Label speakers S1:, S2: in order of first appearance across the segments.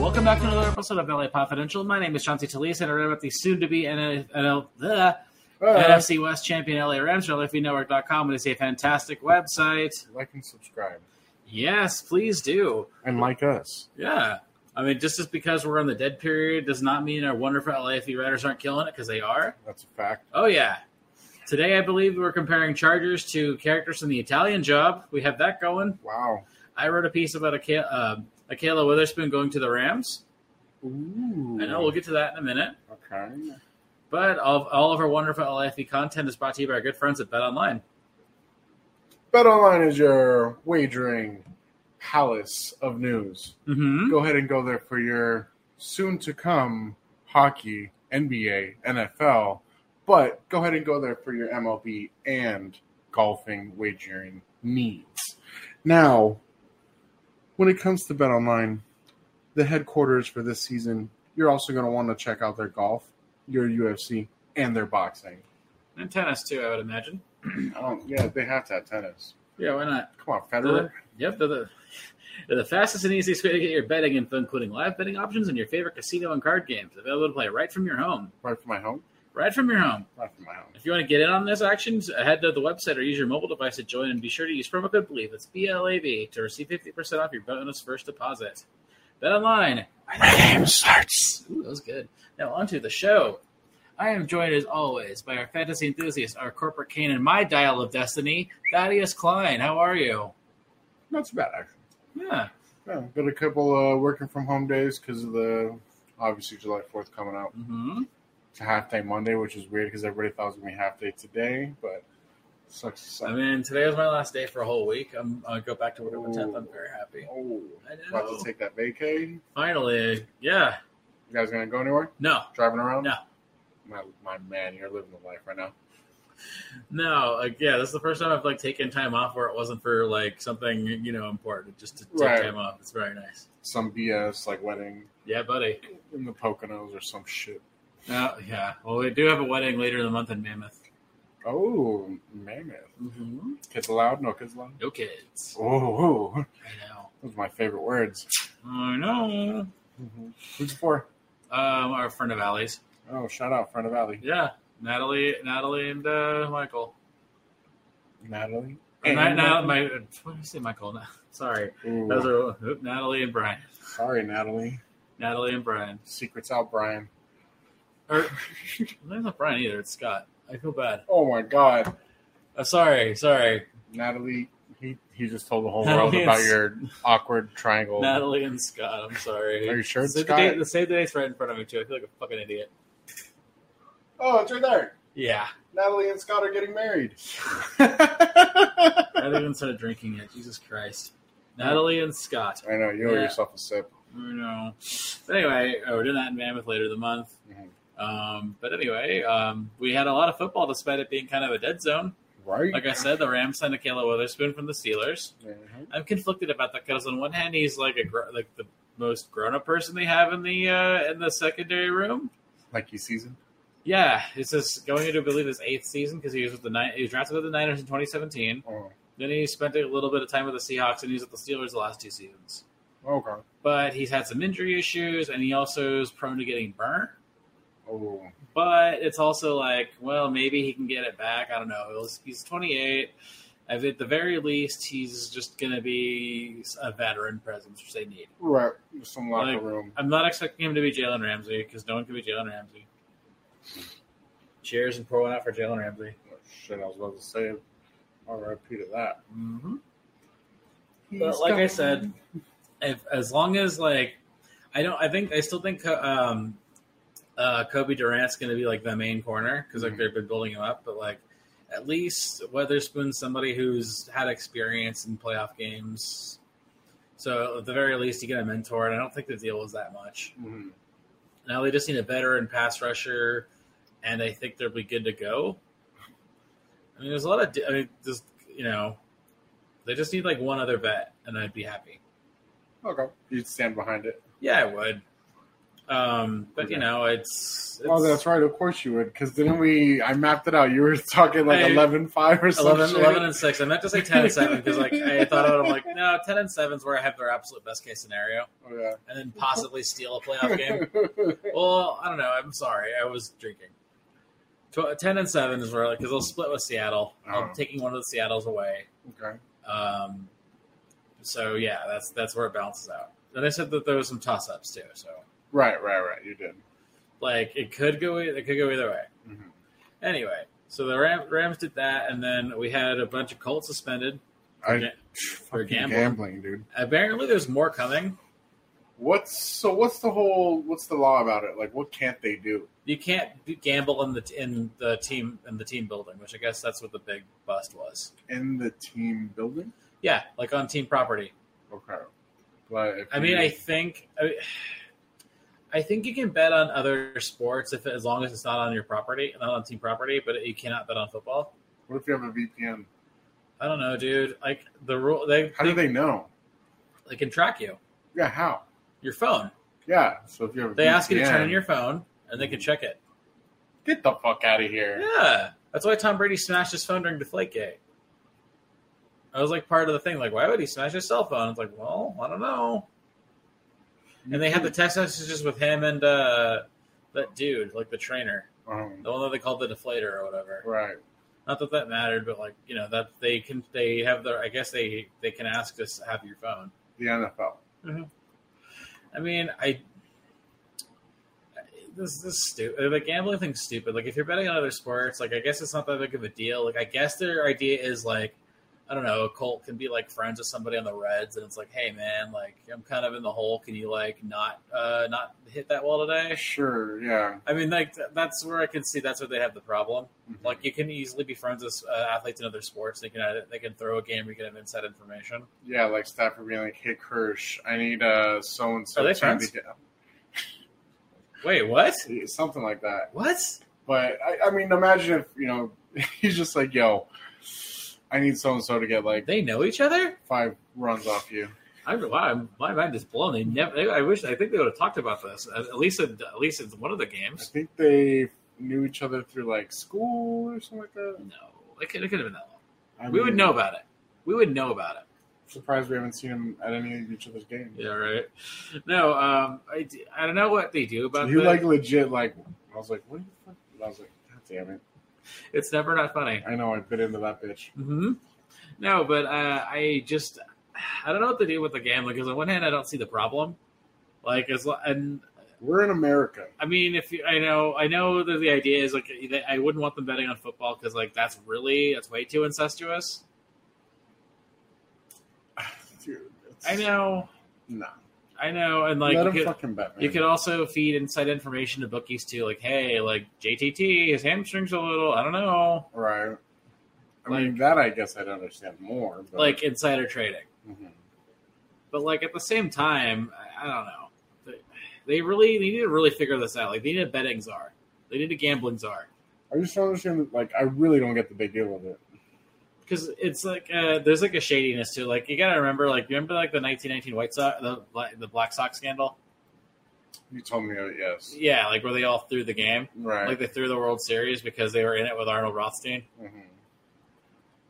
S1: Welcome back to another episode of LA Confidential. My name is Chauncey Talese, and we're about the soon-to-be NL, NL, bleh,
S2: Uh,
S1: NFC West champion LA Rams. LFVnetwork.com. It is a fantastic website.
S2: like and subscribe
S1: Yes, please do.
S2: and like us.
S1: Yeah. I mean, just as because we're in the dead period does not mean our wonderful LAFC writers aren't killing it because they are.
S2: That's a fact.
S1: Oh, yeah. Today, I believe we're comparing Chargers to characters from the Italian job. We have that going.
S2: Wow.
S1: I wrote a piece about Akela, uh, Akela Witherspoon going to the Rams.
S2: Ooh.
S1: I know we'll get to that in a minute.
S2: Okay.
S1: But all, all of our wonderful LAFC content is brought to you by our good friends at Bet Online.
S2: BetOnline is your wagering palace of news.
S1: Mm-hmm.
S2: Go ahead and go there for your soon to come hockey, NBA, NFL, but go ahead and go there for your MLB and golfing wagering needs. Now, when it comes to BetOnline, the headquarters for this season, you're also going to want to check out their golf, your UFC, and their boxing.
S1: And tennis, too, I would imagine.
S2: I don't, yeah, they have to have tennis.
S1: Yeah, why not?
S2: Come on,
S1: They're
S2: Federer.
S1: the- yep, they're the, they're the fastest and easiest way to get your betting info, including live betting options and your favorite casino and card games. Available to play right from your home.
S2: Right from my home.
S1: Right from your home.
S2: Right from my home.
S1: If you want to get in on this action, head to the website or use your mobile device to join and be sure to use promo code BELIEVE, that's B-L-A-V, to receive 50% off your bonus first deposit. Bet online. My name starts. Ooh, that was good. Now on to the show. I am joined as always by our fantasy enthusiast, our corporate cane and my dial of destiny, Thaddeus Klein. How are you?
S2: Not so bad, actually.
S1: Yeah.
S2: Yeah, got a couple uh, working from home days because of the obviously July Fourth coming up.
S1: Mm-hmm.
S2: It's a half day Monday, which is weird because everybody thought it was gonna be half day today, but sucks. to suck.
S1: I mean, today was my last day for a whole week. I'm, I'll go back to work on the 10th. I'm very happy.
S2: oh,
S1: I
S2: about
S1: know.
S2: to take that vacay. You
S1: Finally. Yeah.
S2: guys gonna go anywhere?
S1: No.
S2: Driving around?
S1: No.
S2: My, my man, you're living the life right now.
S1: No, like yeah, this is the first time I've like taken time off where it wasn't for like something you know important, just to take
S2: Right.
S1: time off. It's very nice.
S2: Some BS like wedding
S1: Yeah, buddy.
S2: in the Poconos or some shit.
S1: Uh, yeah. Well, we do have a wedding later in the month in Mammoth.
S2: Oh, mammoth.
S1: Mm-hmm.
S2: Kids allowed? No kids allowed.
S1: No kids.
S2: Oh,
S1: I know.
S2: those are my favorite words.
S1: I know. Um,
S2: Who's it for?
S1: our friend of Allie's.
S2: Oh, shout out front of Valley.
S1: Yeah, Natalie, Natalie, and uh, Michael.
S2: Natalie.
S1: And I, now my what did I say, Michael? No, sorry,
S2: Ooh,
S1: those are oop, Natalie and Brian.
S2: sorry, Natalie.
S1: Natalie and Brian.
S2: Secrets out, Brian.
S1: Or that's not Brian either. It's Scott. I feel bad.
S2: Oh my God,
S1: Uh, sorry, sorry.
S2: Natalie. He he just told the whole world
S1: Natalie
S2: about
S1: is-
S2: your awkward triangle.
S1: Natalie and Scott. I'm sorry.
S2: Are you sure it's
S1: Save
S2: Scott?
S1: The, date, save the date's right in front of me too. I feel like a fucking idiot.
S2: Oh, it's right there.
S1: Yeah,
S2: Natalie and Scott are getting married.
S1: I haven't even started drinking yet. Jesus Christ. Natalie and Scott.
S2: I know you owe
S1: Yeah.
S2: yourself a sip.
S1: Oh no. But anyway, oh, we're doing that in Mammoth later in the month.
S2: Mhm.
S1: Um, but anyway, um, we had a lot of football despite it being kind of a dead zone.
S2: Right.
S1: Like I said, the Rams signed Akela Witherspoon from the Steelers.
S2: Mhm.
S1: I'm conflicted about that because on one hand he's like a gr- like the most grown up person they have in the uh, in the secondary room,
S2: Like you season.
S1: Yeah, this is going into I believe his eighth season because he was with the Ni- he was drafted with the Niners in 2017.
S2: Oh,
S1: Then he spent a little bit of time with the Seahawks and he was with the Steelers the last two seasons.
S2: okay.
S1: But he's had some injury issues and he also is prone to getting burnt.
S2: Oh,
S1: But it's also like, well, maybe he can get it back. I don't know. It was, he's 28. At the very least, he's just going to be a veteran presence, which they need.
S2: right. Some locker
S1: Like-
S2: room.
S1: I'm not expecting him to be Jalen Ramsey because no one can be Jalen Ramsey. Cheers and pour one out for Jalen Ramsey.
S2: Oh, shit, I was about to say. R.I.P. to that.
S1: hmm But like I said, if as long as like I don't, I think I still think um, uh, Kobe Durant's going to be like the main corner because like
S2: Mhm.
S1: they've been building him up. But like at least Weatherspoon's somebody who's had experience in playoff games. So at the very least, you get a mentor, and I don't think the deal was that much.
S2: Mhm.
S1: Now they just need a veteran pass rusher, and I think they'll be good to go. I mean, there's a lot of, I mean, just you know, they just need like one other vet, and I'd be happy.
S2: Okay. You'd stand behind it.
S1: Yeah, I would. Um, but you know, it's, it's
S2: Oh, that's right. Of course you would, because didn't we? I mapped it out. You were talking like
S1: I-
S2: 11, 5 or something.
S1: 11, 11 and six. I meant to say ten and seven because like I thought about it, I'm like no, ten and seven's where I have their absolute best case scenario,
S2: Oh,
S1: and then possibly steal a playoff game.
S2: yeah.
S1: Well, I don't know. I'm sorry. I was drinking. Tw- Ten and seven is where because they'll split with Seattle.
S2: Oh.
S1: I'm taking one of the Seattle's away.
S2: okay.
S1: Um, so yeah, that's that's where it balances out. And I said that there was some toss ups too. So
S2: Right, right, right. You did.
S1: like it could go e- it could go either way.
S2: Mhm.
S1: Anyway, so the Ram- Rams did that, and then we had a bunch of Colts suspended.
S2: I
S1: ga-
S2: fucking
S1: gambling.
S2: gambling, dude.
S1: Apparently, there's more coming.
S2: What's so? What's the whole? What's the law about it? Like, what can't they do?
S1: You can't do- gamble in the t- in the team in the team building, which I guess that's what the big bust was.
S2: in the team building.
S1: Yeah, like on team property.
S2: Okay. But if
S1: I mean,
S2: you-
S1: I think I, I think you can bet on other sports if as long as it's not on your property, not on team property, but you cannot bet on football.
S2: what if you have a VPN?
S1: I don't know, dude. Like the rule, they
S2: How do they know?
S1: they can track you,
S2: Yeah, how?
S1: your phone.
S2: Yeah. So if you have, a
S1: They ask you to turn
S2: VPN
S1: on your phone, and they can
S2: Mhm.
S1: check it.
S2: Get the fuck out of here.
S1: Yeah, that's why Tom Brady smashed his phone during Deflategate. I was like part of the thing. Like, why would he smash his cell phone? It's like, well, I don't know. And they had the text messages with him and uh, that dude, like the trainer,
S2: Um,
S1: the one that they called the deflator or whatever.
S2: right.
S1: not that that mattered, but like you know that they can they have their I guess they they can ask us to have your phone.
S2: The NFL.
S1: I mean I this this is stupid the gambling thing's stupid. Like if you're betting on other sports, like I guess it's not that big of a deal. Like I guess their idea is like I don't know a Colt can be like friends with somebody on the Reds, and it's like hey man, like I'm kind of in the hole. Can you like not uh not hit that wall today?
S2: Sure. Yeah.
S1: I mean like th- that's where I can see that's where they have the problem.
S2: Mhm.
S1: Like you can easily be friends with uh, athletes in other sports. They can uh, they can throw a game. You can have inside information.
S2: yeah, like Stafford being like, "Hey Kirsch, I need uh so and so
S1: Are they friends? Wait, what?
S2: something like that."
S1: What?
S2: But I, I mean, imagine if you know he's just like, "Yo, I need so and so to get like
S1: They know each other?
S2: five runs off you."
S1: I wow, I'm- my mind is blown. They never. They, I wish. I think they would have talked about this at at least. In, at least in one of the
S2: I
S1: games.
S2: think they knew each other through like school or something like that.
S1: No, it could, it could have been that long.
S2: I
S1: we would
S2: mean,
S1: know about it. We would know about it.
S2: Surprised we haven't seen them at any of each other's games.
S1: Yeah, right. No, um, I, d- I don't know what they do about
S2: you
S1: it.
S2: like legit like. I was like, what the fuck? And I was like, god damn it!
S1: it's never not funny.
S2: I know I bit into that bitch.
S1: hmm No, but uh, I just I don't know what to do with the gambling because on one hand I don't see the problem, like as lo- and
S2: We're in America.
S1: I mean if you, I know I know that the idea is like that I wouldn't want them betting on football because like that's really that's way too incestuous.
S2: Dude, it's-
S1: I know,
S2: Nah,
S1: I know, and like
S2: let
S1: you
S2: him
S1: could,
S2: fucking bet. Man.
S1: you could also feed inside information to bookies too, like hey, like JTT his hamstrings a little, I don't know,
S2: right. I mean
S1: Like-
S2: that I guess I'd understand more. But,
S1: like insider trading.
S2: Mhm.
S1: but like at the same time, I- I don't know. They- They really they need to really figure this out. Like they need a betting czar. They need a gambling czar
S2: I just don't understand. Like, I really don't get the big deal of it.
S1: because it's like uh, there's like a shadiness to it. like you gotta remember like you remember like the 1919 White Sox the like, the Black Sox scandal.
S2: You told me, that, yes,
S1: Yeah, like where they all threw the game,
S2: right?
S1: like they threw the World Series because they were in it with Arnold Rothstein
S2: Mhm.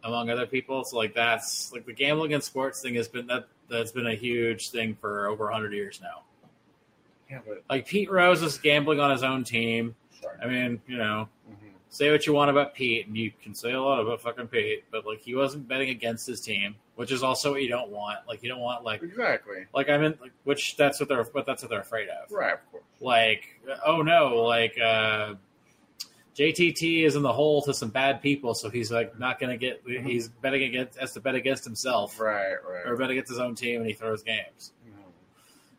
S1: among other people. So like that's like the gambling and sports thing has been that that's been a huge thing for over 100 years now.
S2: Yeah, but
S1: Like Pete Rose is gambling on his own team.
S2: sorry.
S1: I mean, you know,
S2: Mhm.
S1: say what you want about Pete, and you can say a lot about fucking Pete, but like he wasn't betting against his team, which is also what you don't want. Like you don't want like
S2: Exactly.
S1: like I'm in like which that's what they're but that's what they're afraid of.
S2: Right, of course.
S1: Like oh no, like uh JTT is in the hole to some bad people, so he's like not gonna get. He's betting against has to bet against himself
S2: Right, right.
S1: or bet against his own team, and he throws games.
S2: Mhm.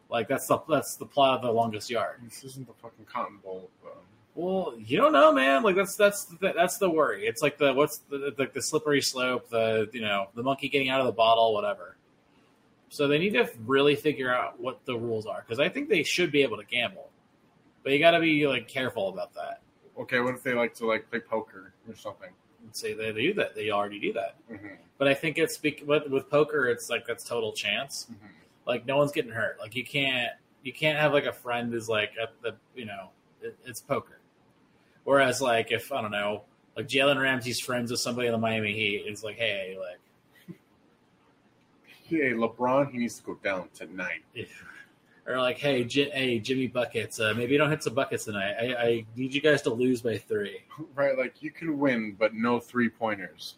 S1: Like that's the that's the plot of the longest yard.
S2: This isn't the fucking Cotton Bowl. um,
S1: Well, you don't know, man. Like that's that's the, that's the worry. It's like the what's the like the slippery slope, the you know the monkey getting out of the bottle, whatever. So they need to really figure out what the rules are because I think they should be able to gamble, but you got to be like careful about that.
S2: okay, what if they like to like play poker or something?
S1: And say they do that, they already do that.
S2: Mhm,
S1: But I think it's bec- with, with poker, it's like that's total chance.
S2: mhm.
S1: Like no one's getting hurt. Like you can't you can't have like a friend who's like at the you know it, it's poker. Whereas like if I don't know like Jalen Ramsey's friends with somebody in the Miami Heat, it's like hey like
S2: Hey, LeBron, he needs to go down tonight.
S1: if- or like hey J- hey Jimmy buckets uh, maybe you don't hit some buckets tonight. I, I need you guys to lose by three.
S2: Right? Like, you can win, but no three pointers.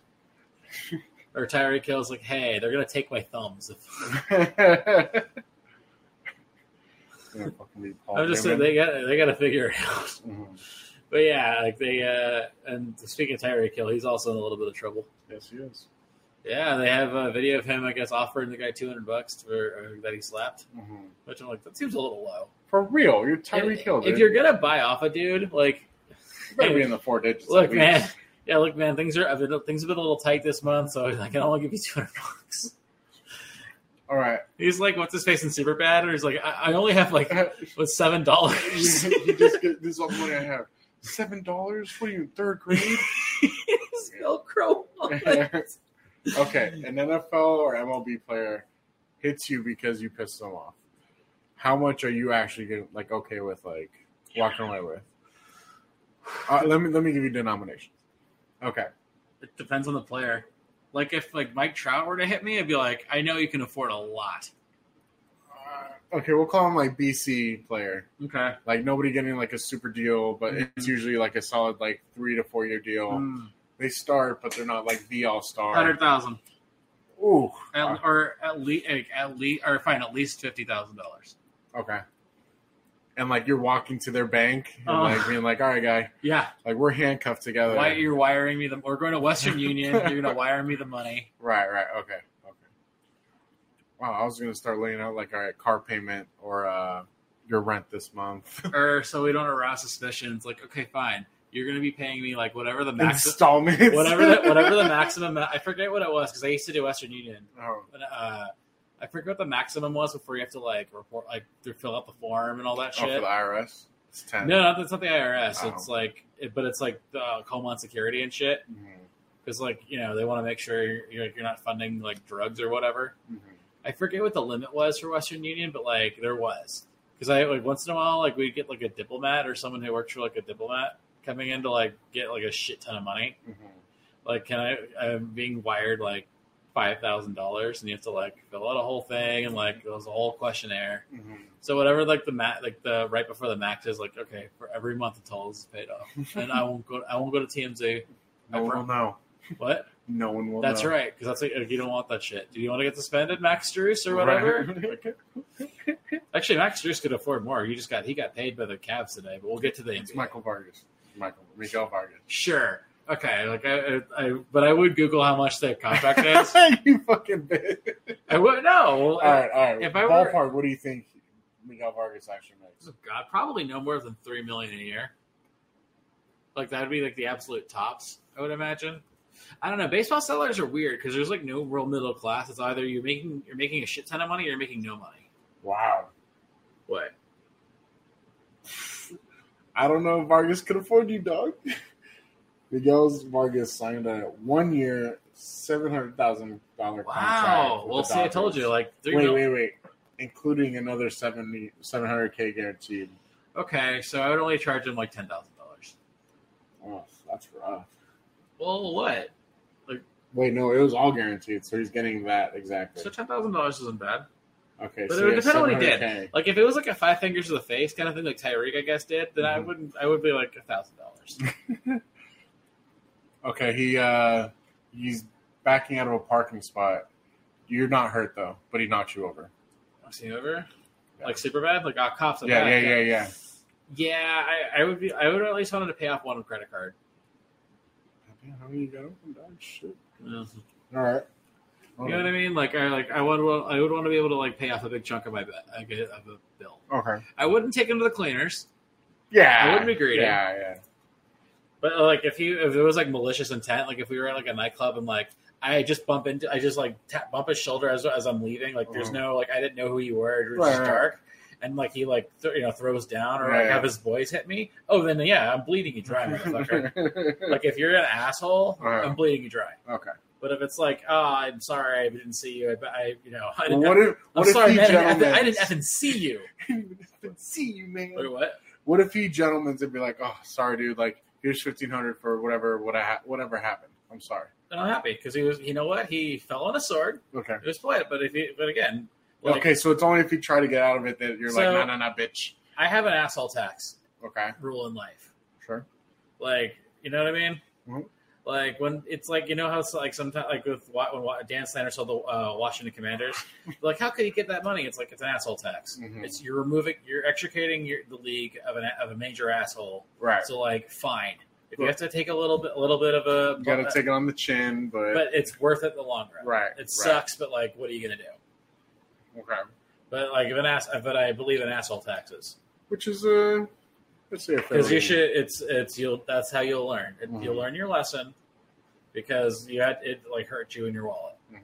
S1: Or Tyreek Hill's like hey they're gonna take my thumbs. If-
S2: I'm Oh,
S1: I'm just saying they got they got to figure it out.
S2: Mhm.
S1: But yeah, like they uh and speaking of Tyreek Hill, he's also in a little bit of trouble.
S2: Yes, he is.
S1: Yeah, they have a video of him, I guess, offering the guy two hundred bucks for or that he slapped,
S2: Mhm.
S1: which I'm like, that seems a little low.
S2: For real, you're Tyreek Hill.
S1: Mm-hmm. If
S2: dude.
S1: you're gonna buy off a dude, like,
S2: You better be in the four digits.
S1: look,
S2: at least.
S1: man, yeah, look, man, things are I've been, things have been a little tight this month, so I can only give you two hundred bucks.
S2: All right.
S1: He's like, what's his face in super bad, or he's like, I, I only have like what seven dollars.
S2: you just get, this is all the money I have. Seven dollars? What are you in third grade?
S1: Velcro. wallet.
S2: okay, an NFL or MLB player hits you because you pissed them off. How much are you actually getting like okay with like walking away with? Uh, let me let me give you denominations. Okay,
S1: It depends on the player. Like if like Mike Trout were to hit me, I'd be like, I know you can afford a lot.
S2: uh, okay, we'll call him like BC player.
S1: Okay.
S2: Like nobody getting like a super deal, but
S1: Mm-hmm.
S2: it's usually like a solid like three to four year deal. They start, but they're not like the all star.
S1: Hmm. Hundred thousand,
S2: Ooh,
S1: at, or at least, at least, or fine, at least fifty thousand dollars.
S2: okay. And like you're walking to their bank and
S1: Oh.
S2: like being like, "All right, guy,
S1: Yeah,
S2: like we're handcuffed together."
S1: why you're wiring me the? We're going to Western Union. You're going to wire me the money.
S2: Right, right, okay, okay. Wow, I was gonna start laying out like all right, car payment or uh your rent this month.
S1: or so we don't arouse suspicions. Like, okay, fine, you're going to be paying me like whatever the maximum,
S2: Installments.
S1: whatever the, whatever the maximum. amount- I forget what it was because I used to do Western Union.
S2: Oh,
S1: But, uh, I forget what the maximum was before you have to like report, like to fill out the form and all that
S2: oh, for
S1: shit.
S2: the IRS. It's ten.
S1: no, no, that's not the IRS. It's
S2: Oh.
S1: like, it, but it's like uh, Homeland Security and shit.
S2: Mhm,
S1: because like you know they want to make sure you're, you're you're not funding like drugs or whatever.
S2: mhm.
S1: I forget what the limit was for Western Union, but like there was because I like once in a while like we'd get like a diplomat or someone who works for like a diplomat coming in to like get like a shit ton of money.
S2: Mhm.
S1: Like, can I? I'm being wired like five thousand dollars, and you have to like fill out a whole thing and like it was a whole questionnaire.
S2: Mhm.
S1: So whatever like the mat like the right before the max is like okay for every month until this is paid off, and I won't go I won't go to TMZ.
S2: No
S1: I
S2: one
S1: pro-
S2: will know.
S1: What?
S2: No one will.
S1: That's
S2: know.
S1: right, because that's like, you don't want that shit. Do you want to get suspended, Max Struess or whatever?
S2: Right.
S1: Actually, Max Struess could afford more. You just got he got paid by the Cavs today, but we'll get to the
S2: it's Michael Vargas. Michael Miguel Vargas.
S1: Sure, okay, like I, I, I, but I would Google how much their contract is.
S2: you fucking bitch.
S1: I would no.
S2: All right, all right.
S1: If I were-
S2: Ballpark, what do you think Miguel Vargas actually makes?
S1: oh God, probably no more than three million a year. Like that'd be like the absolute tops, I would imagine. I don't know. Baseball sellers are weird because there's like no real middle class. It's either you're making you're making a shit ton of money or you're making no money.
S2: Wow.
S1: What?
S2: I don't know if Vargas could afford you, dog. Miguel's Vargas signed a one year, seven hundred thousand dollar contract.
S1: Wow.
S2: with
S1: Well,
S2: the
S1: see, I
S2: Dodgers.
S1: told you, like three.
S2: Wait,
S1: mil-
S2: wait, wait. Including another 70 700k guaranteed.
S1: Okay, so I would only charge him like ten thousand dollars.
S2: Oh, that's rough.
S1: Well, what?
S2: Wait, no, it was all guaranteed, so he's getting that exactly.
S1: So ten thousand dollars isn't bad.
S2: Okay,
S1: But
S2: so
S1: it would
S2: yeah,
S1: depend on what he did.
S2: 700K.
S1: Like if it was like a five fingers to the face kind of thing, like Tyreek, I guess did, then I
S2: Mhm.
S1: wouldn't. I would be like a thousand dollars.
S2: Okay, he uh he's backing out of a parking spot. You're not hurt though, but he knocked you over.
S1: See over,
S2: Yeah.
S1: like super bad, like got cops. on
S2: yeah,
S1: that.
S2: yeah, yeah, yeah.
S1: Yeah, I, I would be. I would at least wanted to pay off one credit card.
S2: How many you got open, dog? Shit.
S1: You
S2: All right.
S1: know what I mean? Like I like I would. want- I would want to be able to like pay off a big chunk of my bet, like a, of a bill.
S2: Okay.
S1: I wouldn't take him to the cleaners,
S2: Yeah.
S1: I wouldn't be greedy.
S2: Yeah, yeah.
S1: But uh, like, if you if it was like malicious intent, like if we were at like a nightclub and like I just bump into, I just like tap, bump his shoulder as as I'm leaving. Like there's
S2: Mhm.
S1: no like I didn't know who you were. It was
S2: Right,
S1: just
S2: right.
S1: dark, and like he like th- you know throws down or like
S2: Right.
S1: have his boys hit me. Oh, then yeah, I'm bleeding you dry, motherfucker. like if you're an asshole,
S2: Right.
S1: I'm bleeding you dry.
S2: okay.
S1: But if it's like, oh, I'm sorry, I didn't see you. I, I you know, I didn't.
S2: What if
S1: I'm
S2: what if
S1: sorry,
S2: he
S1: man, I didn't- I didn't- I
S2: gentlemen?
S1: didn't effing see you.
S2: see you,
S1: Wait,
S2: man.
S1: what?
S2: What if he gentlemen's and be like, oh, sorry, dude. Like here's fifteen hundred for whatever what I ha- whatever happened. I'm sorry.
S1: And I'm happy because he was. You know what? He fell on a sword.
S2: Okay.
S1: It was polite, but if he, but again, like,
S2: okay, so it's only if you try to get out of it that you're like,
S1: So-
S2: nah, nah, nah, bitch.
S1: I have an asshole tax
S2: Okay,
S1: rule in life.
S2: sure.
S1: Like, you know what I mean?
S2: Mhm.
S1: Like when it's like you know how it's like sometimes like with Wa- when Wa- Dan Snyder sold the uh, Washington Commanders, like how could you get that money? It's like it's an asshole tax.
S2: Mhm.
S1: It's you're removing, you're extricating your, the league of an of a major asshole.
S2: Right.
S1: So like, fine if you have
S2: Right.
S1: to take a little bit, a little bit of a,
S2: you got to take it on the chin, but,
S1: but it's worth it in the long run.
S2: right.
S1: It
S2: right.
S1: sucks, but like, what are you gonna do?
S2: Okay.
S1: But like, if an ass, but I believe in asshole taxes
S2: Which is uh, a let's say a fair
S1: because you
S2: reading.
S1: should. It's it's you'll. That's how you'll learn. It, You'll
S2: Mhm.
S1: learn your lesson because you had it like hurt you in your wallet.
S2: Mhm.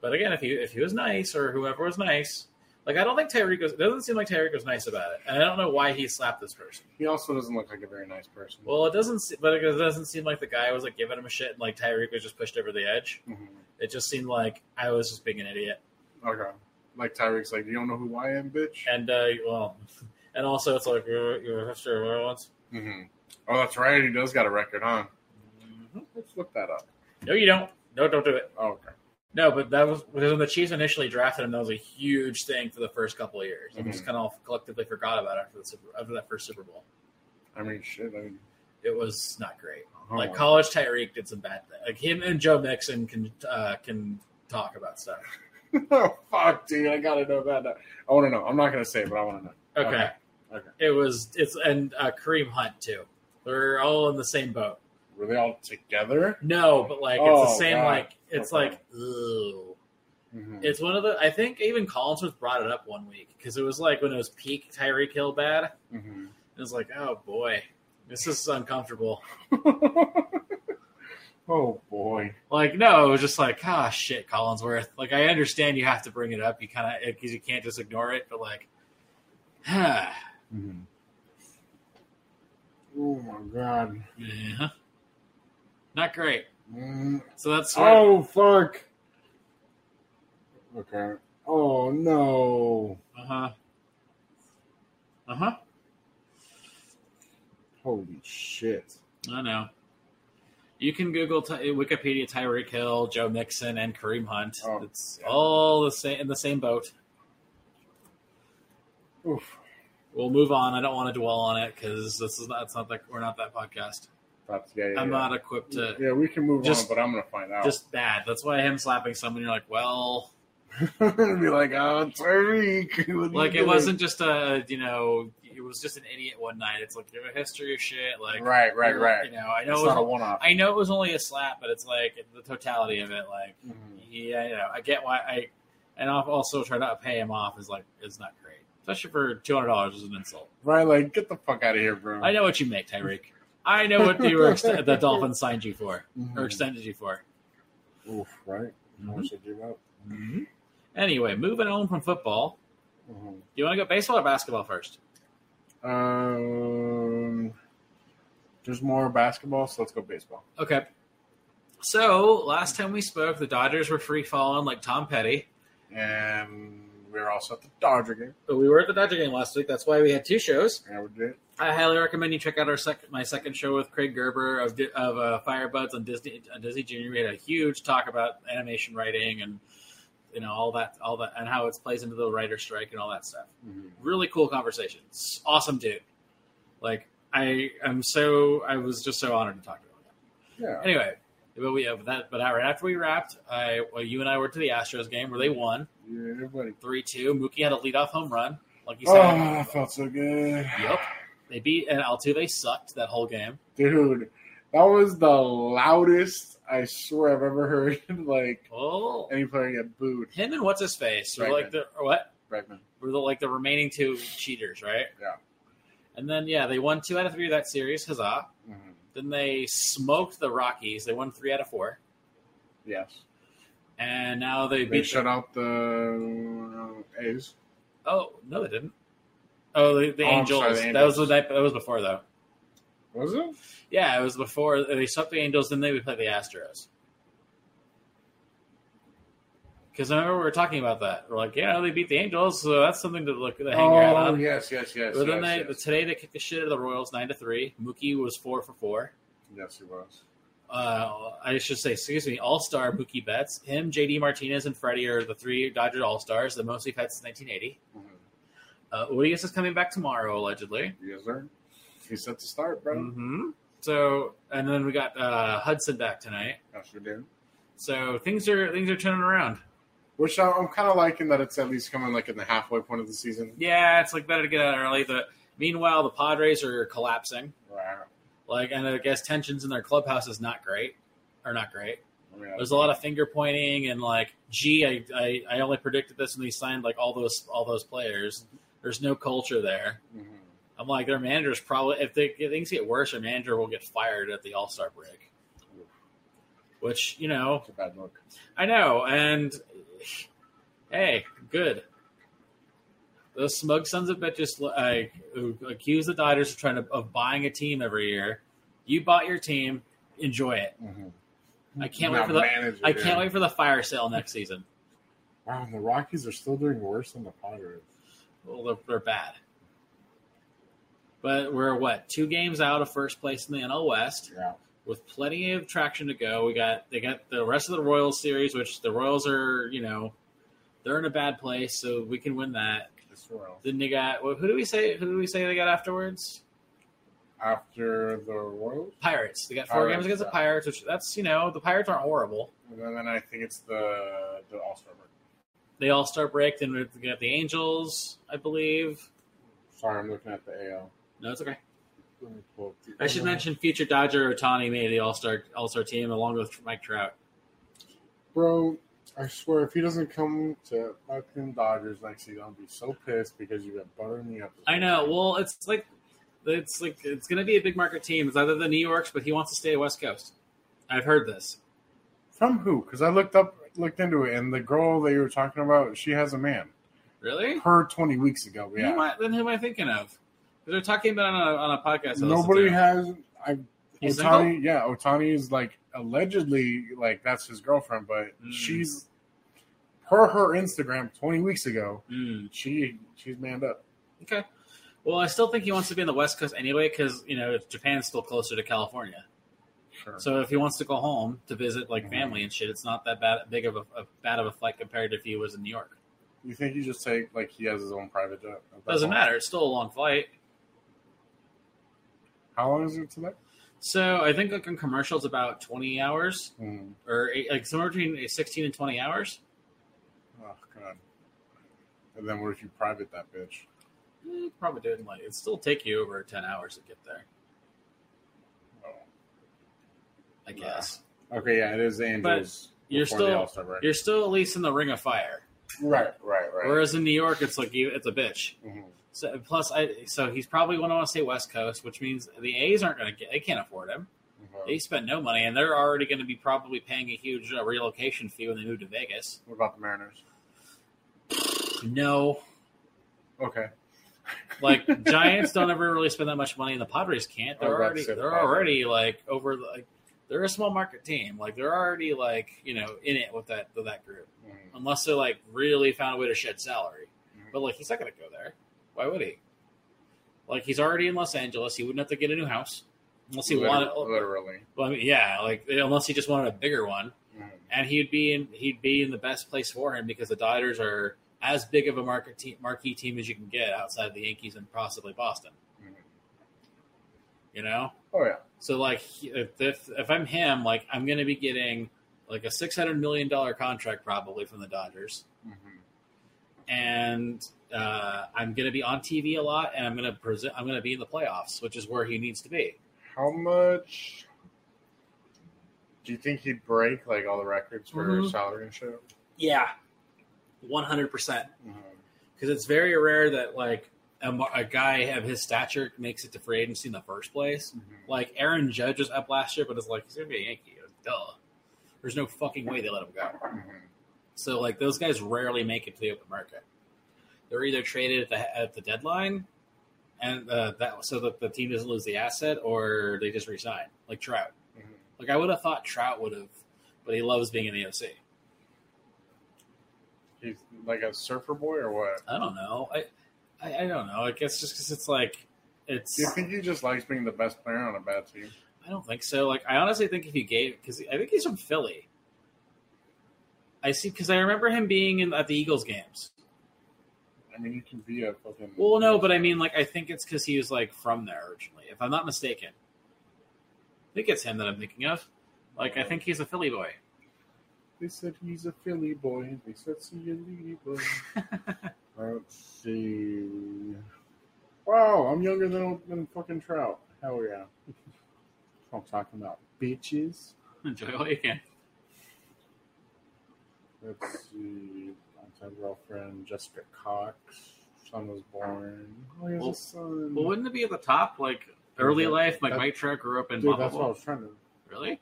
S1: But again, if you if he was nice or whoever was nice, like I don't think Tyreek was. It doesn't seem like Tyreek was nice about it, and I don't know why he slapped this person.
S2: He also doesn't look like a very nice person.
S1: Well, it doesn't. se- But it doesn't seem like the guy was like giving him a shit, and like Tyreek was just pushed over the edge.
S2: Mhm.
S1: It just seemed like I was just being an idiot.
S2: Okay. Like Tyreek's like, you don't know who I am, bitch.
S1: And uh, well, and also it's like you're, you're a hipster or once.
S2: hmm Oh, that's right. He does got a record, huh? Let's look that up.
S1: No, you don't. No, don't do it.
S2: Oh, okay.
S1: No, but that was because when the Chiefs initially drafted him, that was a huge thing for the first couple of years. And We just
S2: Mhm.
S1: kind of collectively forgot about it after the Super, after that first Super Bowl.
S2: I mean, shit. I mean,
S1: It was not great.
S2: oh,
S1: Like college Tyreek did some bad things. Like him and Joe Mixon can uh, can talk about stuff.
S2: oh, fuck, dude. I gotta know about that. I want to know. I'm not gonna say, it, but I want to know.
S1: Okay.
S2: Okay. Okay.
S1: It was it's and uh, Kareem Hunt too. They're all in the same boat.
S2: Were they all together?
S1: No, but like it's
S2: Oh,
S1: the same.
S2: God.
S1: Like it's
S2: Okay.
S1: like ooh.
S2: Mhm.
S1: It's one of the. I think even Collinsworth brought it up one week because it was like when it was peak Tyreek Hill bad. and
S2: Mhm.
S1: It was like, oh boy, this is uncomfortable.
S2: oh boy.
S1: Like no, it was just like, ah, shit, Collinsworth. Like I understand you have to bring it up. You kind of because you can't just ignore it. But like, huh.
S2: Mm-hmm. Oh my god.
S1: yeah. not great.
S2: Mm.
S1: So that's what,
S2: Oh fuck. Okay. Oh no.
S1: uh huh, uh huh.
S2: Holy shit.
S1: I know. You can Google Ty- Wikipedia Tyreek Hill, Joe Mixon, and Kareem Hunt.
S2: Oh,
S1: it's
S2: yeah.
S1: all the same in the same boat.
S2: Oof.
S1: We'll move on. I don't want to dwell on it because this is not. It's not that we're not that podcast.
S2: That's yeah. yeah,
S1: I'm
S2: yeah.
S1: not equipped to
S2: yeah, we can move
S1: just-
S2: on, but I'm gonna find out.
S1: just bad. That's why him slapping someone. You're like, well,
S2: and be like, oh, Tyreek. what are you
S1: like it
S2: doing?"
S1: wasn't just a you know, it was just an idiot one night. It's like you have a history of shit. Like
S2: right, right,
S1: you
S2: right.
S1: know, I know.
S2: It's
S1: it was,
S2: not a one-off.
S1: I know it was only a slap, but it's like the totality of it. Like
S2: Mhm.
S1: Yeah, I know. I get why I, and I'll also try to pay him off is like is not great, especially for two hundred dollars is an insult.
S2: Right, like get the fuck out of here, bro.
S1: I know what you make, Tyreek. I know what you were ex- the Dolphins signed you for
S2: Mhm.
S1: or extended you for.
S2: Oof, right. I wish I gave up.
S1: Anyway, moving on from football,
S2: Mhm.
S1: do you want to go baseball or basketball first?
S2: Um, there's more basketball, so let's go baseball.
S1: Okay. So last time we spoke, the Dodgers were free falling like Tom Petty.
S2: And we were also at the Dodger game.
S1: But we were at the Dodger game last week. That's why we had two shows.
S2: Yeah, we did.
S1: I highly recommend you check out our sec- my second show with Craig Gerber of Di- of uh, Firebuds on Disney on Disney Junior. We had a huge talk about animation writing and you know all that all that and how it plays into the writer strike and all that stuff. Really cool conversations. Awesome dude. Like I am so I was just so honored to talk to him.
S2: Yeah.
S1: Anyway, but we uh, that but right after we wrapped, I well, you and I were to the Astros game where they won
S2: Yeah, everybody.
S1: three two. Mookie had a leadoff home run. Like you
S2: Oh,
S1: said,
S2: I felt so good.
S1: yep. They beat and Altuve sucked that whole game.
S2: Dude, that was the loudest I swear I've ever heard. like,
S1: Oh,
S2: any player get booed.
S1: him and what's his face were
S2: Bregman.
S1: like the or what
S2: Bregman.
S1: were the like the remaining two cheaters, right?
S2: Yeah.
S1: And then yeah, they won two out of three of that series. Huzzah!
S2: Mhm.
S1: Then they smoked the Rockies. They won three out of four,
S2: Yes.
S1: and now they,
S2: They
S1: beat.
S2: shut out the uh, A's.
S1: the, oh no, they didn't. Oh, the, the
S2: Oh, I'm
S1: Angels.
S2: sorry, the
S1: That was
S2: Angels.
S1: the night. That was before though.
S2: Was it?
S1: uh, Yeah, it was before they swept the Angels. Then they would play the Astros. Because I remember we were talking about that. We're like, yeah, they beat the Angels, so that's something to look the hang your hat
S2: Oh
S1: on.
S2: yes, yes, yes.
S1: but then
S2: yes,
S1: they
S2: yes.
S1: today they kicked the shit out of the Royals nine to three. Mookie was four for four.
S2: yes, he was.
S1: Uh, I should say, excuse me, All Star Mookie Betts. Him, JD Martinez, and Freddie are the three Dodgers All Stars, the most we've had since 1980.
S2: Mhm.
S1: Uh, Urias is coming back tomorrow, allegedly.
S2: Yes, sir. He's set to start, bro.
S1: Mm-hmm. So, and then we got uh, Hudson back tonight.
S2: I sure did.
S1: So things are things are turning around.
S2: Which I, I'm kind of liking that it's at least coming like in the halfway point of the season.
S1: Yeah, it's like better to get out early. The meanwhile, the Padres are collapsing.
S2: Wow.
S1: Like, and I guess tensions in their clubhouse is not great, or not great.
S2: I mean,
S1: There's a lot of finger pointing and like, gee, I, I, I only predicted this when they signed like all those all those players. There's no culture there.
S2: Mhm.
S1: I'm like, their manager's probably if, they, if things get worse, their manager will get fired at the All Star break.
S2: Oof.
S1: Which you know,
S2: It's a bad look.
S1: I know, and hey, good. Those smug sons of bitches like, who accuse the Dodgers of trying to of buying a team every year. You bought your team, enjoy it.
S2: Mhm.
S1: Mm-hmm. I can't
S2: Not
S1: wait for the
S2: manager,
S1: I can't
S2: yeah.
S1: wait for the fire sale next season.
S2: Wow, and the Rockies are still doing worse than the Padres.
S1: Well, they're, they're bad, but we're what two games out of first place in the NL West
S2: Yeah.
S1: with plenty of traction to go. We got they got the rest of the Royals series, which the Royals are you know they're in a bad place, so we can win that.
S2: It's real.
S1: Then they got well, who do we say? Who do we say they got afterwards?
S2: After the Royals,
S1: Pirates. They got four
S2: Pirates,
S1: games against the
S2: yeah.
S1: Pirates, which that's you know the Pirates aren't horrible.
S2: and then, then I think it's the the All Star break.
S1: They all start break. Then we got the Angels, I believe.
S2: Sorry, I'm looking at the AL.
S1: No, it's okay.
S2: Let me pull up the-
S1: I should mention future Dodger Otani made the All Star All Star team along with Mike Trout.
S2: bro. I swear, if he doesn't come to fucking Dodgers next season, I'll be so pissed because you've been buttering me up. this
S1: I know.
S2: whole time.
S1: Well, it's like it's like it's going to be a big market team. It's either the New Yorks, but he wants to stay West Coast. I've heard this.
S2: From who? Because I looked up, looked into it, and the girl that you were talking about, she has a man.
S1: Really?
S2: Her twenty weeks ago, yeah.
S1: Who am I, then who am I thinking of? They're talking about it on a, on a podcast. I listen
S2: Nobody
S1: to.
S2: has. I
S1: He's
S2: Otani, yeah, Otani is like allegedly like that's his girlfriend, but
S1: Mm.
S2: she's per her Instagram twenty weeks ago.
S1: Mm.
S2: She she's manned up.
S1: Okay. Well, I still think he wants to be on the West Coast anyway because you know Japan's still closer to California.
S2: Sure.
S1: So if he wants to go home to visit like
S2: Mhm.
S1: family and shit, it's not that bad big of a, a bad of a flight compared to if he was in New York.
S2: you think you just take like he has his own private jet? at that
S1: Doesn't
S2: point?
S1: matter. It's still a long flight.
S2: How long is it to that?
S1: So I think like on commercials about twenty hours
S2: Mm.
S1: or eight, like somewhere between sixteen and twenty hours.
S2: Oh god. And then what if you private that bitch?
S1: Eh, probably do it in like it still take you over ten hours to get there.
S2: Oh.
S1: I
S2: Nah.
S1: guess
S2: Okay, yeah, it is the Angels.
S1: you're
S2: before
S1: still-
S2: the All-Star break.
S1: you're still at least in the ring of fire.
S2: right, right, right.
S1: Whereas in New York, it's like you, it's a bitch.
S2: Mhm.
S1: So, plus, I so he's probably going to want to stay West Coast, which means the A's aren't going to get. They can't afford him.
S2: Mhm.
S1: They spend no money, and they're already going to be probably paying a huge uh, relocation fee when they move to Vegas.
S2: What about the Mariners?
S1: No,
S2: Okay.
S1: like Giants don't ever really spend that much money, and the Padres can't.
S2: I
S1: They're
S2: was about to
S1: already
S2: say
S1: they're
S2: the Padres.
S1: already like over like they're a small market team. Like they're already like you know in it with that with that group,
S2: Mhm.
S1: unless they like really found a way to shed salary.
S2: Mhm.
S1: But like he's not going to go there. Why would he? Like he's already in Los Angeles. He wouldn't have to get a new house unless he
S2: Liter-
S1: wanted.
S2: literally.
S1: Well, I mean, yeah, like unless he just wanted a bigger one,
S2: Mhm.
S1: and he'd be in he'd be in the best place for him because the Dodgers are as big of a market te- marquee team as you can get outside of the Yankees and possibly Boston.
S2: Mhm.
S1: You know,
S2: Oh yeah.
S1: so like he- if if, if I'm him, like I'm going to be getting like a six hundred million dollar contract probably from the Dodgers,
S2: Mhm.
S1: and uh, I'm going to be on TV a lot, and I'm going to present I'm going to be in the playoffs, which is where he needs to be.
S2: How much do you think he'd break like all the records for
S1: Mhm.
S2: salary and shit? Mm-hmm,
S1: Yeah, one hundred percent. because it's very rare that like a, mar- a guy of his stature makes it to free agency in the first place.
S2: Mhm.
S1: Like Aaron Judge was up last year, but it's like he's gonna be a Yankee. Duh. There's no fucking way they let him go.
S2: Mhm.
S1: So like those guys rarely make it to the open market. They're either traded at the at the deadline, and uh, that so that the team doesn't lose the asset, or they just resign. Like Trout.
S2: Mhm.
S1: Like I would have thought Trout would have, but he loves being in the OC.
S2: He's like a surfer boy or what?
S1: I don't know. I I, I don't know. I guess just because it's like it's.
S2: Do you think he just likes being the best player on a bad team?
S1: I don't think so. Like I honestly think if you gave because I think he's from Philly. I see because I remember him being in at the Eagles games.
S2: I mean, you can be a fucking.
S1: Well, no, but I mean, like I think it's because he was like from there originally, if I'm not mistaken. I think it's him that I'm thinking of. Like I think he's a Philly boy.
S2: They said he's a Philly boy. They said see a Lee boy. Let's see. Wow, I'm younger than, than fucking Trout. Hell yeah. That's what I'm talking about. Bitches.
S1: Enjoy all you can.
S2: Let's see. My girlfriend, Jessica Cox. Son was born. Oh, he has
S1: Well-
S2: a son.
S1: Well, wouldn't it be at the top like early
S2: Yeah,
S1: life? Like
S2: that-
S1: Mike Trout grew up in
S2: Dude,
S1: blah, blah,
S2: that's what I
S1: blah.
S2: was trying to.
S1: Really?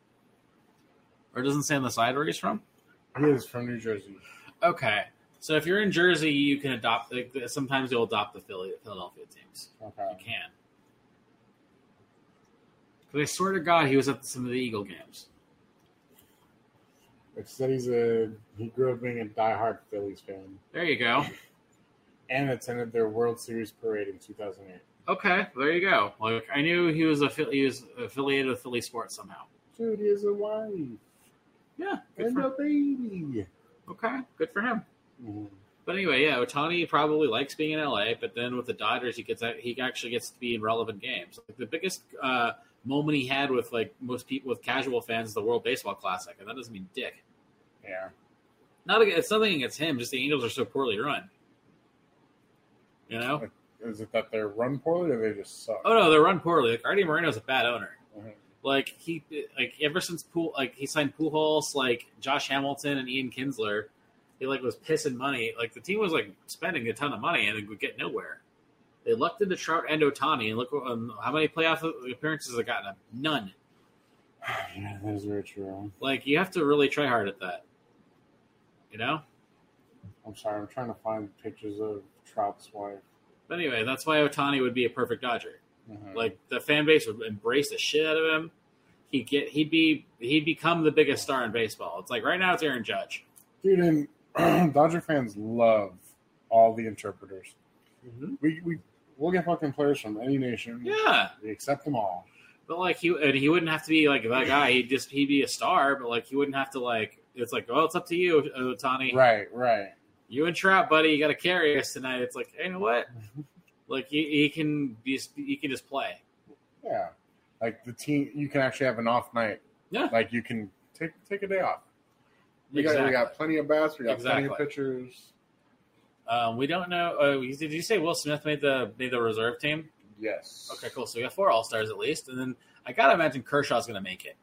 S1: Or it doesn't say on the side where he's from?
S2: He is from New Jersey.
S1: Okay. So if you're in Jersey, you can adopt. Like, sometimes you'll adopt the Philly, Philadelphia teams. You
S2: Okay.
S1: can. Because I swear to God, he was at some of the Eagle games.
S2: It said he's a he grew up being a diehard Phillies fan
S1: There you go.
S2: and attended their World Series parade in 2008.
S1: Okay, there you go. Like I knew he was a Phil- he was affiliated with Philly sports somehow.
S2: Dude, he has a wife
S1: Yeah. Good
S2: and
S1: for,
S2: a baby.
S1: okay. Good for him.
S2: Mhm.
S1: But anyway, yeah, Otani probably likes being in LA, but then with the Dodgers, he gets he actually gets to be in relevant games. Like the biggest uh, moment he had with like most people with casual fans, is the World Baseball Classic, and that doesn't mean dick.
S2: Yeah.
S1: Not ag- it's nothing against him, just the Angels are so poorly run. You know?
S2: Is it that they're run poorly or they just suck?
S1: Oh no, they're run poorly. Like Artie Moreno's a bad owner.
S2: Mhm.
S1: Like he like ever since Pool like he signed Pujols, like Josh Hamilton and Ian Kinsler, he like was pissing money. Like the team was like spending a ton of money and it would get nowhere. They lucked into Trout and Otani, and look um, how many playoff appearances they got. Now. None.
S2: Yeah, that is very true.
S1: Like you have to really try hard at that. You know.
S2: I'm sorry, I'm trying to find pictures of Trout's wife.
S1: But anyway, that's why Otani would be a perfect Dodger.
S2: Mhm.
S1: Like the fan base would embrace the shit out of him. He would get he'd be he'd become the biggest star in baseball. It's like right now it's Aaron Judge.
S2: Dude, and Dodger fans love all the interpreters. We we we'll get fucking players from any nation.
S1: Yeah,
S2: We accept them all.
S1: but like he and he wouldn't have to be like that guy. He'd just he'd be a star, but like he wouldn't have to like. It's like, well, it's up to you, uh, Otani.
S2: Right, right.
S1: You and Trout, buddy, you got to carry us tonight. It's like, hey, you know what? Like he, he can be, he can just play.
S2: Yeah. Like the team you can actually have an off night.
S1: Yeah.
S2: Like you can take take a day off. We got we got plenty of bats, we got plenty
S1: Exactly.
S2: of pitchers.
S1: Um, we don't know. Uh, did you say Will Smith made the made the reserve team?
S2: Yes.
S1: Okay, cool. So we got four All Stars at least, and then I gotta imagine Kershaw's gonna make it.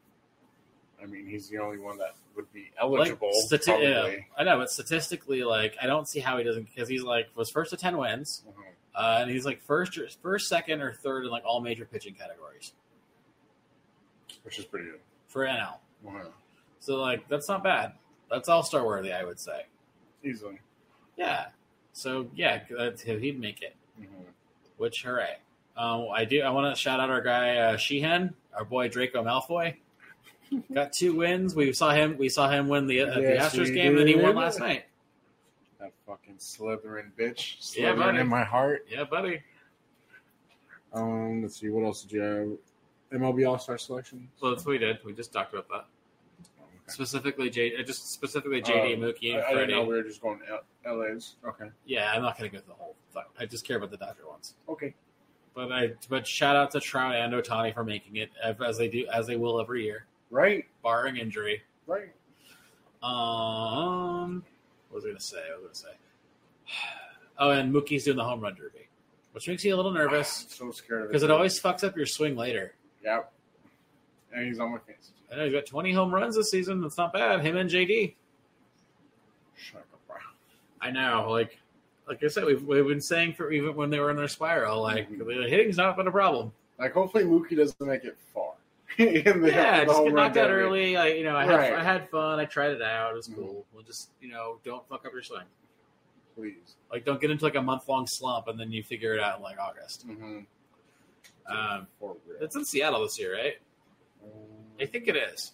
S2: I mean he's the only one that would be
S1: Like,
S2: eligible.
S1: stati-
S2: probably.
S1: yeah, I know, but statistically, like, I don't see how he doesn't because he's like was first to ten wins.
S2: Mhm.
S1: Uh, and he's like first, or, first, second, or third in like all major pitching categories
S2: Which is pretty good.
S1: for NL.
S2: Mhm.
S1: So like that's not bad. That's all star worthy, I would say.
S2: Easily.
S1: Yeah. So yeah, that's, he'd make it.
S2: Mhm.
S1: Which hooray! Um, I do. I want to shout out our guy uh, Sheehan, our boy Draco Malfoy. Got two wins. We saw him. We saw him win the, uh,
S2: Yes,
S1: the Astros
S2: we
S1: game, and then he
S2: did.
S1: won last night.
S2: That fucking Slytherin bitch. Slytherin
S1: Yeah, buddy.
S2: in my heart.
S1: Yeah, buddy.
S2: Um, let's see, what else did you have? MLB All Star selection.
S1: Well, that's what we did. We just talked about that. Specifically, J. uh, Just specifically JD Mookie and
S2: I, I didn't
S1: Freddie.
S2: know we were just going L- LA's. Okay.
S1: Yeah, I'm not going to go through the whole thing. I just care about the Dodger ones.
S2: Okay.
S1: But I but shout out to Trout and Otani for making it ev- as they do as they will every year,
S2: Right,
S1: barring injury.
S2: right.
S1: Um, what was I going to say? What was I going to say? Oh, and Mookie's doing the home run derby, which makes you a little nervous
S2: I'm so scared of
S1: because it always fucks up your swing later.
S2: Yep. And he's on my face.
S1: I know he's got 20 home runs this season. That's not bad. Him and JD.
S2: Shut up, bro.
S1: I know, like. Like I said, we've, we've been saying for even when they were in their spiral, like
S2: Mhm.
S1: the hitting's not been a problem.
S2: Like, hopefully Mookie doesn't make it far. in the,
S1: yeah,
S2: the
S1: just
S2: home
S1: get
S2: run
S1: knocked out
S2: derby.
S1: early. I, you know, I had,
S2: Right.
S1: I had fun. I tried it out. It was
S2: Mhm.
S1: cool. We'll just, you know, don't fuck up your swing.
S2: Please.
S1: Like, don't get into like a month long slump and then you figure it out in like August.
S2: Mm-hmm.
S1: Um,
S2: For real.
S1: it's in Seattle this year, right?
S2: Um,
S1: I think it is.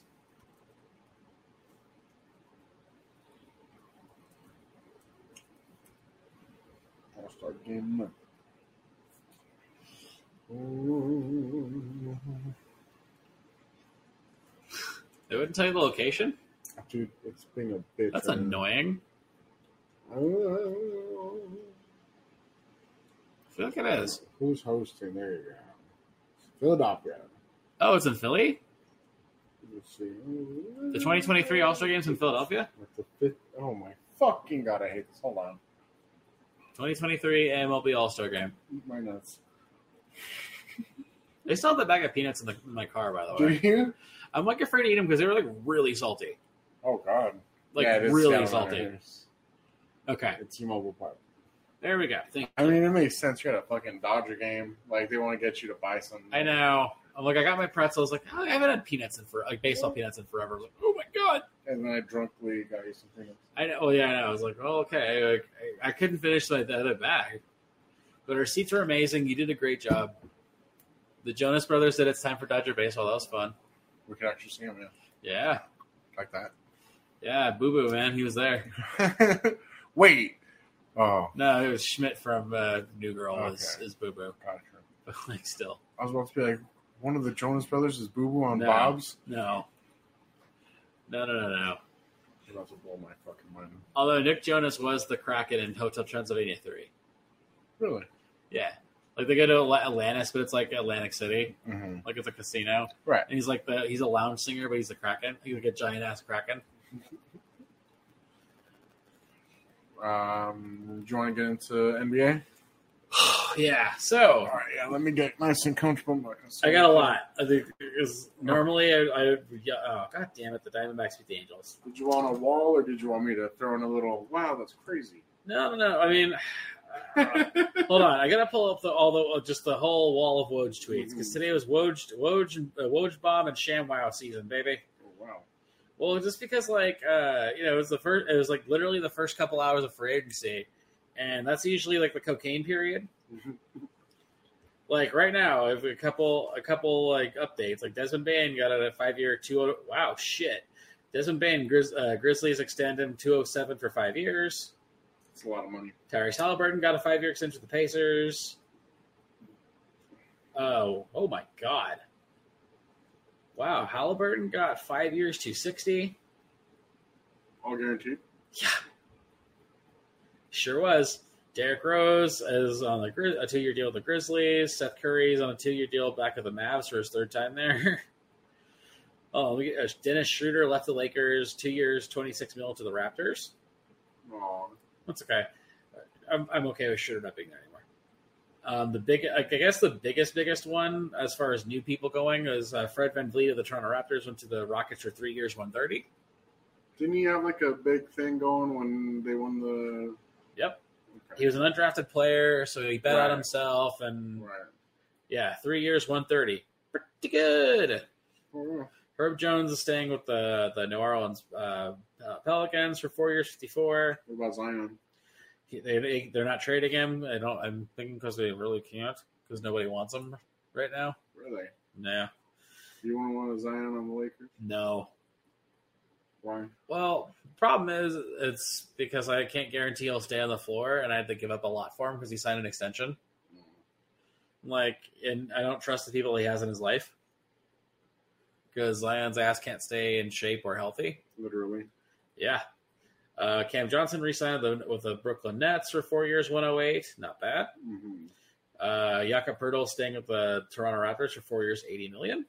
S2: Start game. now. Oh,
S1: They wouldn't tell you the location?
S2: Dude, it's being a bitch.
S1: That's
S2: right now.
S1: annoying.
S2: Uh,
S1: I feel like it is.
S2: Who's hosting? There you go. Philadelphia.
S1: Oh, it's in Philly?
S2: Let's see.
S1: The 2023 All Star Game's in Philadelphia?
S2: With the fifth. Oh my fucking god! I hate this. Hold on.
S1: 2023 MLB All Star Game.
S2: Eat my nuts.
S1: They still have the bag of peanuts in, the, in my car, by the
S2: Do
S1: way.
S2: you?
S1: I'm like afraid to eat them because they were like really salty.
S2: Oh god.
S1: Like
S2: Yeah, it is
S1: really
S2: down
S1: salty.
S2: there.
S1: Okay.
S2: At T-Mobile Park.
S1: There we go. Thank
S2: I mean, it makes sense. You're at a fucking Dodger game. Like they want to get you to buy something.
S1: I know. I'm like, I got my pretzels. Like, "Oh, I haven't had peanuts in for like baseball peanuts in forever. I was like, oh my god.
S2: And then I drunkenly got you something. else.
S1: I know. Oh yeah, I know. I was like, oh, okay. Like, I, I couldn't finish my the other bag, but our seats were amazing. You did a great job. The Jonas Brothers said it's time for Dodger baseball. That was fun.
S2: We could actually see him, yeah,
S1: Yeah,
S2: like
S1: yeah. Boo Boo man, he was there.
S2: that. Wait. Oh,
S1: No, it was Schmidt from uh, New Girl. Is,
S2: Okay.
S1: is Boo Boo,
S2: gotcha.
S1: but like still
S2: I was about to be like, one of the Jonas Brothers is Boo Boo on
S1: No.
S2: Bob's.
S1: no, no, no, no, no.
S2: I'm about to blow my fucking mind.
S1: Although Nick Jonas was the Kraken in Hotel Transylvania three.
S2: Really?
S1: Yeah, like they go to Atla- Atlantis, but it's like Atlantic City.
S2: Mm-hmm.
S1: like it's a casino.
S2: Right.
S1: And he's like the he's a lounge singer, but he's a kraken. He's like a giant ass kraken.
S2: Um, do you want to get into NBA?
S1: yeah.
S2: All
S1: So
S2: right, yeah. Let me get nice and comfortable. I'm not gonna say
S1: I got a
S2: anything.
S1: lot. I think is normally I, I yeah, oh god damn it, the Diamondbacks beat the Angels.
S2: Did you want a wall, or did you want me to throw in a little? Wow, that's crazy.
S1: No, no, no. I mean, uh, hold on. I gotta pull up the all the uh, just the whole wall of Woj tweets because today was Woj Woj uh, Woj bomb and Sham Wow season, baby.
S2: Oh, wow.
S1: Well, just because like uh, you know, it was the first. It was like literally the first couple hours of free agency, and that's usually like the cocaine period. like right now, if a couple, a couple like updates, like Desmond Bain got out a five year two. oh, Wow, shit. Desmond Bain, Grizz, uh, Grizzlies extend him two oh seven for five years.
S2: It's a lot of money.
S1: Tyrese Halliburton got a five year extension with the Pacers. Oh, oh my God. Wow, Halliburton got five years, two sixty.
S2: All guaranteed.
S1: Yeah. Sure was. Derrick Rose is on the, Grizz- a two year deal with the Grizzlies. Seth Curry's on a two year deal back with the Mavs for his third time there. oh, we, uh, Dennis Schroeder left the Lakers two years, 26 mil to the Raptors.
S2: Aw.
S1: That's okay. Uh, I'm, I'm okay with Schroeder not being there anymore. Um, the big, I guess the biggest, biggest one as far as new people going is uh, Fred Van Vliet of the Toronto Raptors went to the Rockets for three years, 130.
S2: Didn't he have like a big thing going when they won the?
S1: Yep.
S2: Okay.
S1: He was an undrafted player, so he bet on
S2: Right.
S1: himself and
S2: Right.
S1: Yeah, three years, one thirty. Pretty good.
S2: Oh,
S1: Herb Jones is staying with the the New Orleans uh, uh, Pelicans for four years, fifty four.
S2: what about Zion?
S1: They, they they're not trading him. I don't. I'm thinking because they really can't because nobody wants him right now.
S2: Really?
S1: No,
S2: Do you want to want a Zion on the Lakers?
S1: no.
S2: Why?
S1: Well, problem is it's because I can't guarantee he'll stay on the floor, and I had to give up a lot for him because he signed an extension.
S2: Mm-hmm.
S1: Like, and I don't trust the people he has in his life because Zion's ass can't stay in shape or healthy.
S2: Literally.
S1: Yeah. Uh, Cam Johnson re-signed the, with the Brooklyn Nets for four years, 108. Not bad.
S2: hmm
S1: Uh, Jakob Pertl staying with the Toronto Raptors for four years, 80 million.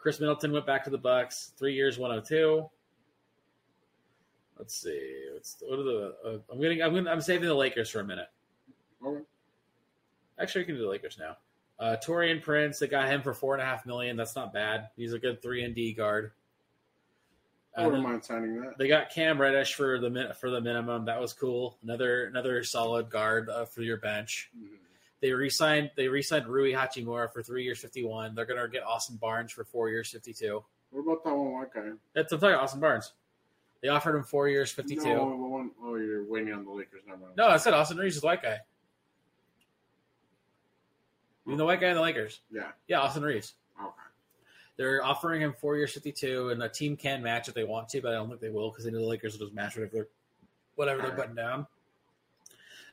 S1: Chris Middleton went back to the Bucks, three years, 102. Let's see. What's what are the? Uh, I'm getting. I'm gonna, I'm saving the Lakers for a minute.
S2: Okay.
S1: Actually, I can do the Lakers now. Uh, Torian Prince, they got him for four and a half million. That's not bad. He's a good three and D guard.
S2: I
S1: And
S2: wouldn't
S1: then-
S2: mind signing that.
S1: they got Cam Reddish for the min- for the minimum. That was cool. Another another solid guard uh, for your bench.
S2: Mhm.
S1: They re-signed they re-signed Rui Hachimura for three years, fifty one. They're gonna get Austin Barnes for four years, fifty two.
S2: What about that one white guy?
S1: That's I'm talking Austin Barnes. They offered him four years, fifty two.
S2: No,
S1: No.
S2: the one, oh, you're waiting on the Lakers. Never mind.
S1: I said Austin Reeves is the white guy. You mean the white guy in the Lakers?
S2: Yeah.
S1: Yeah, Austin Reeves.
S2: Okay.
S1: They're offering him four years, fifty two, and a team can match if they want to, but I don't think they will because they know the Lakers will just match whatever they're whatever they're putting down.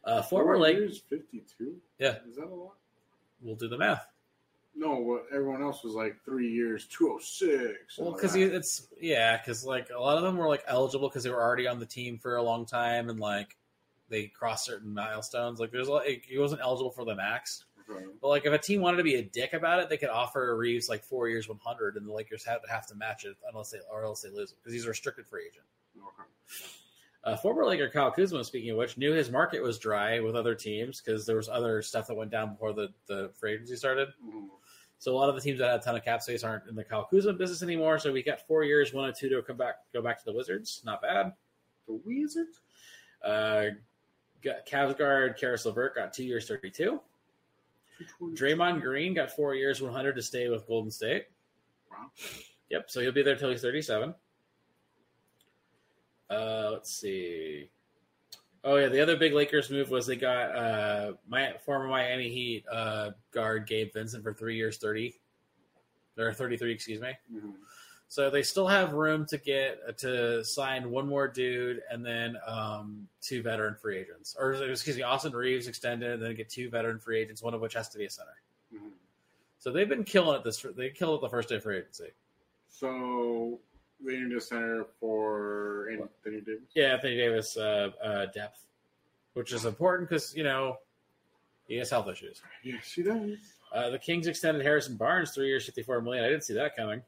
S1: Uh, former
S2: Four
S1: Lake,
S2: years, 52?
S1: Yeah.
S2: Is that a lot?
S1: we'll do the math.
S2: No, what everyone else was like three years, 206.
S1: Well,
S2: and all
S1: because
S2: that.
S1: it's yeah, because like a lot of them were like eligible because they were already on the team for a long time and like they crossed certain milestones. Like there's a lot, he wasn't eligible for the max.
S2: Okay.
S1: But like if a team wanted to be a dick about it, they could offer Reeves like four years, one hundred, and the Lakers have to have to match it unless they or else they lose him because he's a restricted free agent.
S2: Okay.
S1: Uh, former Laker Kyle Kuzma, speaking of which, knew his market was dry with other teams because there was other stuff that went down before the, the free agency started.
S2: Mhm.
S1: So a lot of the teams that had a ton of cap space aren't in the Kyle Kuzma business anymore. So we got four years, one and two to come back, go back to the Wizards. Not bad.
S2: The Wizards?
S1: Uh, got Cavs guard Karis LeVert got two years, thirty-two.
S2: Which one?
S1: Draymond Green got four years, one hundred to stay with Golden State.
S2: Wow.
S1: Yep. So he'll be there till he's 37. Uh, let's see. Oh yeah, the other big Lakers move was they got uh my former Miami Heat uh guard Gabe Vincent for three years thirty, or thirty three, excuse me.
S2: Mhm.
S1: So they still have room to get uh, to sign one more dude and then um two veteran free agents, or excuse me, Austin Reeves extended and then get two veteran free agents, one of which has to be a center.
S2: Mhm.
S1: So they've been killing it this. They killed it the first day of free agency.
S2: So they need a center for Anthony Davis.
S1: Yeah, Anthony Davis uh, uh, depth, which is important because you know he has health issues.
S2: Yes, he does.
S1: Uh, the Kings extended Harrison Barnes three years, fifty-four million. I didn't see that coming.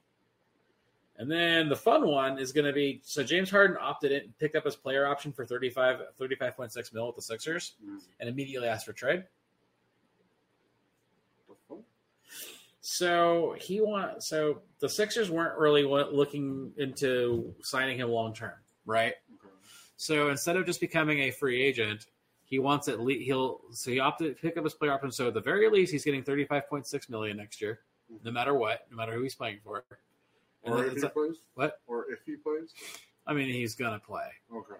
S1: And then the fun one is going to be so James Harden opted in, picked up his player option for 35, 35.6 mil with the Sixers,
S2: Mhm.
S1: and immediately asked for trade.
S2: The fuck?
S1: So he want so the Sixers weren't really wa- looking into signing him long term, right?
S2: Okay.
S1: So instead of just becoming a free agent, he wants at least he'll so he opted to pick up his player option. So at the very least, he's getting thirty five point six million next year, no matter what, no matter who he's playing for. And
S2: Or
S1: then
S2: if
S1: it's
S2: he
S1: like-
S2: plays?
S1: what?
S2: Or if he plays?
S1: I mean, he's gonna play,
S2: Okay.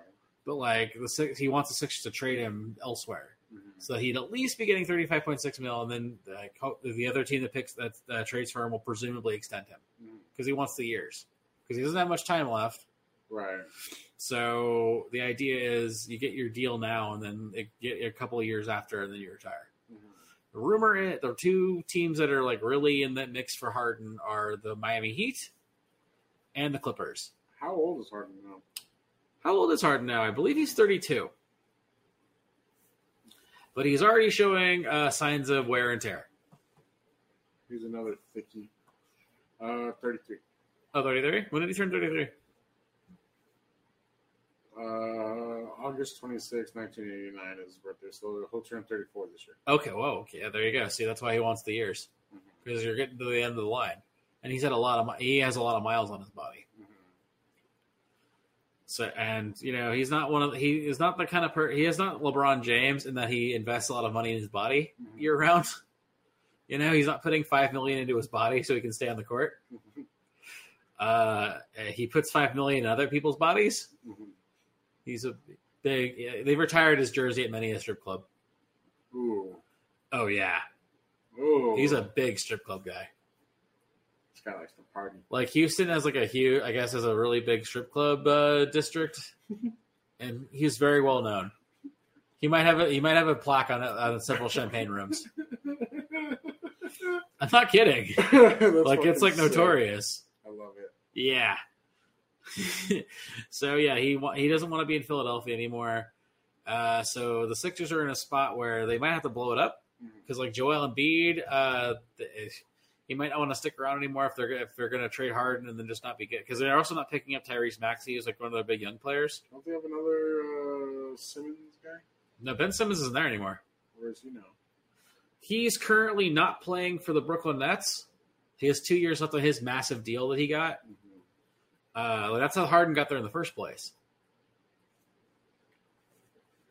S1: but like the six, he wants the Sixers to trade him elsewhere,
S2: Mhm.
S1: so he'd at least be getting thirty five point six mil, and then the, co- the other team that picks that uh, trades for him will presumably extend him
S2: Mhm.
S1: because he wants the years because he doesn't have much time left.
S2: Right.
S1: So the idea is you get your deal now, and then it get a couple of years after, and then you retire.
S2: Mhm.
S1: The rumor is the two teams that are like really in that mix for Harden are the Miami Heat and the Clippers.
S2: How old is Harden now?
S1: How old is Harden now? I believe he's 32. But he's already showing uh, signs of wear and tear.
S2: He's another thicky. Uh, 33.
S1: Oh, 33? When did he turn 33?
S2: Uh, August 26, 1989 is his birthday, so he'll turn 34 this year.
S1: Okay, whoa, okay, yeah, there you go. See, that's why he wants the years
S2: Mm-hmm.
S1: because you're getting to the end of the line, and he's had a lot of mi- he has a lot of miles on his body. So and you know he's not one of the, he is not the kind of per he is not LeBron James in that he invests a lot of money in his body
S2: Mhm.
S1: year round. You know he's not putting five million into his body so he can stay on the court.
S2: Mm-hmm.
S1: Uh, he puts five million in other people's bodies.
S2: Mm-hmm.
S1: He's a big. They retired his jersey at many a strip club.
S2: Ooh.
S1: Oh yeah,
S2: Ooh.
S1: he's a big strip club guy.
S2: This guy likes to party.
S1: Like Houston has like a huge, I guess, has a really big strip club uh, district, and he's very well known. He might have a he might have a plaque on on several champagne rooms. I'm not kidding. Like it's like notorious.
S2: I love it.
S1: Yeah. so yeah, he wa- he doesn't want to be in Philadelphia anymore. Uh, so the Sixers are in a spot where they might have to blow it up
S2: Mhm.
S1: because like Joel Embiid, uh, th- he might not want to stick around anymore if they're if they're going to trade Harden and then just not be good because they're also not picking up Tyrese Maxey, who's like one of their big young players.
S2: Don't they have another uh, Simmons guy?
S1: No, Ben Simmons isn't there anymore.
S2: Or is he now?
S1: He's currently not playing for the Brooklyn Nets. He has two years left on his massive deal that he got.
S2: Mhm.
S1: Uh, like, that's how Harden got there in the first place.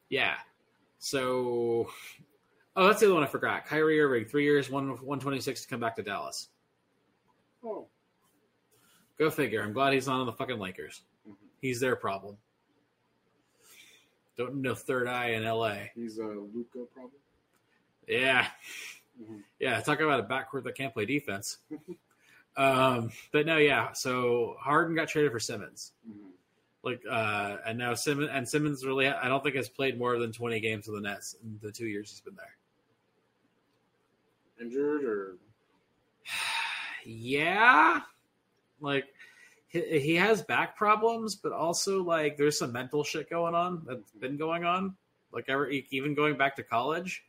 S1: Yeah. So, oh, that's the other one I forgot. Kyrie Irving, three years, one one twenty six to come back to Dallas.
S2: Oh.
S1: Go figure. I'm glad he's not on the fucking Lakers.
S2: Mhm.
S1: He's their problem. Don't know third eye in LA.
S2: He's uh, a Luca problem.
S1: Yeah.
S2: Mhm.
S1: Yeah, talk about a backcourt that can't play defense. um, but no, yeah. So Harden got traded for Simmons.
S2: Mhm.
S1: Like uh, and now Simmons and Simmons really I don't think has played more than twenty games for the Nets in the two years he's been there.
S3: Injured or
S1: yeah, like he, he has back problems, but also like there's some mental shit going on that's been going on. Like ever e, even going back to college,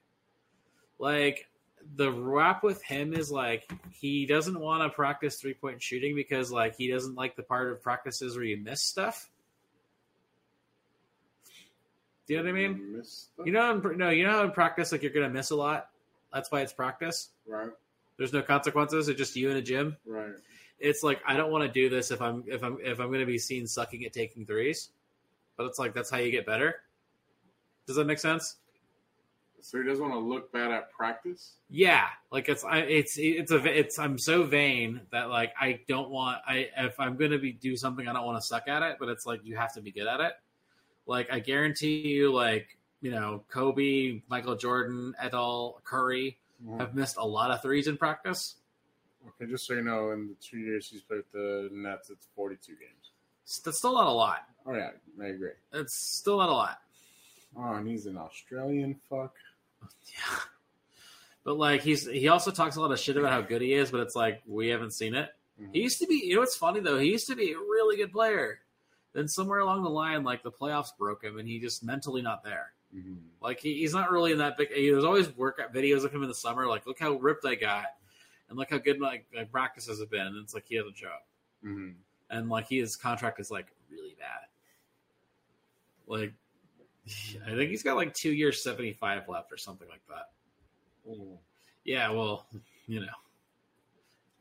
S1: like the rap with him is like he doesn't want to practice three point shooting because like he doesn't like the part of practices where you miss stuff. Do you know what I mean?
S2: Miss
S1: You know, in, no, you know how in practice like you're gonna miss a lot. That's why it's practice.
S2: right,
S1: There's no consequences. It's just you in a gym
S2: right.
S1: it's like I don't want to do this if I'm if I'm if I'm going to be seen sucking at taking threes. But it's like that's how you get better. Does that make sense?
S2: So he doesn't want to look bad at practice.
S1: Yeah, like it's I it's it's a it's I'm so vain that like I don't want I if I'm going to be do something I don't want to suck at it, but it's like you have to be good at it. Like I guarantee you like, you know, Kobe, Michael Jordan, et al, Curry have missed a lot of threes in practice.
S2: Okay, just so you know, in the two years he's played with the Nets, it's 42 games.
S1: S- That's still not a lot.
S2: Oh yeah, I agree.
S1: It's still not a lot.
S2: Oh, and he's an Australian fuck.
S1: Yeah. But like he's he also talks a lot of shit about how good he is, but it's like we haven't seen it.
S2: Mhm.
S1: He used to be you know what's funny though, he used to be a really good player. Then somewhere along the line, like the playoffs broke him and he just mentally not there.
S2: Mhm.
S1: Like he, he's not really in that big he, there's always workout videos of him in the summer, like look how ripped I got and look how good my, my practices have been. And it's like he hasn't show up.
S2: Mhm.
S1: And like he, his contract is like really bad. Like I think he's got like two years seventy five left or something like that.
S2: Oh,
S1: Yeah, well, you know.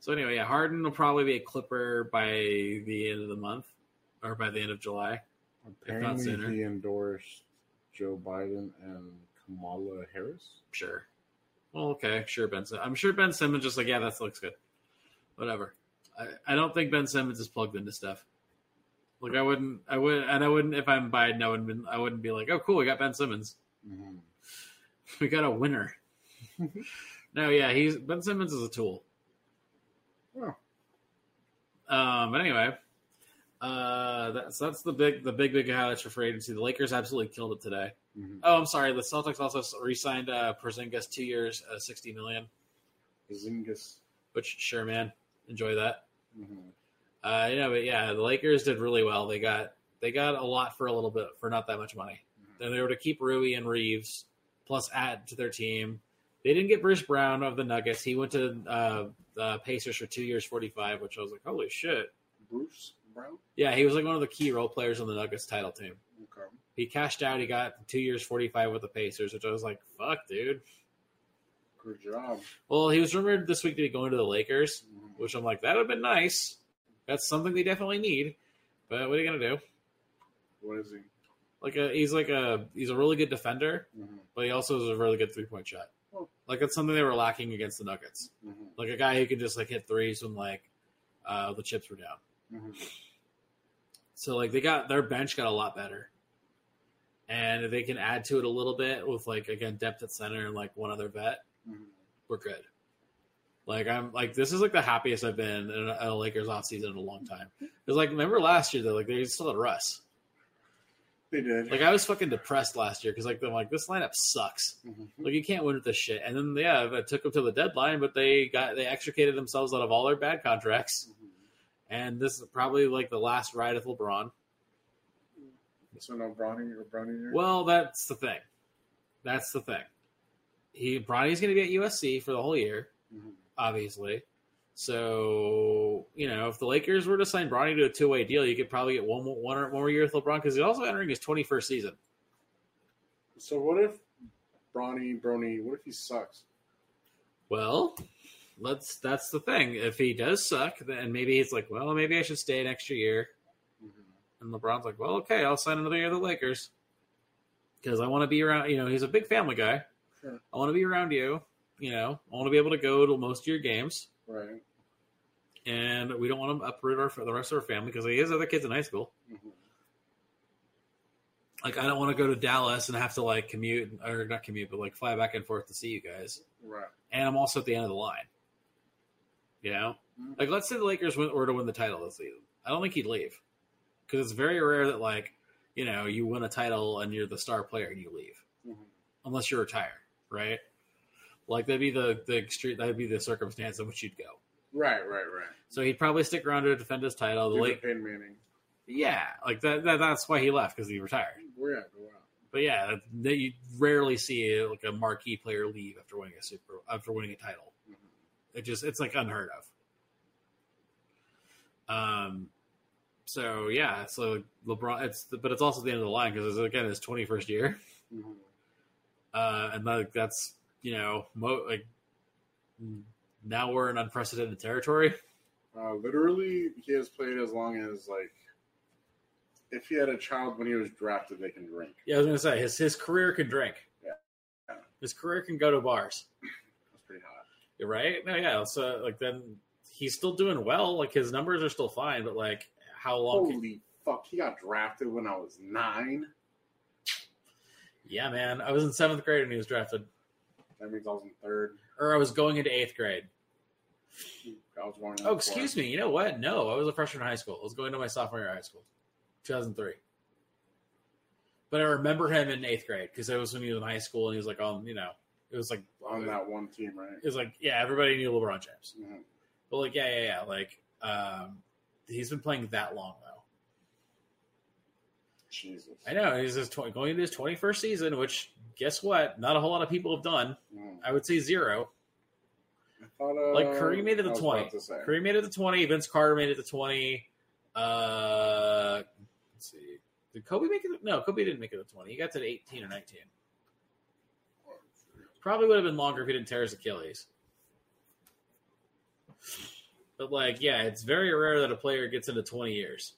S1: So anyway, yeah, Harden will probably be a Clipper by the end of the month or by the end of July.
S2: Apparently,
S1: sooner.
S2: he endorsed Joe Biden and Kamala Harris.
S1: Sure. Well, okay, sure, Ben. Sim- I'm sure Ben Simmons just like, yeah, that looks good. Whatever. I, I don't think Ben Simmons is plugged into stuff. Like I wouldn't, I would, and I wouldn't if I'm Biden. I wouldn't, been, I wouldn't be like, oh, cool, we got Ben Simmons.
S2: Mhm.
S1: We got a winner. no, yeah, he's Ben Simmons is a tool.
S2: Yeah.
S1: Um, but anyway, uh, that's that's the big the big big highlights for free agency. The Lakers absolutely killed it today.
S2: Mhm.
S1: Oh, I'm sorry, the Celtics also re-signed uh, Porzingis two years, uh, sixty million.
S2: Mm-hmm. Porzingis.
S1: Which sure, man, enjoy that.
S2: Mhm.
S1: Uh, yeah, but yeah, the Lakers did really well. They got they got a lot for a little bit for not that much money. Then they were to keep Rui and Reeves, plus add to their team. They didn't get Bruce Brown of the Nuggets. He went to uh, the Pacers for two years, forty-five, which I was like, holy shit.
S2: Bruce Brown.
S1: Yeah, he was like one of the key role players on the Nuggets title team.
S2: Okay.
S1: He cashed out. He got two years, forty-five with the Pacers, which I was like, "Fuck, dude."
S2: Good job.
S1: Well, he was rumored this week to be going to the Lakers,
S2: Mhm.
S1: which I'm like, that would have been nice. That's something they definitely need. But what are you gonna do?
S2: What is he?
S1: Like, a, he's like a he's a really good defender,
S2: Mhm.
S1: but he also is a really good three-point shot.
S2: Oh.
S1: Like that's something they were lacking against the Nuggets.
S2: Mhm.
S1: Like a guy who could just like hit threes when like uh, the chips were down.
S2: Mhm.
S1: So like they got their bench got a lot better, and they can add to it a little bit with like again depth at center and like one other vet.
S2: Mhm.
S1: We're good. Like I'm like this is like the happiest I've been in a, at a Lakers offseason in a long time. Because like remember last year though, like they still had Russ.
S2: They did.
S1: Like I was fucking depressed last year because like I'm like this lineup sucks.
S2: Mhm.
S1: Like you can't win with this shit. And then yeah, it took them to the deadline, but they got they extricated themselves out of all their bad contracts.
S2: Mm-hmm.
S1: And this is probably like the last ride with LeBron.
S2: So no Browning or Browning. here?
S1: Well, that's the thing. That's the thing. He Bronny's going to be at USC for the whole year,
S2: Mhm.
S1: obviously. So you know, if the Lakers were to sign Bronny to a two way deal, you could probably get one more one, or- one more year with LeBron because he's also entering his twenty first season.
S2: So what if Bronny, Brony? What if he sucks?
S1: Well, let's. That's the thing. If he does suck, then maybe he's like, well, maybe I should stay an extra year. And
S2: Mm-hmm.
S1: LeBron's like, well, okay, I'll sign another year of the Lakers because I want to be around. You know, he's a big family guy.
S2: Sure.
S1: I want to be around you. You know, I want to be able to go to most of your games,
S2: Right.
S1: and we don't want to uproot our the rest of our family because he has other kids in high school.
S2: Mhm.
S1: Like, I don't want to go to Dallas and have to like commute or not commute, but like fly back and forth to see you guys.
S2: Right.
S1: And I'm also at the end of the line. You know,
S2: Mhm.
S1: like let's say the Lakers win- were to win the title this season. I don't think he'd leave. because it's very rare that like you know you win a title and you're the star player and you leave
S2: Mhm.
S1: unless you retire, right? Like that'd be the the extreme that'd be the circumstance in which you'd go.
S2: Right, right, right.
S1: So he'd probably stick around to defend his title. The
S2: Dude,
S1: late,
S2: Peyton Manning.
S1: yeah, like that, that that's why he left because he retired.
S2: We're at wow.
S1: But yeah, that- that you rarely see like a marquee player leave after winning a super after winning a title.
S2: Mm-hmm.
S1: It just it's like unheard of. Um, so yeah, so LeBron, it's but it's also the end of the line because it's again his twenty first year,
S2: Mhm.
S1: uh, and like that's you know mo- like now we're in unprecedented territory.
S2: Uh, literally, he has played as long as like if he had a child when he was drafted, they can drink.
S1: Yeah, I was gonna say his his career can drink.
S2: Yeah.
S1: His career can go to bars.
S2: That's pretty hot.
S1: You're right? No, yeah. So like then he's still doing well. Like his numbers are still fine, but like how long? Can,
S2: Holy fuck! He got drafted when I was nine.
S1: yeah, man. I was in seventh grade when he was drafted,
S2: That means I was in third.
S1: or I was going into eighth grade.
S2: I was one.
S1: Oh, excuse me. You know what? No, I was a freshman in high school. I was going to my sophomore year of high school, 2003. But I remember him in eighth grade because that was when he was in high school and he was like on, you know, it was like
S2: On that one team, right?
S1: It was like yeah, everybody knew LeBron James.
S2: Mhm.
S1: But like, yeah, yeah, yeah. Like, um, he's been playing that long though.
S2: Jesus.
S1: I know he's his 20, going into his twenty first season, which guess what? Not a whole lot of people have done.
S2: Mhm.
S1: I would say zero.
S2: I thought, uh,
S1: Like Curry made it to
S2: I was
S1: twenty.
S2: about to say.
S1: Curry made it to twenty. Vince Carter made it to twenty. Uh, let's see. Did Kobe make it? No, Kobe didn't make it to twenty. He got to eighteen or nineteen. Probably would have been longer if he didn't tear his Achilles. But like, yeah, it's very rare that a player gets into twenty years.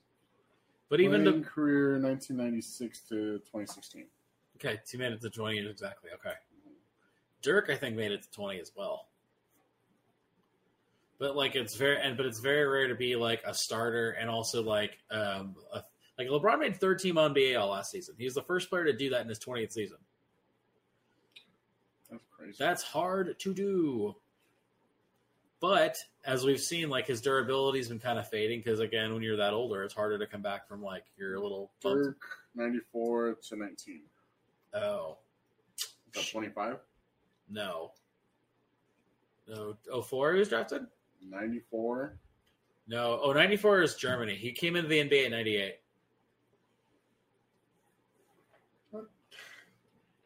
S1: But even to
S2: Playing career 1996 to 2016.
S1: Okay, two made it to 20 exactly. Okay. Dirk, I think, made it to 20 as well. But like it's very and but it's very rare to be like a starter and also like um a, like LeBron made third team NBA all last season. He was the first player to do that in his 20th season.
S2: That's crazy.
S1: That's hard to do. But as we've seen, like his durability's been kind of fading because again, when you're that older, it's harder to come back from like your little bumps.
S2: Dirk 94 to 19.
S1: Oh
S2: That's 25.
S1: no, no. Oh four, he was drafted.
S2: 94.
S1: No. Oh, 94 is Germany. He came into the NBA in 98.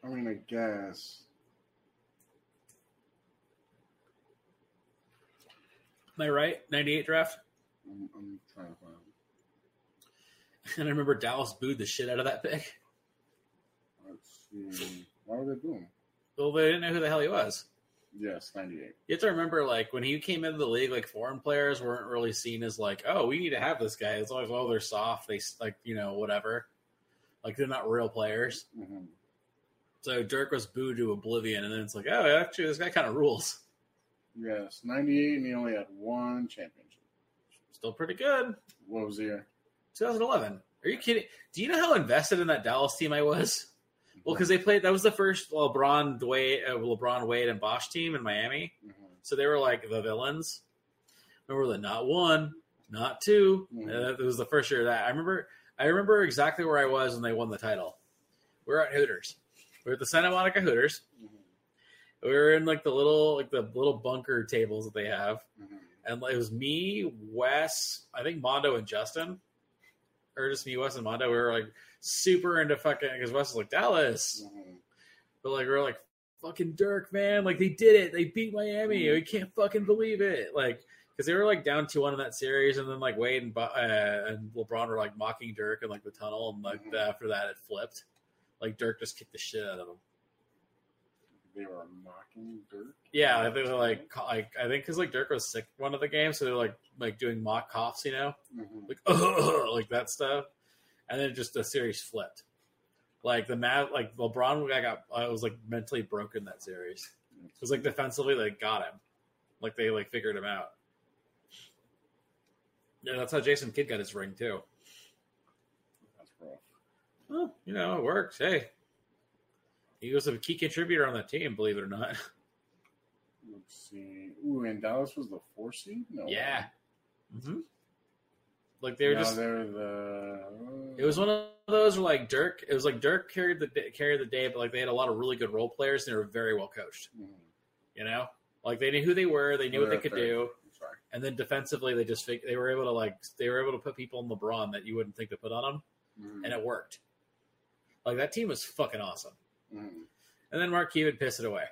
S2: I mean, I guess.
S1: Am I right? 98 draft?
S2: I'm, I'm trying to find.
S1: And I remember Dallas booed the shit out of that pick.
S2: Let's see. Why were they boom?
S1: Well, they didn't know who the hell he was.
S2: Yes, 98.
S1: You have to remember, like, when he came into the league, like, foreign players weren't really seen as, like, oh, we need to have this guy. It's always, oh, they're soft. They, s- like, you know, whatever. Like, they're not real players.
S2: hmm
S1: So Dirk was booed to oblivion. And then it's like, oh, actually, this guy kind of rules.
S2: Yes, 98, and he only had one championship.
S1: Still pretty good.
S2: What was the year?
S1: 2011. Are you kidding? Do you know how invested in that Dallas team I was? Well, because they played. That was the first LeBron, Dwayne, uh, LeBron, Wade, and Bosch team in Miami.
S2: Mhm.
S1: So they were like the villains. Remember that? Not one, not 2
S2: Mhm.
S1: Uh, that was the first year of that. I remember. I remember exactly where I was when they won the title. We were at Hooters. We were at the Santa Monica Hooters.
S2: Mhm.
S1: We were in like the little like the little bunker tables that they have,
S2: Mhm.
S1: and like, it was me, Wes, I think Mondo and Justin, or just me, Wes and Mondo. We were like super into fucking because Wes was like Dallas.
S2: Mhm.
S1: But like we're like fucking Dirk, man. Like they did it. They beat Miami. We can't fucking believe it. Like because they were like down two one in that series, and then like Wade and Bo- uh, and LeBron were like mocking Dirk and like the tunnel, and like
S2: Mhm.
S1: after that it flipped. Like Dirk just kicked the shit out of him.
S2: They were mocking Dirk.
S1: Yeah, I think they were like co- like I think because like Dirk was sick one of the games, so they were like like doing mock coughs, you know,
S2: Mhm.
S1: like like that stuff, and then just the series flipped. Like the Mav, like LeBron, I got I was like mentally broken that series. Because like defensively, they got him, like they like figured him out. Yeah, that's how Jason Kidd got his ring too.
S2: That's rough.
S1: Well, you know it works. Hey, he was a key contributor on that team, believe it or not.
S2: Let's see. Ooh, and Dallas was the four seed? No.
S1: yeah. Mm-hmm. Like they were
S2: No,
S1: just
S2: they're the.
S1: It was one of those where like Dirk. It was like Dirk carried the day- carried the day, but like they had a lot of really good role players and they were very well coached.
S2: Mhm.
S1: You know, like they knew who they were, they knew what they could do,
S2: I'm sorry.
S1: and then defensively they just fig- they were able to like they were able to put people on LeBron that you wouldn't think to put on him,
S2: Mhm.
S1: and it worked. Like that team was fucking awesome.
S2: Mhm.
S1: And then Mark Cuban pissed it away.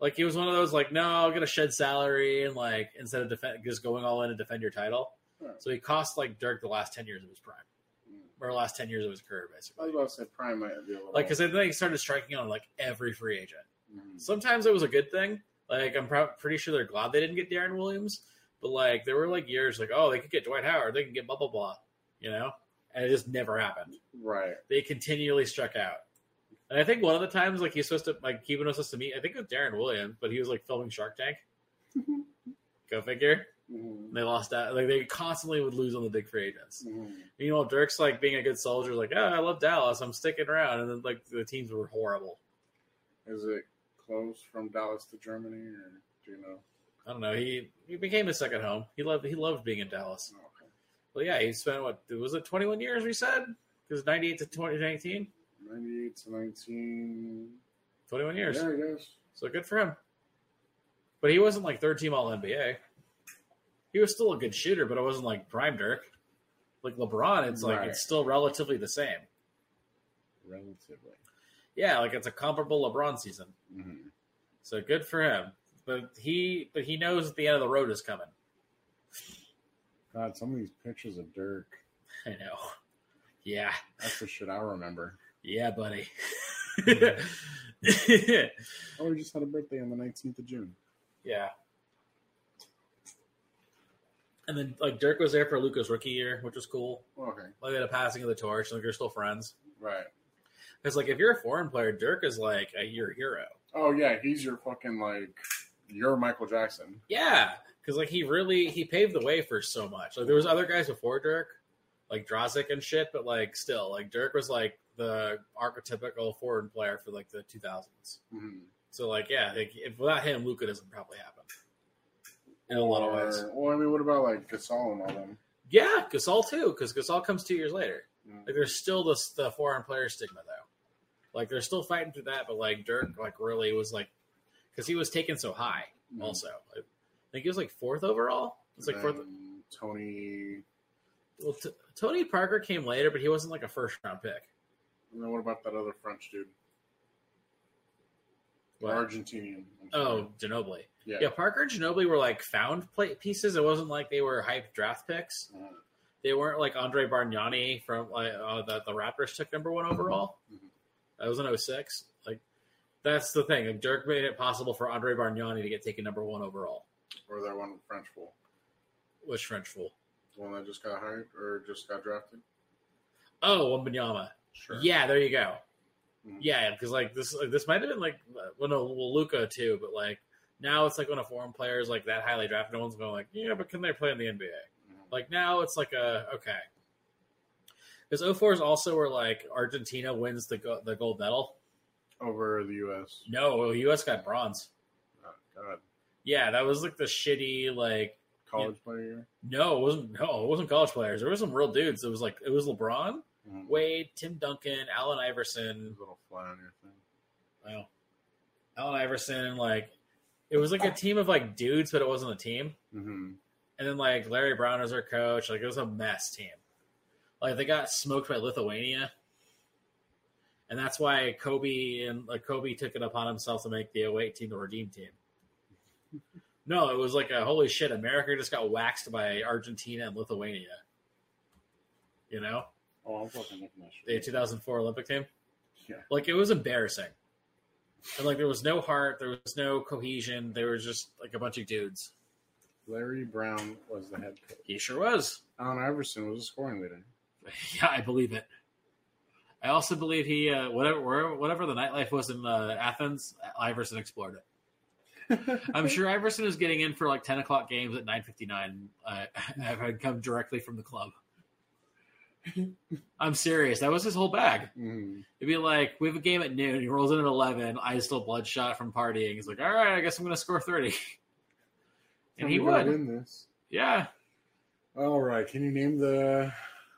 S1: Like he was one of those like, no, I'm gonna shed salary and like instead of defend just going all in and defend your title.
S2: Right.
S1: So he cost like Dirk the last ten years of his prime
S2: Mhm.
S1: or last ten years of his career,
S2: I
S1: basically.
S2: was about to say Prime might be a little.
S1: Like, because then they started striking on like every free agent.
S2: Mhm.
S1: Sometimes it was a good thing. Like, I'm prob- pretty sure they're glad they didn't get Darren Williams, but like, there were like years like, oh, they could get Dwight Howard, they can get blah blah blah, you know, and it just never happened.
S2: Right.
S1: They continually struck out. And I think one of the times, like he's supposed to, like Cuban was supposed to meet, I think with Darren Williams, but he was like filming Shark Tank. Go figure.
S2: Mhm.
S1: And they lost out. Like they constantly would lose on the big free agents.
S2: Mhm.
S1: You know, Dirk's like being a good soldier, like, oh, I love Dallas, I'm sticking around, and then like the teams were horrible.
S2: Is it close from Dallas to Germany, or do you know?
S1: I don't know. He he became his second home. He loved he loved being in Dallas.
S2: Oh, okay.
S1: Well, yeah, he spent what was it twenty one years? We said because ninety eight to 2019,
S2: 98 to 19.
S1: 21 years.
S2: Yeah, I guess.
S1: So good for him. But he wasn't like third team All NBA. He was still a good shooter, but it wasn't like prime Dirk. Like LeBron, it's like
S2: Right.
S1: it's still relatively the same.
S2: Relatively.
S1: Yeah, like it's a comparable LeBron season.
S2: Mhm.
S1: So good for him. But he but he knows the end of the road is coming.
S2: God, some of these pictures of Dirk.
S1: I know. Yeah.
S2: That's the shit I remember.
S1: Yeah, buddy.
S2: Oh, we just had a birthday on the 19th of June.
S1: yeah. And then like Dirk was there for Luca's rookie year, which was cool.
S2: Okay.
S1: Like they had a passing of the torch, like they're still friends.
S2: Right.
S1: Because like if you're a foreign player, Dirk is like a your hero.
S2: Oh, yeah. He's your fucking, like, you're Michael Jackson.
S1: Yeah, because like he really he paved the way for so much. Like there was other guys before Dirk, like Drazic and shit, but like still, like Dirk was like the archetypical foreign player for like the 2000s.
S2: Mhm.
S1: So like yeah, like if without him, Luca doesn't probably happen in a lot of ways.
S2: Or- Well, I mean, what about, like, Gasol and all them?
S1: Yeah, Gasol too, because Gasol comes two years later.
S2: Mhm.
S1: Like there's still this the foreign player stigma though. Like they're still fighting through that, but like Dirk like really was like because he was taken so high.
S2: Mm-hmm.
S1: Also, I think he was like fourth overall. It's like fourth.
S2: Then Tony.
S1: Well, t- Tony Parker came later, but he wasn't like a first round pick.
S2: And then what about that other French dude?
S1: What?
S2: Argentinian. I'm sorry.
S1: Oh, Ginobili.
S2: yeah.
S1: Yeah, Parker and Ginobili were like found play- pieces. It wasn't like they were hype draft picks.
S2: Mhm.
S1: They weren't like Andre Bargnani from like uh, that the Raptors took number one overall.
S2: Mhm.
S1: That was in 06. Like that's the thing. Like, Dirk made it possible for Andre Bargnani to get taken number one overall.
S2: Or that one French fool.
S1: Which French fool?
S2: The one that just got hired or just got drafted?
S1: Oh, Wembanyama.
S2: Sure.
S1: Yeah, there you go.
S2: Mhm.
S1: Yeah, because like this, like, this might have been like uh, well, no, well, Luca too, but like now it's like when a foreign player is like that highly drafted, no one's going like, yeah, but can they play in the NBA?
S2: Mhm.
S1: Like now it's like a okay, because 04 is also where like Argentina wins the go- the gold medal.
S2: Over the U.S.
S1: No, well, U.S. got bronze.
S2: Oh, God. Yeah.
S1: Yeah, that was like the shitty like.
S2: College player.
S1: No, it wasn't. No, it wasn't college players. There were some real dudes. It was like it was LeBron,
S2: Mhm.
S1: Wade, Tim Duncan, Allen Iverson,
S2: little fly on your thing.
S1: Wow. Allen Iverson, like, it was like a team of like dudes, but it wasn't a team.
S2: Mm-hmm.
S1: And then like Larry Brown as our coach, like it was a mess team. Like they got smoked by Lithuania, and that's why Kobe and like Kobe took it upon himself to make the 08 team the redeem team. No, it was like a holy shit. America just got waxed by Argentina and Lithuania. You know
S2: Oh, I'm fucking looking at
S1: the 2004 Olympic team.
S2: Yeah.
S1: Like it was embarrassing. And like there was no heart, there was no cohesion. There was just like a bunch of dudes.
S2: Larry Brown was the head coach.
S1: He sure was.
S2: Allen Iverson was a scoring leader.
S1: Yeah, I believe it. I also believe he uh, whatever wherever, whatever the nightlife was in uh, Athens, Iverson explored it.
S2: Mm-hmm.
S1: I'm sure Iverson is getting in for like 10 o'clock games at 9:59. Uh, I've had come directly from the club. I'm serious. That was his whole bag.
S2: Mhm.
S1: It'd be like, we have a game at noon. He rolls in at 11. I still bloodshot from partying. He's like, all right, I guess I'm going to score 30. And he
S2: Somebody gotta
S1: would.
S2: win this.
S1: Yeah.
S2: All right. Can you name the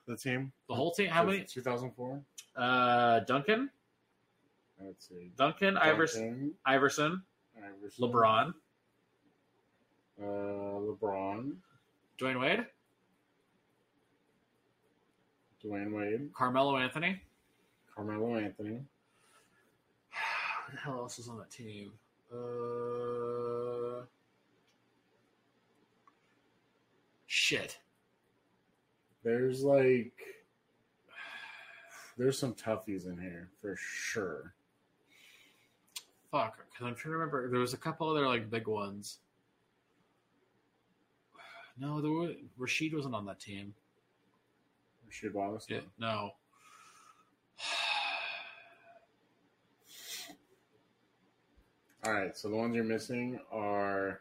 S2: the team?
S1: The whole team. How many?
S2: 2004.
S1: Uh, Duncan,
S2: Let's see.
S1: Duncan, Iverson,
S2: Duncan,
S1: Iverson,
S2: Iverson,
S1: LeBron,
S2: Uh, LeBron.
S1: Dwayne Wade,
S2: Dwayne Wade.
S1: Carmelo Anthony.
S2: Carmelo Anthony.
S1: Who the hell else is on that team? Uh, shit.
S2: There's like. There's some toughies in here for sure.
S1: Fuck, because I'm trying to remember. There was a couple other like big ones. No, there were, Rashid wasn't on that team.
S2: Rashid Wallace.
S1: Yeah, no.
S2: All right. So the ones you're missing are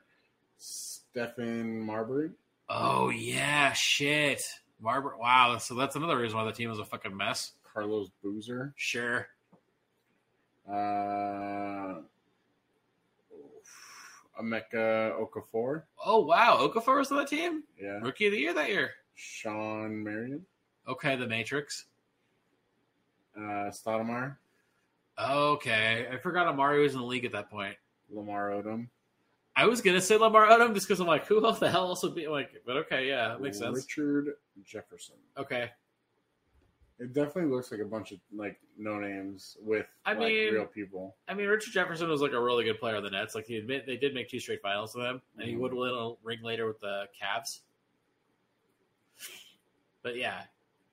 S2: Stephen Marbury.
S1: Oh yeah, shit. Margaret. Wow. So that's another reason why the team was a fucking mess.
S2: Carlos Boozer.
S1: Sure.
S2: Uh, Emeka Okafor.
S1: Oh wow, Okafor was on that team.
S2: Yeah.
S1: Rookie of the year that year.
S2: Sean Marion.
S1: Okay, the Matrix.
S2: Uh, Stoudemire.
S1: Okay, I forgot Amari was in the league at that point.
S2: Lamar Odom.
S1: I was gonna say Lamar Odom just because I'm like, who else the hell else would be like? But okay, yeah, that makes sense.
S2: Richard Jefferson.
S1: Okay,
S2: It definitely looks like a bunch of like no names with
S1: I
S2: like
S1: mean-
S2: real people.
S1: I mean Richard Jefferson was like a really good player of the Nets. Like he admit they did make two straight finals with him, and he
S2: Mhm.
S1: would win a ring later with the Cavs. But yeah,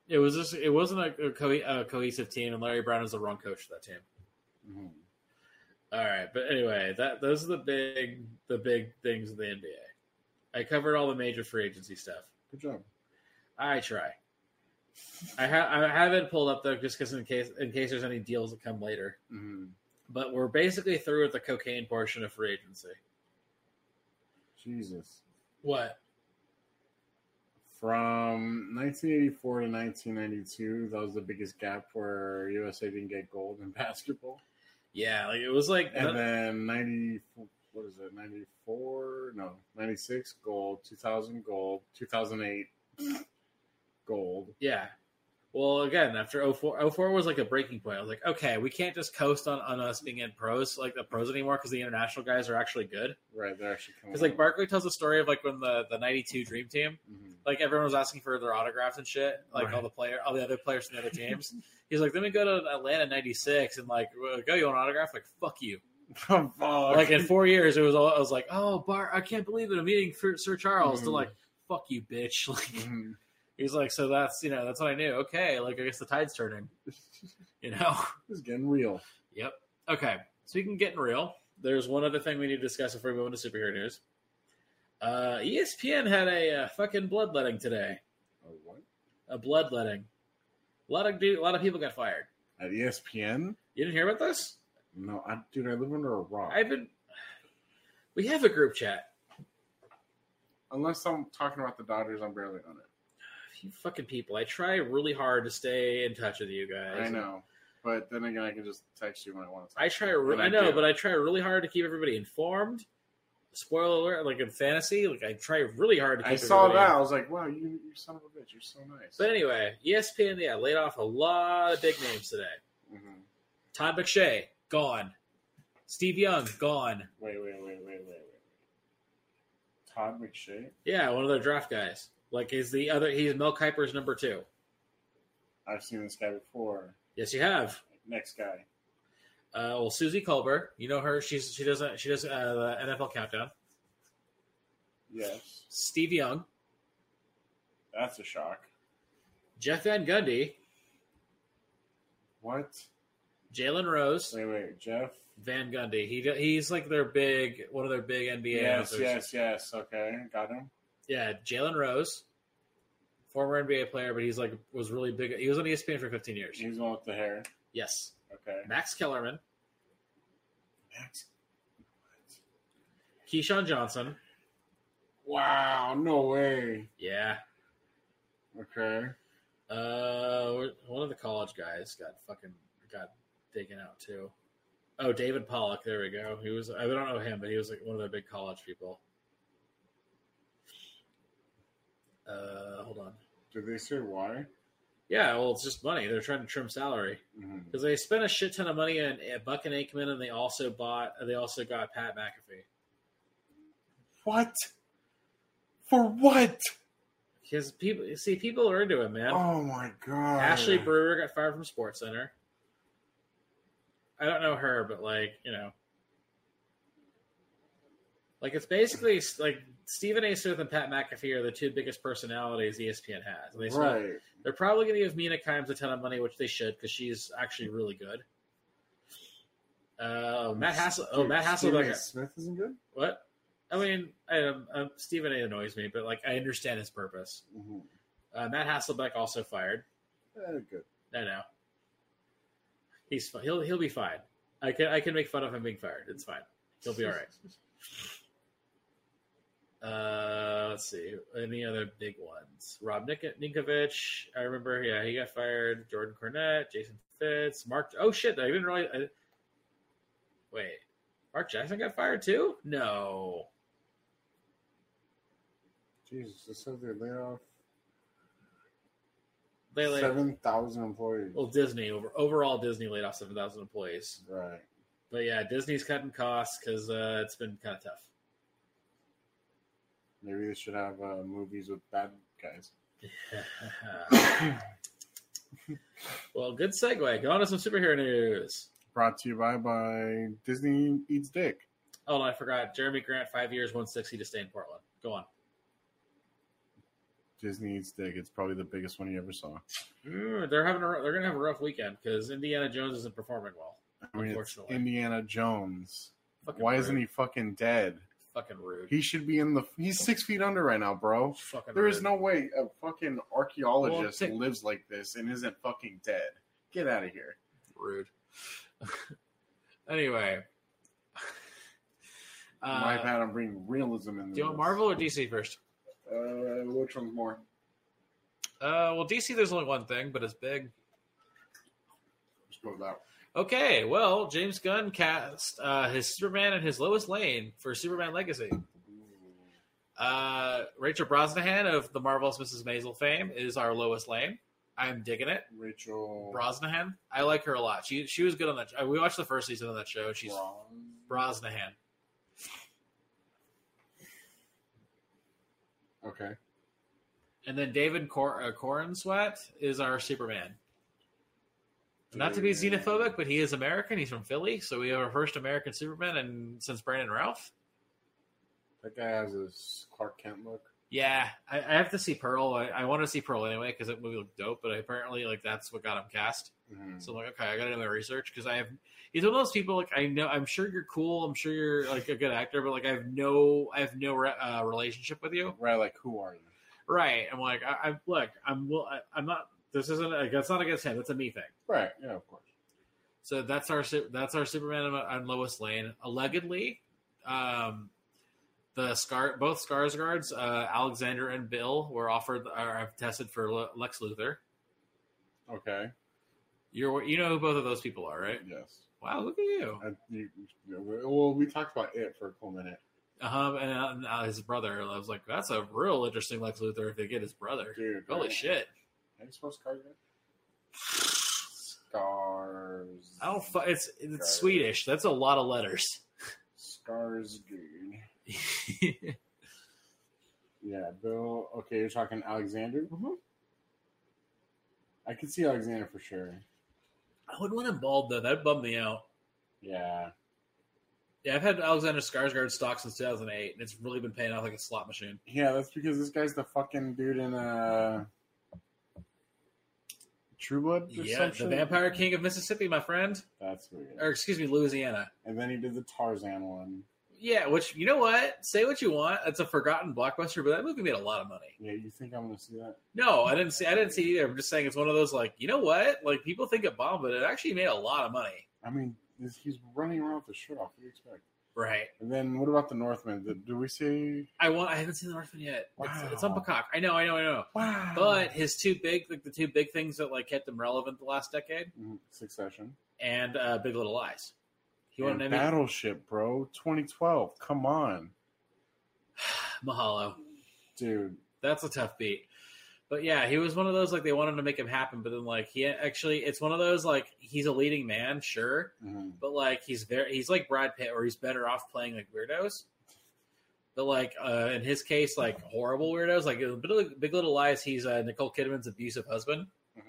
S1: it was just it wasn't a, a, co- a cohesive team, and Larry Brown is the wrong coach for that team.
S2: Mhm.
S1: All right, but anyway, that those are the big the big things of the NBA. I covered all the major free agency stuff.
S2: Good job.
S1: I try. I ha- I have it pulled up though, just because in case in case there's any deals that come later.
S2: Mhm.
S1: But we're basically through with the cocaine portion of free agency.
S2: Jesus.
S1: What?
S2: From 1984 to 1992, that was the biggest gap where USA didn't get gold in basketball.
S1: Yeah, like it was like
S2: And then 90, what is it, 94? No, 96 gold, 2000 gold, 2008 gold.
S1: yeah. Well, again, after 04, 04 was like a breaking point. I was like, okay, we can't just coast on, on us being in pros like the pros anymore because the international guys are actually good.
S2: Right, they're actually coming.
S1: Because like
S2: out.
S1: Barkley tells the story of like when the the '92 Dream Team
S2: Mhm.
S1: like everyone was asking for their autographs and shit. Like all
S2: Right.
S1: the player, all the other players from the other teams. He's like, let me go to Atlanta '96 and like, we're like, oh, you want an autograph? Like, fuck you.
S2: Oh, fuck.
S1: Like in four years, it was all I was like, oh, Bar, I can't believe it. I'm meeting for Sir Charles to
S2: Mhm.
S1: like, fuck you, bitch. Like
S2: Mhm.
S1: he's like, so that's you know that's what I knew. Okay, like I guess the tide's turning. You know.
S2: It's getting real.
S1: Yep. Okay. So we can get real. There's one other thing we need to discuss before we move into superhero news. Uh, ESPN had a uh, fucking bloodletting today.
S2: Oh, what?
S1: a bloodletting. A lot of dude, a lot of people got fired.
S2: At E ESPN?
S1: You didn't hear about this?
S2: No, I, dude, I live under a rock.
S1: I've been. We have a group chat.
S2: Unless I'm talking about the Dodgers, I'm barely on it.
S1: You fucking people. I try really hard to stay in touch with you guys.
S2: I know. But then again, I can just text you when I want to.
S1: I try. Re-
S2: And
S1: I
S2: I
S1: know,
S2: do.
S1: but I try really hard to keep everybody informed. Spoiler alert! Like in fantasy, like I try really hard to. keep
S2: I saw
S1: everybody-
S2: that. I was like, wow, you, you son of a bitch. You're so nice.
S1: But anyway, E ESPN yeah laid off a lot of big names today.
S2: Mhm.
S1: Todd McShay gone. Steve Young gone.
S2: Wait, wait, wait, wait, wait, wait. Todd McShay?
S1: Yeah, one of their draft guys. Like is the other? He's Mel Kiper's number two.
S2: I've seen this guy before.
S1: Yes, you have.
S2: Next guy.
S1: Uh, well, Susie Culber, you know her. She's she does a, she does uh, the NFL countdown.
S2: Yes.
S1: Steve Young,
S2: That's a shock.
S1: Jeff Van Gundy,
S2: What?
S1: Jalen Rose,
S2: Wait, wait, Jeff?
S1: Van Gundy. He do- he's like their big one of their big NBA.
S2: yes,
S1: announcers.
S2: yes, yes. Okay, got him.
S1: yeah. Jalen Rose, former NBA player, but he's like was really big. He was on E ESPN for 15 years.
S2: He's the one with the hair.
S1: Yes,
S2: Okay.
S1: Max Kellerman,
S2: Next.
S1: Keyshawn Johnson.
S2: Wow, no way.
S1: Yeah,
S2: Okay.
S1: uh, one of the college guys got fucking got taken out too. Oh, David Pollock. There we go. He was. I don't know him, but he was like one of the big college people. Uh, hold on.
S2: Did they say why?
S1: Yeah, well, it's just money. They're trying to trim salary
S2: Mhm.
S1: because they spent a shit ton of money on uh, Buck and Aikman, and they also bought. They also got Pat McAfee.
S2: What? For what?
S1: Because people see, people are into it, man.
S2: Oh my god.
S1: Ashley Brewer got fired from Sports Center. I don't know her, but like you know, like it's basically like Stephen A. Smith and Pat McAfee are the two biggest personalities E ESPN has. And they spent-
S2: Right.
S1: They're probably going to give Mina Kimes a ton of money, which they should because she's actually really good. Uh, Matt Hassel. Oh,
S2: Dude,
S1: Matt
S2: Stephen
S1: Hasselbeck.
S2: A. Smith isn't good?
S1: What? I mean, I, um, um, Stephen A. annoys me, but like I understand his purpose.
S2: hmm
S1: Uh, Matt Hasselbeck also fired.
S2: Eh, good.
S1: No, no. He's fi- he'll he'll be fine. I can I can make fun of him being fired. It's fine. He'll be all right. Uh, let's see any other big ones. Rob Nik- Ninkovich. I remember. Yeah, he got fired. Jordan Cornett, Jason Fitz, Mark. Oh shit! I didn't really. I, wait, Mark Jackson got fired too? No.
S2: Jesus, they said they laid off
S1: They laid.
S2: 7,000 employees.
S1: Well, Disney over overall Disney laid off seven thousand employees.
S2: right.
S1: But yeah, Disney's cutting costs because uh, it's been kind of tough.
S2: Maybe they should have uh, movies with bad guys.
S1: well, good segue. Go on to some superhero news.
S2: Brought to you by, by Disney Eats Dick.
S1: Oh, and I forgot. Jeremy Grant, five years, 160 to stay in Portland. Go on.
S2: Disney Eats Dick. It's probably the biggest one you ever saw.
S1: Mm, they're having a, they're gonna have a rough weekend because Indiana Jones isn't performing well.
S2: I mean, it's
S1: Unfortunately.
S2: Indiana Jones.
S1: Fucking
S2: Why
S1: rude.
S2: isn't he fucking dead?
S1: fucking rude?
S2: He should be in the. He's six feet under right now, bro.
S1: fucking
S2: There is
S1: rude.
S2: no way a fucking archaeologist
S1: Well, take-
S2: lives like this and isn't fucking dead. Get out of here.
S1: rude. anyway,
S2: My
S1: uh,
S2: bad. I'm bringing realism in.
S1: do you want Marvel or DC first?
S2: Uh, which one's more?
S1: Uh, well, DC, there's only one thing, but it's big.
S2: Let's go with that.
S1: Okay, well, James Gunn cast uh, his Superman and his Lois Lane for Superman Legacy. Uh, Rachel Brosnahan of the Marvelous Mrs. Maisel fame is our Lois Lane. I'm digging it.
S2: Rachel.
S1: Brosnahan, I like her a lot. She she was good on that. uh, We watched the first season of that show. She's
S2: Bron-
S1: Brosnahan.
S2: Okay.
S1: And then David Cor- uh, Corn Sweat is our Superman. Not to be
S2: David-
S1: xenophobic, but he is American. He's from Philly, so we have our first American Superman, and since Brandon Ralph.
S2: That guy has his Clark Kent look.
S1: Yeah, I, I have to see Pearl. I, I want to see Pearl anyway because that movie looked dope. But apparently, like that's what got him cast.
S2: Mhm.
S1: So I'm like, okay, I got to do my research because I have. He's one of those people. Like I know, I'm sure you're cool. I'm sure you're like a good actor, but like I have no, I have no re- uh, relationship with you.
S2: Right, like who are you?
S1: Right? I'm like, I, I look, I'm, well, I, I'm not. This isn't. Like, that's not against him. That's a me thing.
S2: Right, yeah, of course.
S1: So that's our Su- that's our Superman and- and Lois Lane. Allegedly, um, the scar both scars guards, uh, Alexander and Bill, were offered or have tested for Le- Lex Luthor.
S2: Okay.
S1: You're you know who both of those people are, right?
S2: Yes.
S1: Wow, look at you.
S2: I, you, well, we talked about it for a cool minute.
S1: Um, and uh, and, uh, his brother. I was like, that's a real interesting Lex Luthor if they get his brother.
S2: Dude,
S1: Holy
S2: right?
S1: shit!
S2: How do you spell scars? again? Scars.
S1: I don't. Fu- it's
S2: Right.
S1: it's Swedish. That's a lot of letters.
S2: Scars, dude. Yeah, Bill. Okay, you're talking Alexander.
S1: Mhm.
S2: I can see Alexander for sure.
S1: I wouldn't want him bald though. That'd bum me out.
S2: Yeah.
S1: Yeah, I've had Alexander Skarsgård stock since 2008, and it's really been paying off like a slot machine.
S2: Yeah, that's because this guy's the fucking dude in uh True Blood. or
S1: Yeah,
S2: some
S1: the
S2: shit?
S1: Vampire King of Mississippi, my friend,
S2: That's weird.
S1: or excuse me, Louisiana.
S2: And then he did the Tarzan one.
S1: Yeah, which you know what? Say what you want. It's a forgotten blockbuster, but that movie made a lot of money.
S2: Yeah, you think I'm gonna see that?
S1: No, I didn't see. I didn't see either. I'm just saying it's one of those like you know what? Like people think it bombed, but it actually made a lot of money.
S2: I mean, this, he's running around with the shirt off. What do you expect?
S1: Right.
S2: And then what about the Northman? Did, did we see?
S1: I want. I haven't seen the Northman yet.
S2: Wow.
S1: It's, it's on Peacock. I know. I know. I know.
S2: Wow.
S1: But his two big, like the two big things that like kept him relevant the last decade,
S2: Mhm, Succession.
S1: and uh, Big Little Lies. He won
S2: And
S1: an Emmy.
S2: Battleship, bro. 2012. Come on,
S1: Mahalo.
S2: dude.
S1: That's a tough beat. But yeah, he was one of those like they wanted to make him happen, but then like he actually it's one of those like he's a leading man, sure,
S2: Mhm.
S1: but like he's very he's like Brad Pitt, or he's better off playing like weirdos. But like uh, in his case, like horrible weirdos, like in Big Little- Big Little Lies, he's uh, Nicole Kidman's abusive husband,
S2: Mhm.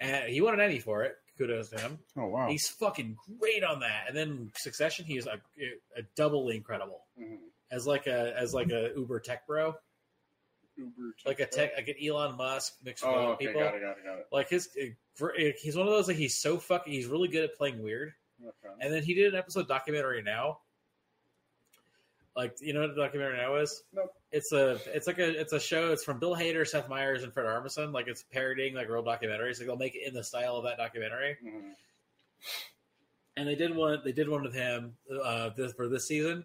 S1: and he won an Emmy for it. Kudos to him.
S2: Oh wow.
S1: He's fucking great on that. And then Succession, he is a, a doubly incredible
S2: Mhm.
S1: as like a as like a Uber tech bro,
S2: Uber
S1: like a tech, like an Elon Musk mixed with
S2: Oh,
S1: other
S2: okay,
S1: people.
S2: got it, got it, got it.
S1: Like his, eh, he's one of those like he's so fucking. He's really good at playing weird.
S2: Okay.
S1: And then he did an episode documentary now. Like you know what a documentary now is?
S2: Nope.
S1: It's a it's like a it's a show. It's from Bill Hader, Seth Meyers, and Fred Armisen. Like it's parodying like real documentaries. Like they'll make it in the style of that documentary.
S2: Mhm.
S1: And they did one. They did one with him uh, this, for this season.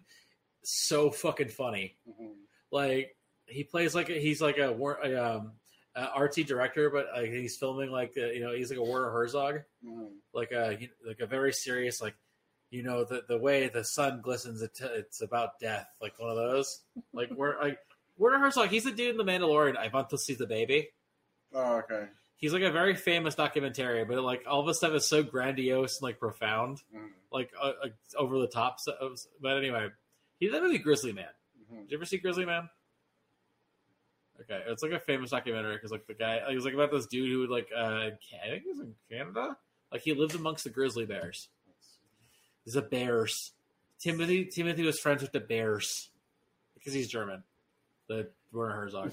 S1: So fucking funny.
S2: Mhm.
S1: Like he plays like a, he's like a, war- a um, a artsy director, but uh, he's filming like uh you know he's like a Werner Herzog
S2: Mhm.
S1: like a you- like a very serious like you know the the way the sun glistens it it's about death like one of those like we're like Werner Herzog he's the dude in the Mandalorian I want to see the baby
S2: Oh, okay.
S1: he's like a very famous documentarian but like all this stuff is so grandiose and like profound
S2: Mhm.
S1: like uh, uh, over the top so, but anyway he's that movie Grizzly Man
S2: Mhm.
S1: did you ever see Grizzly Man okay it's like a famous documentary because like the guy like, it was like about this dude who would like uh Can- I think he was in Canada like he lived amongst the grizzly bears the Bears. Timothy Timothy was friends with the Bears because he's German. The Werner Herzog,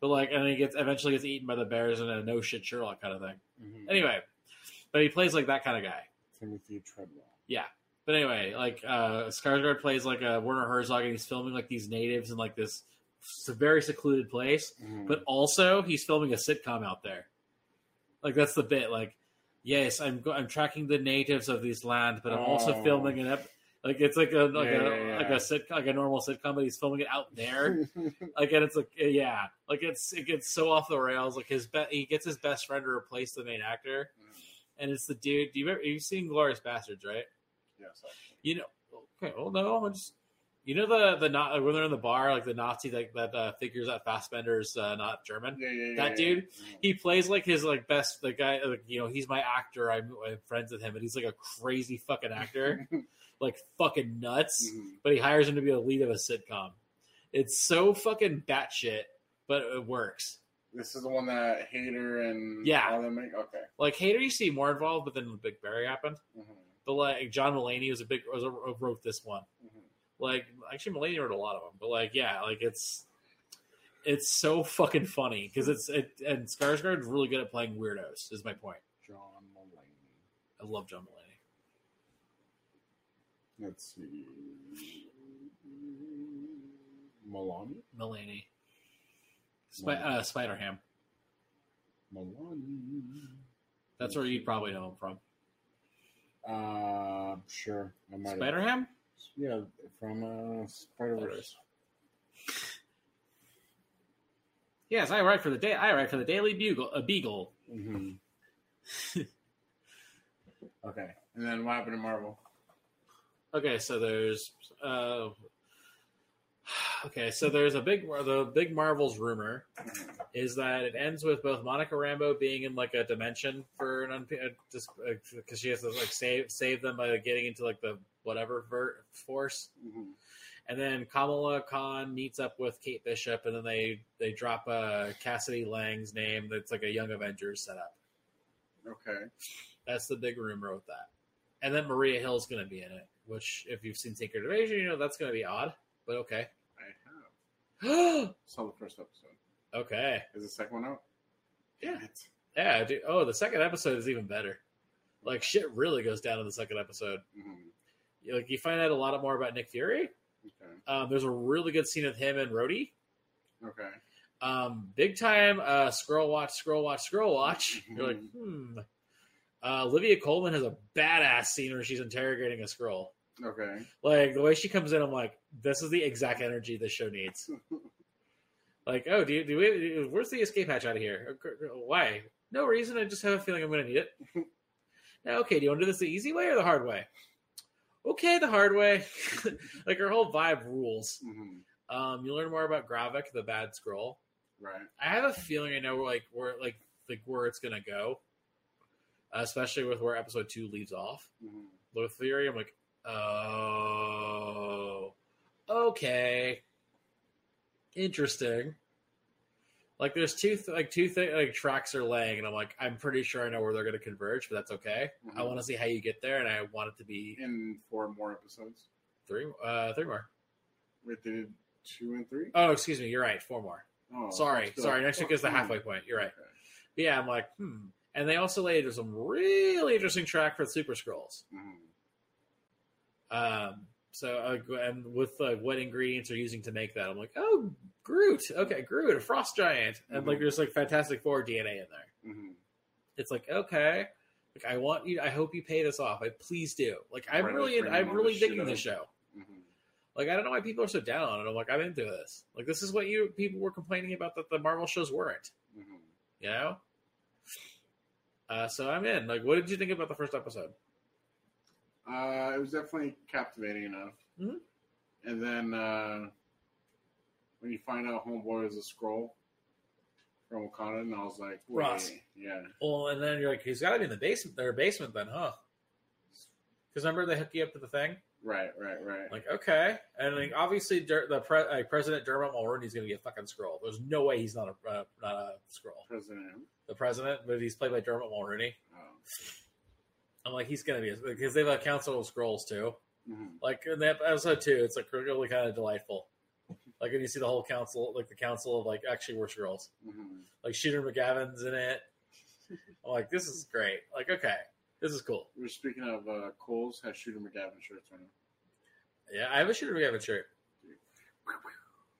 S1: but like, and he gets eventually gets eaten by the Bears in a no shit Sherlock kind of thing.
S2: Mhm.
S1: Anyway, but he plays like that kind of guy.
S2: Timothy Treadwell.
S1: But anyway, like uh Skarsgård plays like a Werner Herzog, and he's filming like these natives in like this s- very secluded place.
S2: Mhm.
S1: But also, he's filming a sitcom out there. Like that's the bit. Like, yes, I'm go- I'm tracking the natives of these land, but I'm also
S2: Oh.
S1: filming an ep- like it's like a like
S2: Yeah,
S1: a
S2: yeah, yeah.
S1: like a sitcom like a normal sitcom, but he's filming it out there. like, and it's like yeah, like it's it gets so off the rails. Like his be- he gets his best friend to replace the main actor, and it's the dude. Do you remember, you've seen Glorious Bastards, right?
S2: yes. actually.
S1: You know, okay, well, no, I'm just, you know the the not when they're in the bar, like the Nazi like that uh, figures out Fassbender's uh, not German.
S2: Yeah, yeah, yeah,
S1: That
S2: yeah.
S1: dude?
S2: Mhm.
S1: He plays like his like best the guy like you know he's my actor. I'm, I'm friends with him, and he's like a crazy fucking actor, like fucking nuts.
S2: Mhm.
S1: But he hires him to be the lead of a sitcom. It's so fucking batshit, but it works.
S2: This is the one that Hater and
S1: Yeah.
S2: all them make. Okay.
S1: Like Hater, you see more involved, but then the Big Barry happened.
S2: Mhm.
S1: But like John Mulaney was a big was a, wrote this one.
S2: Mhm.
S1: like actually Mulaney wrote a lot of them, but like yeah, like it's it's so fucking funny because it's it and Skarsgård's really good at playing weirdos. Is my point.
S2: John Mulaney.
S1: I love John Mulaney.
S2: Let's see. Milani?
S1: Mulaney, Spi- uh, Spider Ham.
S2: Milani.
S1: That's where you probably know him from.
S2: Uh, sure. I might have-
S1: Spider Ham.
S2: Yeah, from uh, Spider Verse.
S1: Yes, I write for the day. I write for the Daily Bugle. A Beagle.
S2: hmm okay. And then what happened to Marvel?
S1: Okay, so there's uh, okay, so there's a big the big Marvel's rumor is that it ends with both Monica Rambo being in like a dimension for an unp uh, just because she has to like save save them by getting into like the whatever ver- force,
S2: Mhm.
S1: and then Kamala Khan meets up with Kate Bishop, and then they they drop uh, Cassidy Lang's name. That's like a Young Avengers setup.
S2: Okay.
S1: That's the big rumor with that. And then Maria Hill's going to be in it, which if you've seen Secret Invasion, you know that's going to be odd, but okay.
S2: I have.
S1: okay.
S2: Saw the first episode. Is the second one out?
S1: Yeah.
S2: It.
S1: Yeah, dude. Oh, the second episode is even better. Like shit really goes down in the second episode.
S2: Mhm.
S1: You- Like you find out a lot more about Nick Fury.
S2: Okay.
S1: Um, there's a really good scene with him and Rhodey.
S2: Okay.
S1: Um, big time uh, scroll watch, scroll watch, scroll watch. You're like,
S2: Mhm.
S1: hmm. Uh, Olivia Coleman has a badass scene where she's interrogating a scroll.
S2: Okay.
S1: Like the way she comes in, I'm like, this is the exact energy this show needs. like, oh, do you, do we? Where's the escape hatch out of here? Uh, Why? No reason. I just have a feeling I'm going to need it. now, okay, do you want to do this the easy way or the hard way? Okay, the hard way. like her whole vibe rules.
S2: Mhm.
S1: Um, you learn more about Gravik, the bad scroll.
S2: Right.
S1: I have a feeling I know like where like like where it's gonna go, uh, especially with where episode two leaves off.
S2: Mhm.
S1: Low theory, I'm like, oh, okay, interesting. Like there's two th- like two th- like tracks are laying, and I'm like, I'm pretty sure I know where they're gonna converge, but that's okay. I
S2: Mhm.
S1: want to see how you get there, and I want it to be
S2: In four more episodes.
S1: three uh three more.
S2: We did two and three.
S1: Oh, excuse me, you're right, four more.
S2: Oh,
S1: sorry,
S2: still-
S1: sorry. Next week is the
S2: Okay.
S1: halfway point. You're right.
S2: Okay.
S1: But yeah, I'm like, hmm. And they also laid some really interesting track for the Super Scrolls.
S2: Mhm.
S1: Um, so uh, and with uh, what ingredients are using to make that, I'm like, oh, Groot. Okay, Groot, a frost giant, and like
S2: Mhm.
S1: there's like Fantastic Four DNA in there.
S2: Mhm.
S1: It's like okay, like I want you. I hope you pay this off. I please do. Like I'm
S2: Right,
S1: really,
S2: let's bring
S1: I'm
S2: more
S1: really
S2: of this
S1: digging
S2: shit
S1: the
S2: up.
S1: show.
S2: Mhm.
S1: Like I don't know why people are so down on it. I'm like I'm into this. Like this is what you people were complaining about that the Marvel shows weren't.
S2: Mhm.
S1: you know uh, so i'm in like what did you think about the first episode
S2: Uh, it was definitely captivating enough.
S1: Mhm.
S2: And then uh, when you find out Homeboy is a scroll from Wakanda, and I was like, wait,
S1: Ross.
S2: yeah,
S1: well and then you're like he's got to be in the basement their basement then huh because remember they hook you up to the thing
S2: right, right, right.
S1: like okay and like obviously Dur- the pre- like, president Dermot mulroney's going to be a fucking scroll there's no way he's not a uh, not a scroll
S2: President.
S1: the president but he's played by Dermot mulroney
S2: Oh.
S1: i'm like he's going to be because they have a council of scrolls too
S2: Mhm.
S1: like in that episode too it's like really kind of delightful like when you see the whole council like the council of like actually we're scrolls
S2: Mhm.
S1: Like Shooter McGavin's in it. I'm like, this is great. Like, okay, this is cool.
S2: We were speaking of uh, Coles has Shooter McGavin shirts on him.
S1: Yeah, I have a Shooter McGavin shirt.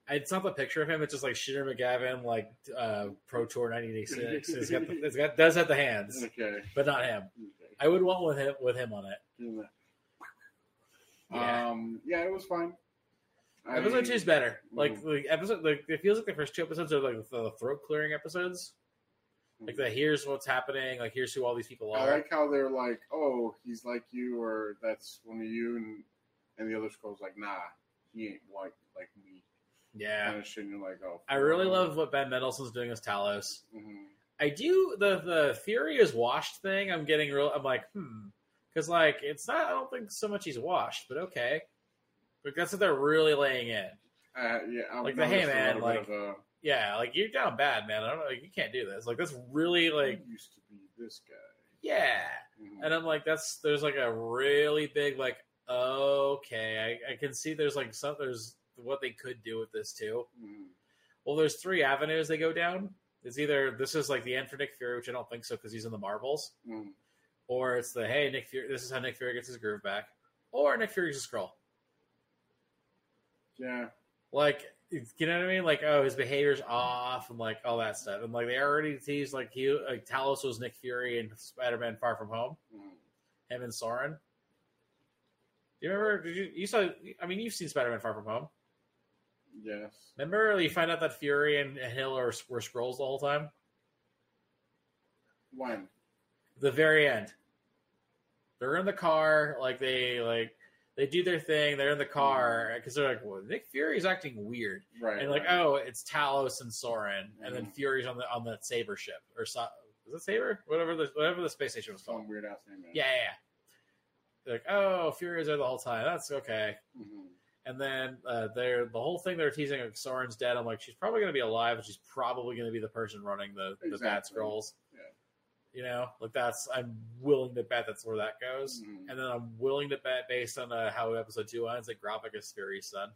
S1: It's not the picture of him. It's just like Shooter McGavin, like uh, Pro Tour '96. It's got, the, it's got does have the hands,
S2: Okay.
S1: but not him.
S2: okay.
S1: I would want with him with him on it.
S2: Doing that.
S1: Yeah.
S2: Um, yeah, it was fine. I-
S1: episode two is better. Like
S2: Mhm.
S1: the episode, like it feels like the first two episodes are like the throat clearing episodes. Like the here's what's happening. Like here's who all these people
S2: I
S1: are.
S2: like how they're like, "Oh, he's like you," or "That's one of you," and and the other scroll's like, "Nah, he ain't like like me."
S1: Yeah,
S2: Kind of shit. And you're like, "Oh."
S1: I really love what Ben Mendelsohn's doing as Talos.
S2: hmm
S1: I do the the theory is washed thing. I'm getting real. I'm like, hmm, because like it's not. I don't think so much he's washed, but okay. But that's what they're really laying in.
S2: Uh, yeah, I've
S1: Like the, hey,
S2: noticed a
S1: man,
S2: little
S1: like,
S2: bit of
S1: Yeah, like you're down bad, man. I don't know. Like, you can't do this. Like that's really
S2: a,
S1: like
S2: "You used to be this guy.
S1: yeah.
S2: Mhm.
S1: And I'm like, that's there's like a really big like okay. I, I can see there's like some there's what they could do with this too.
S2: Mhm.
S1: Well, there's three avenues they go down. It's either this is like the end for Nick Fury, which I don't think so because he's in the Marvels.
S2: Mhm.
S1: or it's the hey Nick Fury. This is how Nick Fury gets his groove back, or Nick Fury's a scroll.
S2: Yeah,
S1: Like it's- you know what I mean? Like oh, his behavior's off, and like all that stuff, and like they already teased like he like Talos was Nick Fury and Spider Man Far From Home,
S2: Mhm.
S1: him and Soren. Do you remember? Did you you saw? I mean, you've seen Spider Man Far From Home.
S2: yes.
S1: Remember, you find out that Fury and Hill are were scrolls the whole time.
S2: One.
S1: the very end. They're in the car, like they like they do their thing. They're in the car because they're like, well, Nick Fury's acting weird,
S2: Mm-hmm. Right.
S1: and like,
S2: right.
S1: oh, it's Talos and Soren, and then
S2: Mhm.
S1: Fury's on the on the Saber ship or so, was it Saber? Whatever the whatever the space station was called.
S2: some weird ass name. Man.
S1: oh, Yeah, yeah. yeah. They're like, oh, Fury's there the whole time. That's okay.
S2: Mhm.
S1: And then uh, they're the whole thing they're teasing like Soren's dead. I'm like, she's probably gonna be alive, and she's probably gonna be the person running the, the bad
S2: Exactly.
S1: scrolls.
S2: Yeah.
S1: You know, like that's I'm willing to bet that's where that goes.
S2: Mhm.
S1: And then I'm willing to bet based on uh, how episode two ends that Gropik is Fury's son.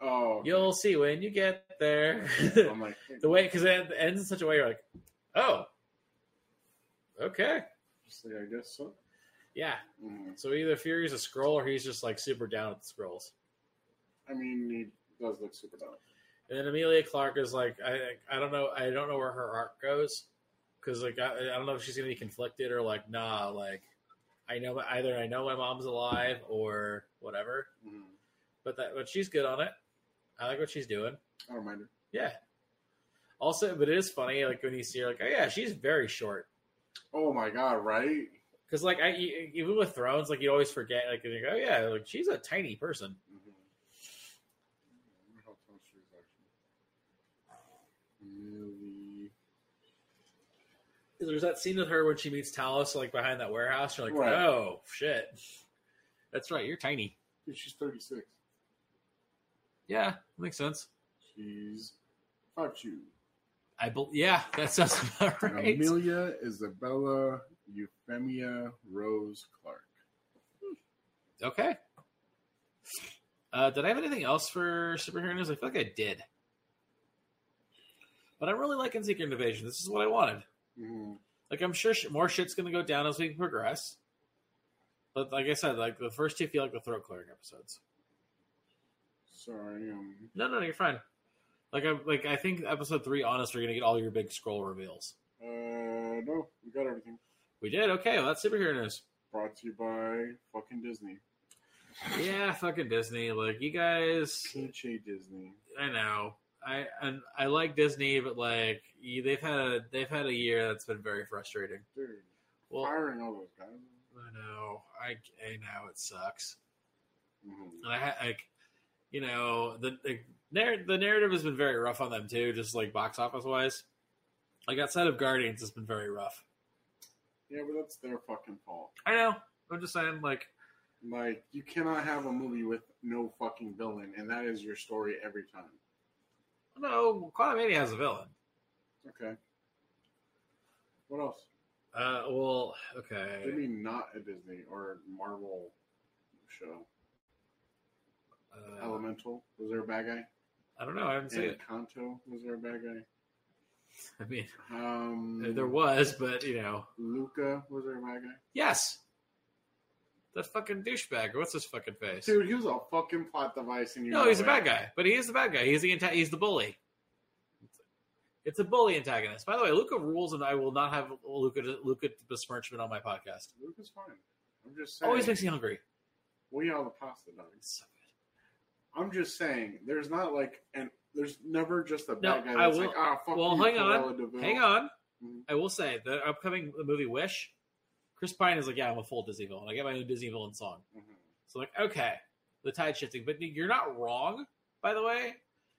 S2: Oh, okay.
S1: You'll see when you get there.
S2: I'm like
S1: the way because it ends in such a way you're like, oh, okay,
S2: Just like, I guess so.
S1: yeah.
S2: Mhm.
S1: So either Fury's a scroll or he's just like super down with the scrolls.
S2: I mean, he does look super dumb.
S1: And then Amelia Clark is like, I I don't know, I don't know where her arc goes because like I, I don't know if she's gonna be conflicted or like nah, like I know either I know my mom's alive or whatever.
S2: Mhm.
S1: But that but she's good on it. I like what she's doing.
S2: I don't mind her.
S1: Yeah. Also, but it is funny like when you see her like, oh yeah, she's very short.
S2: Oh my god! Right.
S1: Because like I e- even with Thrones, like you always forget like you go, oh yeah, like she's a tiny person.
S2: Mhm. I wonder how tall she is. really.
S1: There's that scene with her when she meets Talos like behind that warehouse. You're like,
S2: Right.
S1: oh shit. That's right. You're tiny.
S2: Dude, she's 36.
S1: Yeah, makes sense.
S2: She's 5'2.
S1: I bel yeah, that sounds about
S2: And
S1: right.
S2: Amelia Isabella Euphemia Rose Clark.
S1: Okay. Uh, did I have anything else for superhero news? I feel like I did. But I'm really liking Secret Invasion. This is what I wanted.
S2: Mhm.
S1: Like, I'm sure sh- more shit's going to go down as we progress. But like I said, like the first two feel like the throat clearing episodes.
S2: Sorry, um,
S1: No, no, no, you're fine. Like I like I think episode three, honest, are going to get all your big scroll reveals.
S2: uh, no, we got everything.
S1: We did okay. Well, that's superhero news.
S2: Brought to you by fucking Disney.
S1: Yeah, fucking Disney. Like you guys,
S2: Pinche Disney.
S1: I know. I and I like Disney, but like you, they've had a, they've had a year that's been very frustrating.
S2: They're
S1: Well,
S2: firing all those guys.
S1: I know. I I know it sucks.
S2: Mhm.
S1: And I ha- like, you know, the the, narr- the narrative has been very rough on them too, just like box office wise. Like outside of Guardians, it's been very rough.
S2: Yeah, but that's their fucking fault.
S1: I know. I'm just saying, like,
S2: Like, you cannot have a movie with no fucking villain, and that is your story every time.
S1: no, Quantumania has a villain.
S2: Okay. What else?
S1: Uh, well,
S2: They
S1: okay.
S2: mean not a Disney or Marvel show.
S1: Uh,
S2: Elemental was there a bad guy?
S1: I don't know. I haven't seen
S2: And
S1: it.
S2: Kanto was there a bad guy?
S1: I mean,
S2: Um,
S1: there was, but you know.
S2: Luca was there a bad guy?
S1: Yes. That fucking douchebag. What's his fucking face?
S2: Dude, he was a fucking plot device, and you
S1: no,
S2: know
S1: he's
S2: it.
S1: a bad guy. But he is the bad guy. He's the anta- he's the bully. It's a bully antagonist. By the way, Luca rules, and I will not have Luca Luca besmirchment on my podcast.
S2: Luca's fine. I'm just saying.
S1: Always makes me hungry.
S2: we are the pasta dogs.
S1: It's so good.
S2: I'm just saying. There's not like and there's never just a bad
S1: No,
S2: guy.
S1: I
S2: That's
S1: will-
S2: like, ah, fuck
S1: well,
S2: you,
S1: hang on.
S2: Cruella de Vil."
S1: Hang on,
S2: Mhm.
S1: I will say the upcoming movie Wish. Chris Pine is like, yeah, I'm a full Disney villain. I get my new Disney villain song.
S2: Mhm.
S1: So like, okay, the tide shifting. But you're not wrong, by the way.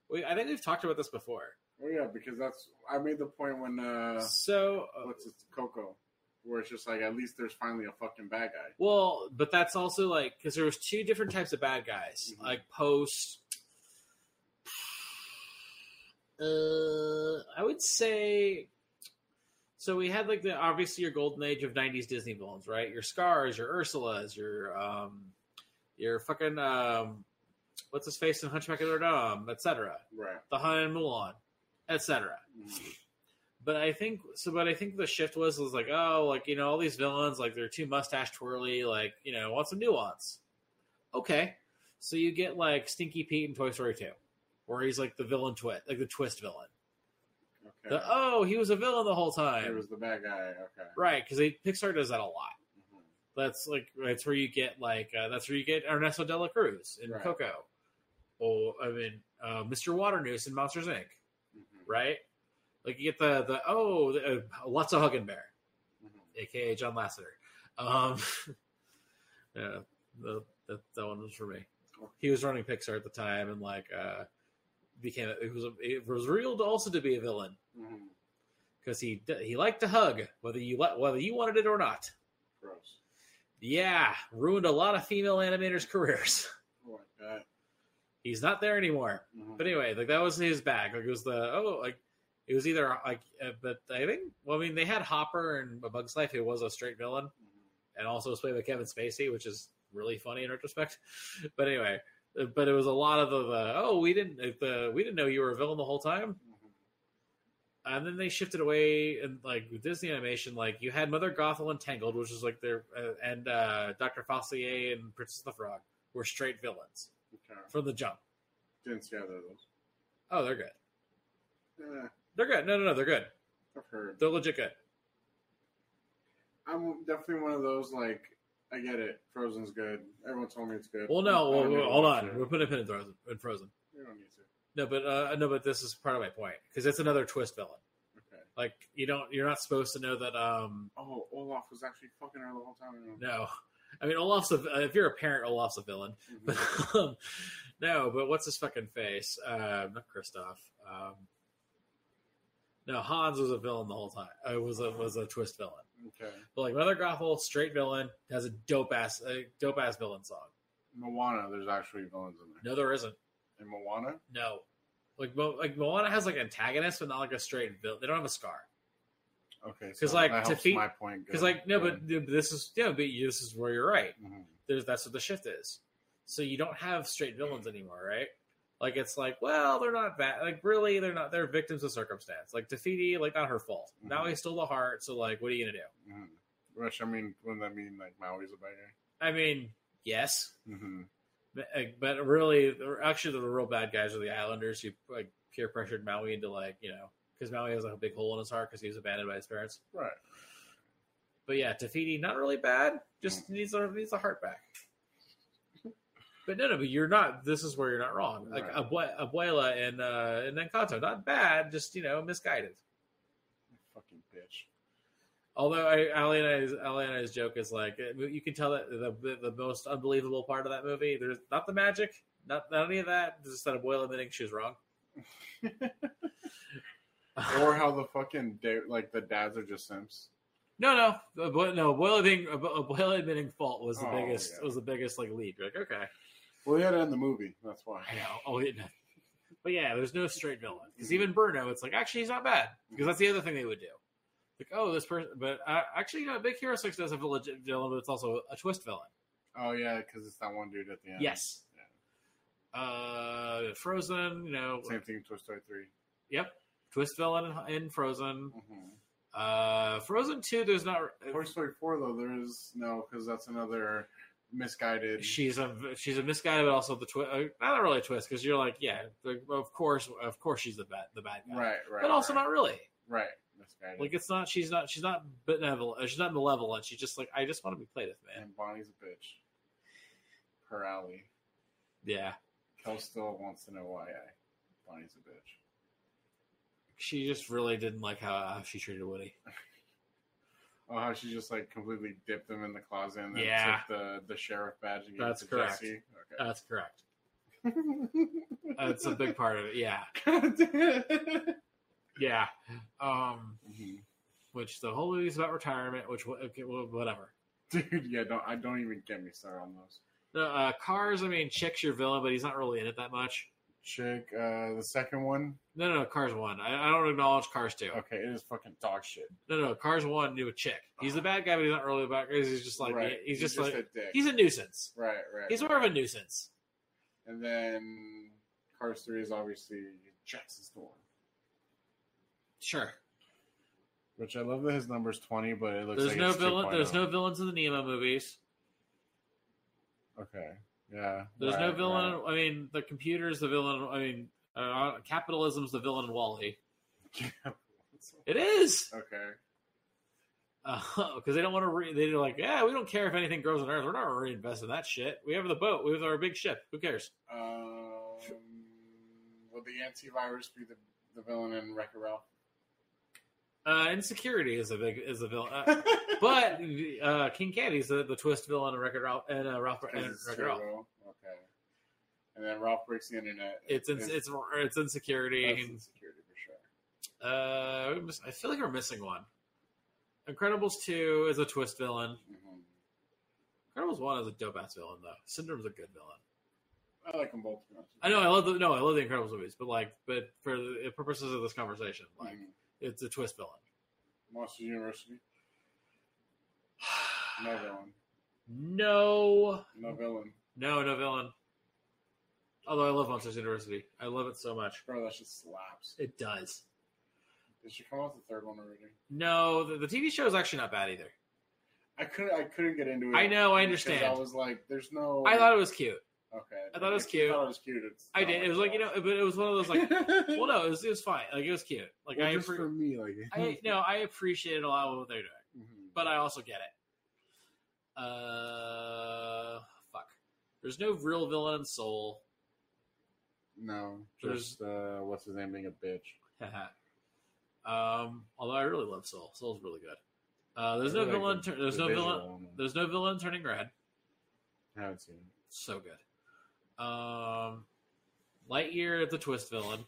S1: We, I think we've talked about this before.
S2: Oh yeah, because that's I made the point when uh,
S1: so uh,
S2: what's it, Coco, where it's just like at least there's finally a fucking bad guy.
S1: Well, but that's also like because there was two different types of bad guys,
S2: Mhm.
S1: like post. Uh, I would say. So we had like the obviously your golden age of '90s Disney villains, right? Your Scars, your Ursulas, your um, your fucking um, what's his face in Hunchback of Notre Dame, etc.
S2: Right.
S1: The Hun and Mulan, etc.
S2: Mhm.
S1: But I think so. But I think the shift was was like, oh, like you know, all these villains, like they're too mustache twirly. Like you know, want some nuance. Okay, so you get like Stinky Pete in Toy Story Two, where he's like the villain twist, like the twist villain.
S2: Mm-hmm. Okay.
S1: The, oh, he was a villain the whole
S2: It
S1: time,
S2: was the bad guy. Okay.
S1: right? Because Pixar does that a lot.
S2: Mhm.
S1: That's like that's where you get like uh, that's where you get Ernesto de la Cruz in
S2: Right.
S1: Coco, or I mean uh, Mr. Waternoose in Monsters Inc.
S2: Mhm.
S1: Right? Like you get the the oh the, uh, lots of hug and bear.
S2: Mhm.
S1: aka John Lasseter. Um, yeah, the, that that one was for me.
S2: Mm-hmm. Oh,
S1: He was running Pixar at the time, and like uh, became it was it was real to also to be a villain
S2: Mhm.
S1: because he d- he liked to hug whether you let whether you wanted it or not.
S2: Gross.
S1: Yeah, ruined a lot of female animators' careers.
S2: Oh my god.
S1: He's not there anymore.
S2: Mhm.
S1: But anyway, like that was his bag. Like it was the oh like. It was either like, uh, but I think, well, I mean, they had Hopper and A Bug's Life, who was a straight villain,
S2: Mhm.
S1: and also was played by Kevin Spacey, which is really funny in retrospect. But anyway, but it was a lot of the, the oh we didn't the we didn't know you were a villain the whole time,
S2: Mhm.
S1: and then they shifted away and like with Disney animation, like you had Mother Gothel and Tangled, which is like their uh, and uh, Doctor Faustier and Princess and the Frog were straight villains
S2: Okay.
S1: from the jump.
S2: Didn't see either of those.
S1: Oh, they're good.
S2: Eh,
S1: They're good. No, no, no, they're good.
S2: I've heard.
S1: They're legit good.
S2: I'm definitely one of those like I get it. Frozen's good. Everyone told me it's good.
S1: Well, no,
S2: I don't
S1: well,
S2: need to
S1: hold
S2: watch
S1: on.
S2: it.
S1: We're putting a pin in Frozen. In Frozen.
S2: You don't need to.
S1: No, but uh, no, but this is part of my point because it's another twist villain.
S2: Okay.
S1: like you don't you're not supposed to know that um
S2: Oh, Olaf was actually fucking her the whole time.
S1: no i mean olaf's a if you're a parent olaf's a villain but
S2: Mhm.
S1: um, no but what's his fucking face uh not christoph um No, Hans was a villain the whole time. I was a was a twist villain.
S2: Okay.
S1: But like Mother Gothel, straight villain, has a dope ass a dope ass villain song.
S2: Moana, there's actually villains in there.
S1: No, there isn't.
S2: And Moana?
S1: No, like Mo- like Moana has like antagonists, but not like a straight villain. They don't have a scar.
S2: Okay. so
S1: 'Cause, like,
S2: that helps
S1: Tafiti-
S2: my point.
S1: Because
S2: go-
S1: like no,
S2: go
S1: but this is yeah, but you- this is where you're right.
S2: ahead. Mhm.
S1: There's that's what the shift is. So you don't have straight villains anymore, right? Like it's like, well, they're not bad. Like really, they're not. They're victims of circumstance. Like Tafiti, like not her fault. Now he stole the heart. So like, what are you gonna do?
S2: Mhm. Which I mean, wouldn't that mean like Maui's a bad guy?
S1: I mean, yes,
S2: Mm-hmm.
S1: but, like, but really, actually, the real bad guys are the Islanders who like peer pressured Maui into like you know because Maui has like a big hole in his heart because he was abandoned by his parents.
S2: Right.
S1: But yeah, Tafiti, not really bad.
S2: Hmm.
S1: Just needs a needs a heart back. But no, no, but you're not. This is where you're not wrong. Like
S2: Right.
S1: Abue- Abuela and uh, and Encanto, not bad. Just you know, misguided.
S2: Fucking bitch.
S1: Although I, Ali and I's, Ali and I's joke is like it- you can tell that the, the the most unbelievable part of that movie. There's not the magic, not, not any of that. Just that Abuela admitting she was wrong.
S2: or how the fucking da- like the dads are just simps.
S1: No, no, Abue- no. Abuela being Abu- Abuela admitting fault was the
S2: Oh,
S1: biggest
S2: yeah.
S1: was the biggest like lead. You're like okay,
S2: Well, they had it in the movie. That's why.
S1: I know. Oh, it, but yeah, there's no straight villain because even Bruno, it's like actually he's not bad because that's the other thing they would do. Like oh, this person, but uh, actually, you know, Big Hero Six does have a legit villain, but it's also a twist villain.
S2: Oh yeah, because it's that one dude at the end.
S1: Yes. Uh, Frozen, you know,
S2: Same thing. in Toy Story 3
S1: Yep. Twist villain in, in Frozen.
S2: Mm-hmm.
S1: Uh, Frozen 2, there's not.
S2: Toy Story four though, there is no because that's another misguided.
S1: She's a she's a misguided, but also the twist. Uh, not really a twist because you're like, yeah, like, of course, of course, she's the bad the bad guy,
S2: right, right.
S1: but also
S2: right,
S1: not really.
S2: right. Misguided.
S1: Like it's not she's not she's not benevolent. uh, She's not malevolent. She's just like I just want to be played with, man.
S2: and Bonnie's a bitch. Her alley.
S1: Yeah,
S2: Kel still wants to know why I. Bonnie's a bitch.
S1: she just really didn't like how, how she treated Woody.
S2: Oh, how she just like completely dipped him in the closet and then
S1: Yeah.
S2: took the, the sheriff badge and gave
S1: That's
S2: it to
S1: correct.
S2: Jesse.
S1: That's correct.
S2: Okay.
S1: That's a big part of it. Yeah,
S2: God
S1: Uh,
S2: damn.
S1: yeah. Um,
S2: Mhm.
S1: which the whole movie's about retirement. Which wha- okay, wha- whatever.
S2: Dude, yeah, don't I don't even get me started on those.
S1: No, uh, Cars. I mean, Chick's your villain, but he's not really in it that much.
S2: Chick, uh, the second one.
S1: No, no, no Cars one. I, I don't acknowledge Cars two.
S2: Okay, it is fucking dog shit.
S1: No, no, Cars one knew a chick. He's the bad guy, but he's not really about. He's just like
S2: right.
S1: he's just, like
S2: a dick.
S1: he's a nuisance.
S2: right, right.
S1: He's more of a nuisance.
S2: and then Cars Three is obviously Jackson Storm,
S1: Sure.
S2: which I love that his number's twenty, but it looks
S1: there's
S2: like
S1: no
S2: it's oh.
S1: villain. There's
S2: 2.0.
S1: no villains in the Nemo movies.
S2: okay, yeah.
S1: There's no
S2: right,
S1: villain.
S2: right.
S1: I mean, the computer's the villain. I mean, uh, capitalism's the villain in Wally. It is
S2: okay,
S1: because they don't want to. Re- they're like, yeah, we don't care if anything grows on Earth. We're not reinvesting that shit. We have the boat. We have our big ship. Who cares?
S2: um, will the antivirus be the the villain in Wreck-It Ralph?
S1: Uh, insecurity is a big is a villain, uh, but uh, King Candy's the, the twist villain in Record Ralph and uh, Ralph and
S2: Because it's
S1: Wreck-It Ralph.
S2: Turbo. Okay. And then Ralph breaks the internet.
S1: It's in, it's it's
S2: that's
S1: insecurity.
S2: insecurity for sure.
S1: Uh, we miss- I feel like we're missing one. Incredibles two is a twist villain.
S2: Mhm.
S1: Incredibles one is a dope ass villain though. Syndrome's a good villain.
S2: I like them both. to be honest with
S1: I know I
S2: you.
S1: love the no I love the Incredibles movies, but like but for the purposes of this conversation, like
S2: Mhm.
S1: it's a twist villain.
S2: Monsters University. No villain.
S1: No,
S2: No villain.
S1: no, no villain. Although I love Monsters University, I love it so much.
S2: Bro, that shit slaps.
S1: It does.
S2: Did she come out the third one already?
S1: No, the, the TV show is actually not bad either.
S2: I couldn't. I couldn't get into it.
S1: I know, I
S2: because
S1: understand.
S2: I was like, "There's no."
S1: I thought it was cute.
S2: Okay.
S1: I thought it was
S2: If you
S1: cute.
S2: Thought it was cute. It's
S1: I
S2: not
S1: did. It was like you know, but it was one of those like, well, no, it was, it was fine. Like it was cute. Like
S2: Well,
S1: I,
S2: just
S1: appre-
S2: for me, like.
S1: I no, I appreciated a lot of what they're doing,
S2: Mhm.
S1: but I also get it. Uh, fuck. There's no real villain in Soul.
S2: no,
S1: There's-
S2: just uh, what's his name being a bitch.
S1: um, although I really love Soul. Soul's really good. Uh, there's no
S2: I like
S1: villain.
S2: the-
S1: tur- there's
S2: the
S1: no
S2: visual
S1: villain.
S2: on it.
S1: There's no villain turning red.
S2: I haven't seen it.
S1: So good. Um, Lightyear is the twist villain.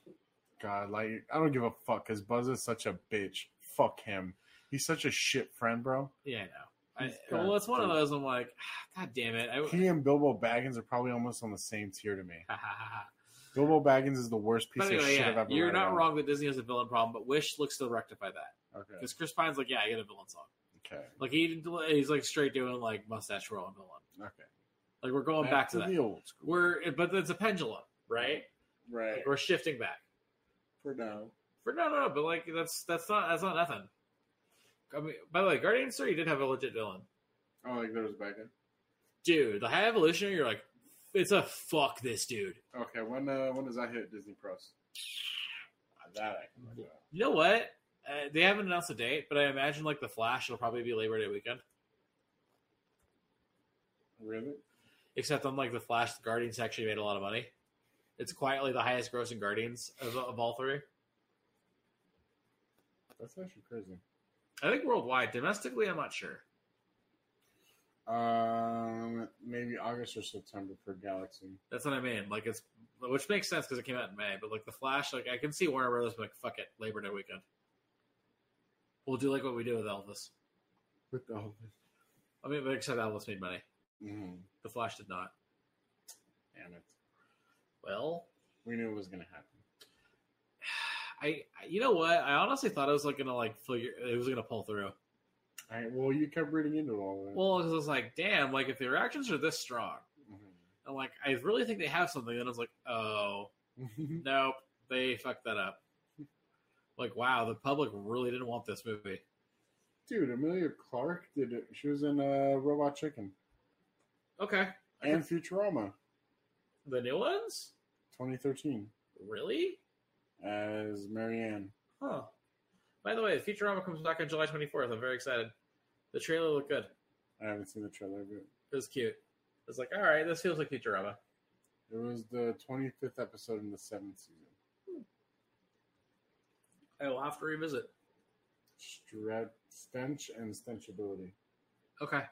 S2: God, like I don't give a fuck because Buzz is such a bitch. Fuck him. He's such a shit friend, bro.
S1: Yeah, I know.
S2: He's
S1: I,
S2: got-
S1: well, it's one of those. I'm like, God damn it! I,
S2: He and Bilbo Baggins are probably almost on the same tier to me. Bilbo Baggins is the worst piece
S1: but
S2: of
S1: anyway,
S2: shit I've
S1: yeah,
S2: ever.
S1: you're
S2: read
S1: not
S2: about.
S1: wrong that Disney has a villain problem, but Wish looks to rectify that
S2: Okay.
S1: because Chris Pine's like, yeah, I get a villain song.
S2: Okay.
S1: Like he, he's like straight doing like mustache rolling villain.
S2: Okay.
S1: Like we're going back to
S2: the
S1: that.
S2: old school.
S1: We're but it's a pendulum, right?
S2: Right.
S1: Like, we're shifting back.
S2: For now.
S1: For no, no, no, but like that's that's not that's not nothing. I mean, by the way, Guardians Three did have a legit villain,
S2: Oh, like there was Baggins.
S1: dude. The High Evolutionary, you're like, it's a fuck this dude.
S2: Okay. When uh, when does that hit Disney Plus? That I can look up.
S1: You know what? Uh, they haven't announced a date, but I imagine like the Flash will probably be Labor Day weekend.
S2: Really?
S1: Except on like the Flash, the Guardians actually made a lot of money. It's quietly the highest grossing Guardians of, of all three.
S2: That's actually crazy.
S1: I think worldwide, domestically, I'm not sure.
S2: Um, maybe August or September for Galaxy.
S1: That's what I mean. Like it's which makes sense because it came out in May. But like the Flash, like I can see Warner Brothers being like, fuck it, Labor Day weekend. We'll do like what we did with Elvis.
S2: With the whole
S1: I mean, but except Elvis made money.
S2: mm,
S1: The Flash did not.
S2: damn it,
S1: Well,
S2: we knew it was gonna happen.
S1: I I- you know what? I honestly thought I was like gonna like figure it was gonna pull through.
S2: All right. Well, you kept reading into all of it.
S1: Well, 'cause I was like, damn, like if the reactions are this strong,
S2: Mhm.
S1: and like I really think they have something. And I was like, oh
S2: Mm-hmm.
S1: nope, they fucked that up. Like wow, the public really didn't want this movie.
S2: Dude, Amelia Clark did it. She was in uh, Robot Chicken
S1: Okay,
S2: and Futurama
S1: the new ones.
S2: 2013
S1: Really?
S2: as Marianne.
S1: Huh. By the way, Futurama comes back on July 24th. I'm very excited. The trailer looked good.
S2: I haven't seen the trailer, but
S1: It was cute. It was like, all right, this feels like Futurama.
S2: it was the 25th episode in the seventh season.
S1: I will have to revisit.
S2: Strat- stench and stenchability.
S1: Okay.
S2: Okay.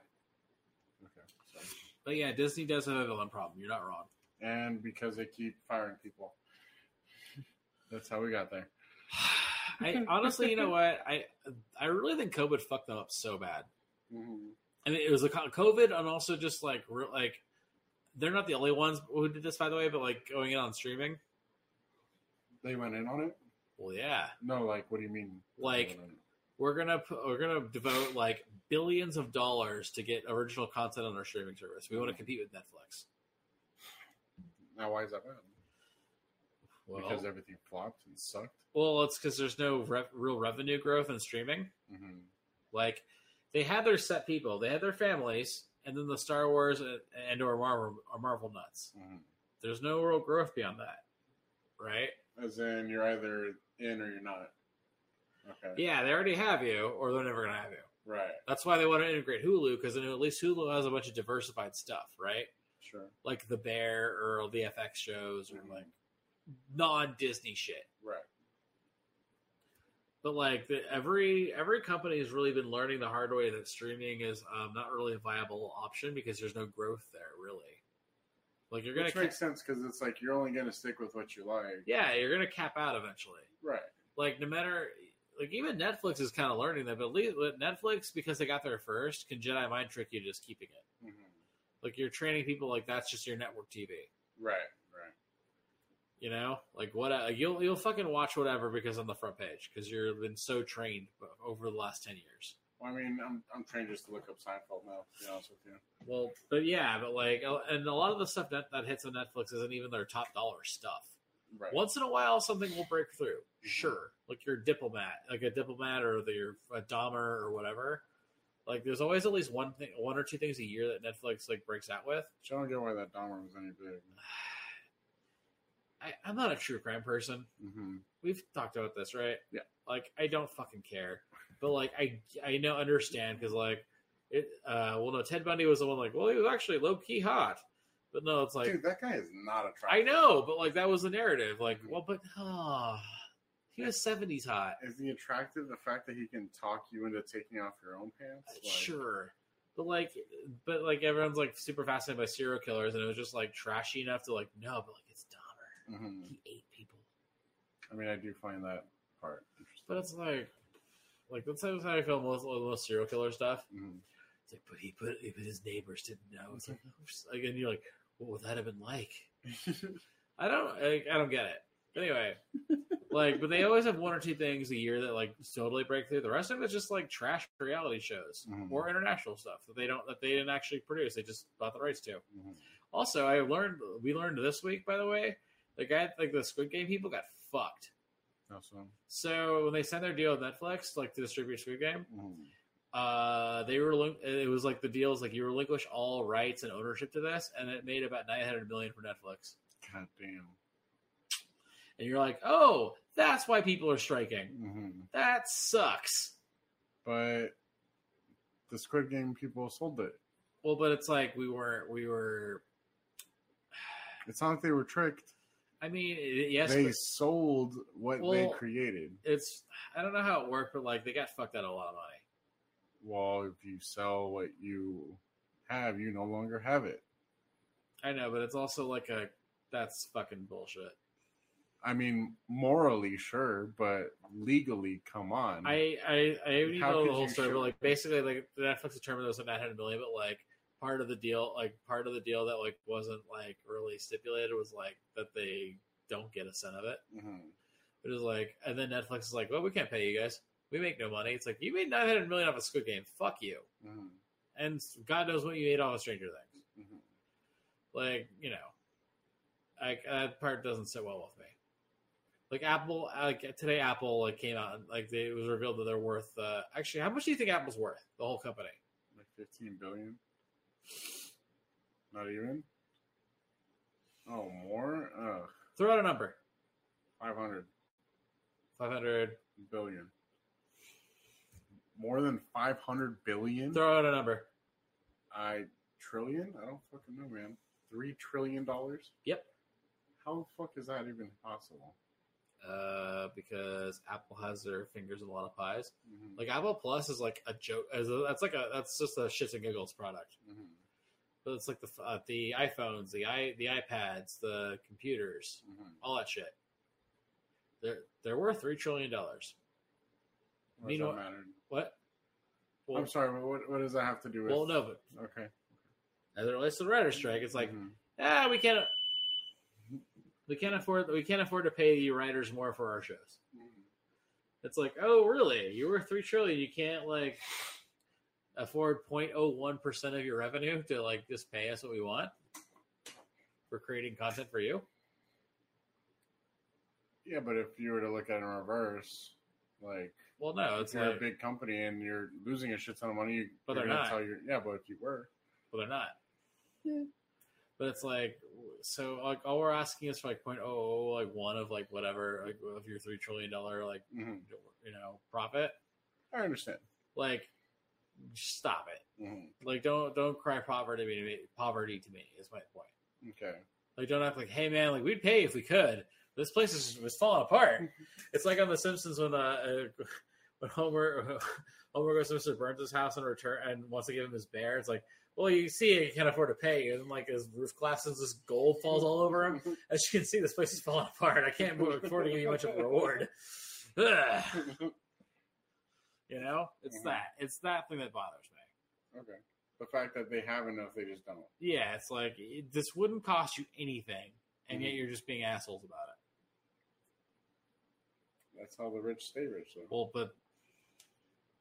S2: So.
S1: But yeah, Disney does have a villain problem. You're not wrong.
S2: And because they keep firing people. That's how we got there.
S1: I honestly, you know what? I I really think COVID fucked them up so bad.
S2: Mhm.
S1: And it was a co- COVID, and also just like real, like they're not the only ones who did this, by the way. But like going in on streaming.
S2: They went in on it?
S1: Well, yeah.
S2: No, like, what do you mean?
S1: Like, we're gonna put, we're gonna devote like billions of dollars to get original content on our streaming service. We want to compete with Netflix.
S2: Now, why is that bad?
S1: Well,
S2: because everything flopped and sucked?
S1: well, it's because there's no rev- real revenue growth in streaming.
S2: hmm
S1: Mm-hmm. Like they had their set people, they had their families, and then the Star Wars and, and or Marvel or Marvel nuts.
S2: hmm
S1: There's no real growth beyond that, right?
S2: As in, you're either in or you're not. Okay.
S1: Yeah, they already have you, or they're never gonna have you.
S2: Right.
S1: That's why they want to integrate Hulu because then at least Hulu has a bunch of diversified stuff, right?
S2: Sure.
S1: Like the Bear or the FX shows or
S2: Mhm.
S1: like non Disney shit.
S2: Right.
S1: But like the, every every company has really been learning the hard way that streaming is um, not really a viable option because there's no growth there really. Like you're gonna
S2: Which
S1: cap,
S2: makes sense because it's like you're only going to stick with what you like.
S1: yeah you're gonna cap out eventually.
S2: Right.
S1: Like no matter like even Netflix is kind of learning that, but at least but Netflix because they got there first can Jedi mind trick you to just keeping it.
S2: hmm
S1: Like you're training people like that's just your network TV.
S2: Right. Right.
S1: You know, like what uh, you'll you'll fucking watch whatever because on the front page because you've been so trained over the last ten years.
S2: Well, I mean, I'm, I'm trained just to look up Seinfeld now, to be honest with you.
S1: Well, but yeah, but like, and a lot of the stuff that, that hits on Netflix isn't even their top dollar stuff.
S2: Right. Mm-hmm.
S1: Once in a while, something will break through. Sure, like your diplomat, like a diplomat or the, your a Dahmer or whatever. Like, there's always at least one thing, one or two things a year that Netflix like breaks out with.
S2: Which I don't get why that Dahmer was any big.
S1: I, I'm not a true crime person.
S2: hmm
S1: We've talked about this, right?
S2: Yeah.
S1: Like, I don't fucking care, but like, I I know understand because like, it. Uh, well, no, Ted Bundy was the one like, well, he was actually low key hot, but no, it's like.
S2: Dude, that guy is not a
S1: I know, but like that was the narrative. Like,
S2: Mm-hmm.
S1: well, but oh, he was seventies hot.
S2: Is he attractive? The fact that he can talk you into taking off your own pants? Like,
S1: Uh, sure, but like, but like everyone's like super fascinated by serial killers, and it was just like trashy enough to like no, but like it's Dahmer.
S2: mhm.
S1: He ate people.
S2: I mean, I do find that part interesting.
S1: But it's like, like that's how I feel most, most serial killer stuff.
S2: Mhm.
S1: It's like, but he put, but his neighbors didn't know. It's like, like, and you're like, what would that have been like? I don't, I, I don't get it. But anyway, like, but they always have one or two things a year that like totally break through. The rest of it's just like trash reality shows
S2: Mhm.
S1: or international stuff that they don't, that they didn't actually produce. They just bought the rights to.
S2: Mhm.
S1: Also, I learned, we learned this week, by the way, the guy, like the Squid Game people got fucked.
S2: Also,
S1: So when they sent their deal with Netflix, like to distribute Squid Game,
S2: mhm.
S1: uh, they were it was like the deals like you relinquish all rights and ownership to this, and it made about nine hundred million for Netflix.
S2: God damn.
S1: And you're like, oh, that's why people are striking.
S2: hmm
S1: That sucks.
S2: But the Squid Game people sold it.
S1: Well, but it's like we were we were.
S2: It's not like they were tricked.
S1: I mean, it- yes,
S2: they
S1: but
S2: sold what they
S1: Well-
S2: created.
S1: it's I don't know how it worked, but like they got fucked out of a lot of money.
S2: Well, if you sell what you have, you no longer have it.
S1: I know, but it's also like a that's fucking bullshit.
S2: I mean, morally, sure, but legally, come on.
S1: I I I even
S2: Hmm. How
S1: know the
S2: could
S1: whole
S2: you
S1: story,
S2: show-
S1: but like basically like Netflix determined it was a nine hundred million, but like part of the deal, like part of the deal that like wasn't like really stipulated was like that they don't get a cent of it.
S2: Mhm.
S1: It was like, and then Netflix is like, well, we can't pay you guys. We make no money. It's like you made nine hundred million off a Squid Game. Fuck you.
S2: Mhm.
S1: And God knows what you made off of Stranger Things.
S2: Mhm.
S1: Like you know, like uh, that part doesn't sit well with me. Like Apple, uh, like today Apple like came out and like they, it was revealed that they're worth. Uh, actually, how much do you think Apple's worth? The whole company?
S2: Like 15 billion? Not even? Oh, more? Ugh,
S1: Throw out a number.
S2: 500
S1: Five hundred.
S2: billion. More than 500 billion?
S1: Throw out a number.
S2: I trillion? I don't fucking know, man. Three trillion dollars?
S1: Yep.
S2: How the fuck is that even possible?
S1: Uh, because Apple has their fingers in a lot of pies.
S2: Mhm.
S1: Like Apple Plus is like a joke. As a, that's like a that's just a shits and giggles product.
S2: Mhm.
S1: But it's like the uh, the iPhones, the i the iPads, the computers,
S2: Mhm.
S1: all that shit. They're they're worth three trillion dollars.
S2: What does
S1: Meanwhile-
S2: that matter?
S1: What? Well,
S2: I'm sorry, but what, what does that have to do with?
S1: well, no, but
S2: Okay.
S1: as it relates to the writer strike, it's like
S2: Mhm.
S1: ah, we can't we can't afford we can't afford to pay you writers more for our shows.
S2: Mhm.
S1: It's like, oh, really? You were three trillion. You can't like afford 0.01 percent of your revenue to like just pay us what we want for creating content for you.
S2: Yeah, but if you were to look at it in reverse, like
S1: Well, no, it's
S2: if you're
S1: like,
S2: a big company and you're losing a shit ton of money, you,
S1: But
S2: you're
S1: they're
S2: gonna
S1: not.
S2: Tell your, yeah, but if you were,
S1: well, they're not.
S2: Yeah.
S1: But it's like, so like all we're asking is for like 0.00 like one of like whatever like of your three trillion dollar like
S2: Mhm.
S1: you know profit.
S2: I understand.
S1: Like, stop it.
S2: Mhm.
S1: Like, don't don't cry poverty to me. Poverty to me is my point.
S2: Okay,
S1: Like, don't act like, hey man, like we'd pay if we could. This place is was falling apart. it's like on The Simpsons when uh, uh when Homer Homer goes to Mr. Burns' house and return and wants to give him his bear. It's like, well, you see, he can't afford to pay you. And like his roof collapses, this gold falls all over him. As you can see, this place is falling apart. I can't afford to give you much of a reward. Ugh.
S2: okay.
S1: You know, it's
S2: Mhm.
S1: that it's that thing that bothers me.
S2: The fact that they have enough, they just don't.
S1: Yeah, it's like it, this wouldn't cost you anything, and yet
S2: Mhm.
S1: you're just being assholes about it.
S2: That's how the rich stay rich. Though.
S1: Well, but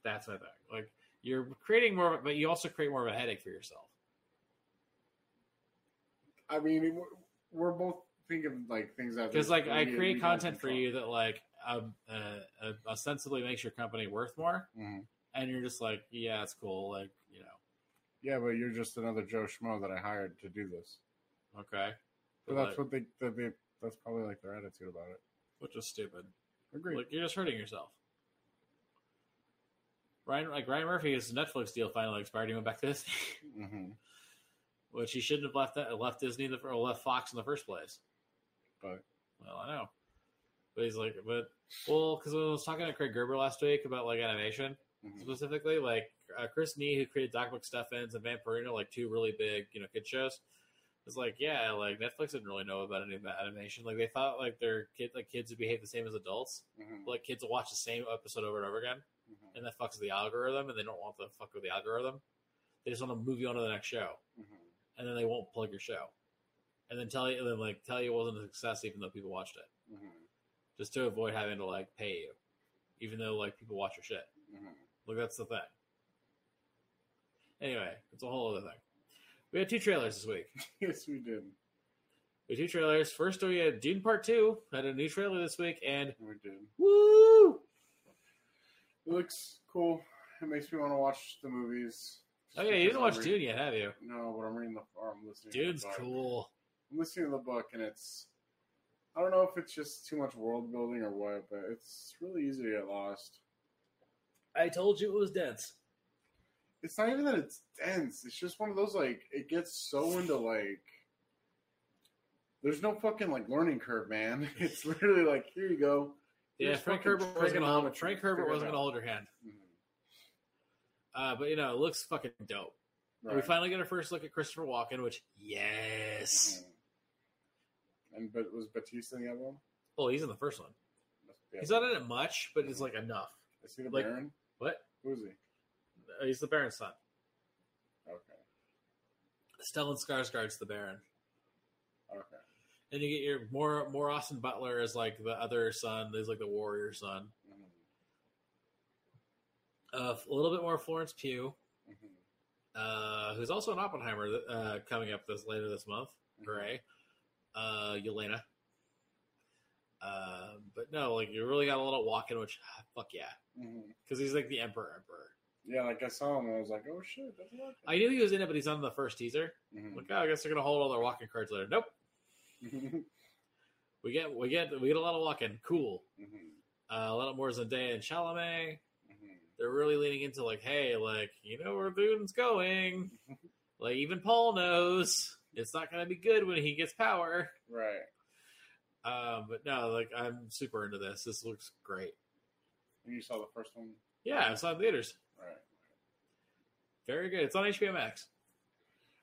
S1: that's my thing. Like you're creating more, of a- but you also create more of a headache for yourself.
S2: I mean, we're, we're both thinking like things that
S1: Because like I
S2: we-
S1: create
S2: we don't
S1: content for
S2: control.
S1: you that like um, uh, uh, ostensibly makes your company worth more,
S2: Mhm.
S1: and you're just like, yeah, it's cool. Like you know,
S2: Yeah, but you're just another Joe Schmo that I hired to do this.
S1: okay, But,
S2: But that's
S1: like,
S2: what they, that they. That's probably like their attitude about it.
S1: which is stupid.
S2: Agreed.
S1: Like you're just hurting yourself. Ryan, like Ryan Murphy's Netflix deal finally expired. He went back to Disney,
S2: hmm
S1: which he shouldn't have left that left Disney in the, or left Fox in the first place.
S2: But
S1: Well, I know. But he's like, but well, because I was talking to Craig Gerber last week about like animation
S2: mhm.
S1: specifically, like uh, Chris Nee, who created Doc McStuffins and Vampirina, like two really big, you know, kid shows. It's like, yeah, like Netflix didn't really know about any of that animation. Like they thought like their kid like kids would behave the same as adults.
S2: Mhm,
S1: But, like kids will watch the same episode over and over again,
S2: mhm,
S1: and that fucks the algorithm, and they don't want to fuck with the algorithm. They just want to move you on to the next show,
S2: mhm.
S1: and then they won't plug your show, and then tell you, and then like tell you it wasn't a success even though people watched it,
S2: Mhm,
S1: just to avoid having to like pay you, even though like people watch your shit.
S2: mhm.
S1: Like that's the thing. Anyway, it's a whole other thing. We had two trailers this week.
S2: Yes, we did.
S1: We had two trailers. First, we had Dune Part Two. Had a new trailer this week, and
S2: We did.
S1: woo!
S2: It looks cool. It makes me want to watch the movies.
S1: Oh yeah, you didn't watch
S2: I'm
S1: Dune yet, have you?
S2: No, but I'm reading the. Or I'm listening. to the
S1: Dune's
S2: book.
S1: cool.
S2: I'm listening to the book, and it's. I don't know if it's just too much world building or what, but it's really easy to get lost.
S1: I told you it was dense.
S2: It's not even that it's dense. It's just one of those like it gets so into like. There's no fucking like learning curve, man. It's literally like here you go.
S1: Yeah,
S2: Here's
S1: Frank
S2: fucking
S1: Herbert wasn't gonna hold.
S2: trigonometry.
S1: Frank Herbert
S2: Figure it
S1: wasn't gonna
S2: out.
S1: hold your hand.
S2: Mhm.
S1: Uh, but you know, it looks fucking dope. And we
S2: Right.
S1: finally get our first look at Christopher Walken, which yes,
S2: Mhm. Mm-hmm. And but was Batista in the other one?
S1: well, he's in the first one.
S2: Yeah.
S1: He's not in it much, but it's like enough.
S2: Is he the
S1: like-
S2: Baron?
S1: What?
S2: Who is he?
S1: Uh, He's the Baron's son.
S2: Okay.
S1: Stellan Skarsgård's the Baron.
S2: Okay.
S1: And you get your more more Austin Butler as like the other son, is like the warrior son.
S2: Mhm.
S1: Uh, a little bit more Florence Pugh,
S2: Mhm.
S1: uh, who's also in Oppenheimer uh, coming up this later this month.
S2: Mm-hmm.
S1: Gray, uh, Yelena. Uh, but no, like you really got a little walking, which ah, fuck yeah,
S2: Mhm.
S1: because he's like the emperor emperor.
S2: Yeah, like I saw him, and I was like, oh shit, that's not.
S1: I knew he was in it, but he's not in the first teaser.
S2: Mhm.
S1: Like, oh, I guess they're gonna hold all their walking cards later. Nope,
S2: Mhm.
S1: we get we get we get a lot of walking. Cool.
S2: Mhm.
S1: Uh, a lot more Zendaya and Chalamet.
S2: Mhm.
S1: they're really leaning into like, hey, like you know where Luden's going. like even Paul knows it's not going to be good when he gets power.
S2: Right.
S1: Um, but no, like I'm super into this. This looks great.
S2: And you saw the first one,
S1: Yeah, it's on theaters.
S2: right?
S1: Very good. It's on HBO Max.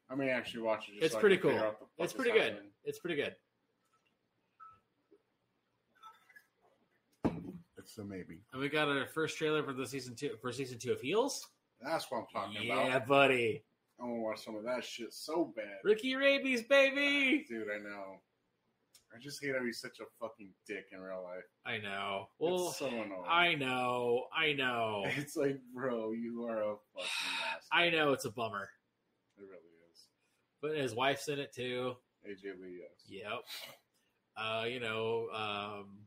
S2: I may actually watch it. Just
S1: It's
S2: so I
S1: pretty
S2: can figure
S1: cool.
S2: out the fuck
S1: It's
S2: is
S1: pretty good.
S2: happening.
S1: It's pretty good.
S2: It's a maybe.
S1: And we got our first trailer for the season two for season two of Heels.
S2: That's what I'm talking
S1: Yeah,
S2: about.
S1: buddy.
S2: I want to watch some of that shit so bad,
S1: Ricky Rabies, baby.
S2: dude. I know. I just hate how he's such a fucking dick in real life.
S1: I know. Well,
S2: it's so annoying.
S1: I know. I know.
S2: It's like, bro, you are a fucking bastard.
S1: I know. It's a bummer.
S2: it really is.
S1: But his wife's in it too.
S2: AJ Lee, yes.
S1: Yep. Uh, you know, um,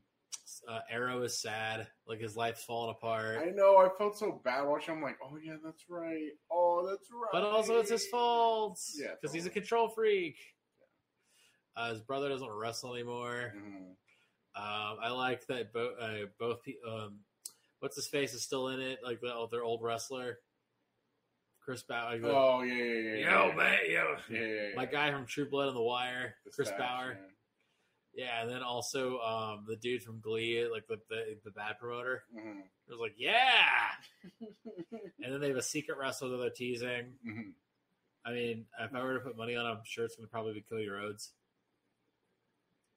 S1: uh, Arrow is sad. Like his life's falling apart.
S2: I know. I felt so bad watching. I'm like, oh yeah, that's right. Oh, that's right.
S1: but also, it's his fault.
S2: Yeah,
S1: Because he's a
S2: totally.
S1: control freak. Uh, his brother doesn't wrestle anymore.
S2: Mhm.
S1: Um, I like that bo- uh, both. Pe- um, what's his face is still in it. Like the, their old wrestler, Chris Bauer. Like the-
S2: Oh yeah, yeah, yeah. yeah,
S1: yo,
S2: yeah.
S1: man, yo.
S2: Yeah, yeah, yeah.
S1: My guy from True Blood and The Wire,
S2: The
S1: Chris
S2: stash,
S1: Bauer.
S2: yeah.
S1: Yeah, and then also um, the dude from Glee, like the the, the bad promoter,
S2: Mhm.
S1: it was like, yeah. and then they have a secret wrestler that they're teasing.
S2: Mhm.
S1: I mean, if I were to put money on, it, I'm sure it's going to probably be Cody Rhodes.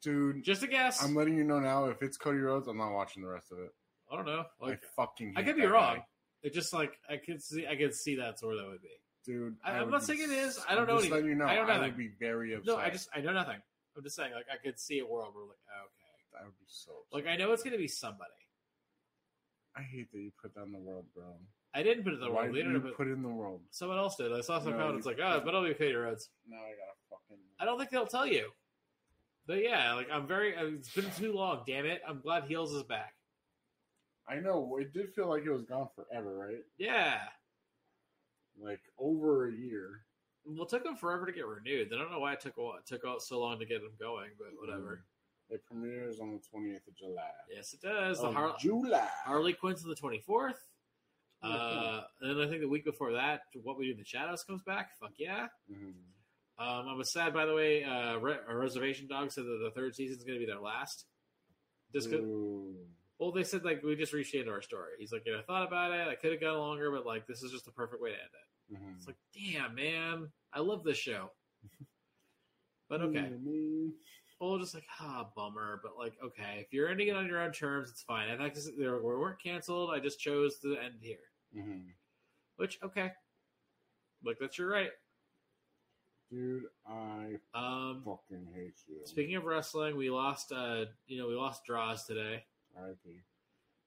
S2: Dude,
S1: Just a guess.
S2: I'm
S1: I'm,
S2: letting you know now. If it's Cody Rhodes, I'm not watching the rest of it.
S1: I do not know. Like,
S2: I fucking.
S1: I
S2: hate
S1: could be
S2: that
S1: wrong.
S2: guy.
S1: It just like I could see, I could see that's where that would be.
S2: dude.
S1: I-
S2: I
S1: I'm
S2: would
S1: not
S2: be
S1: saying it is.
S2: s-
S1: I don't
S2: I'm
S1: know
S2: Just letting
S1: anything.
S2: you know.
S1: I don't know
S2: would
S1: that.
S2: be very upset.
S1: No, I just, I know nothing. I'm just saying, like, I could see a world where, like, oh, okay,
S2: I would be so. Upset.
S1: like I know it's going to be somebody.
S2: I hate that you put that in the world, bro.
S1: I didn't put it in the
S2: Why
S1: world
S2: did
S1: leader,
S2: you
S1: but
S2: put it in the world?
S1: someone else did. I saw some
S2: No,
S1: comments
S2: you-
S1: like, oh, but it'll be Cody Rhodes.
S2: Now I gotta fucking.
S1: I don't think they'll tell you. But yeah, like I'm very. uh, It's been too long. Damn it! I'm glad Heels is back.
S2: I know it did feel like it was gone forever, right?
S1: Yeah.
S2: Like over a year.
S1: Well, it took them forever to get renewed. I don't know why it took a while, it took out so long to get them going, but
S2: Mm.
S1: whatever.
S2: It premieres on the twenty eighth of July.
S1: Yes, it does. The
S2: Of
S1: Har-
S2: July.
S1: Harley Quinn's on the 24th. Uh, and then I think the week before that, What We Do in the Shadows comes back. Fuck yeah.
S2: Mhm.
S1: Um, I was sad, by the way. Uh, Re- Reservation Dog said that the third season is going to be their last. Just
S2: Mm.
S1: 'cause-
S2: Ooh.
S1: Well, they said like we just reached the end of our story. He's like, you know, I thought about it. I could have gone longer, but like this is
S2: Mm-hmm.
S1: just the perfect way to end it.
S2: Mhm.
S1: It's like, damn, man, I love this show.
S3: But okay.
S2: Mm,
S1: Well, just like, ah, bummer. But like, okay, if you're ending it on your own terms, it's fine. I think this- they were- weren't canceled. I just chose to end here.
S2: mhm.
S1: Which, okay. Look, that's your right.
S2: Dude, I
S1: Um,
S2: fucking hate you.
S1: speaking of wrestling, we lost, uh, you know, we lost draws today.
S2: R.I.P.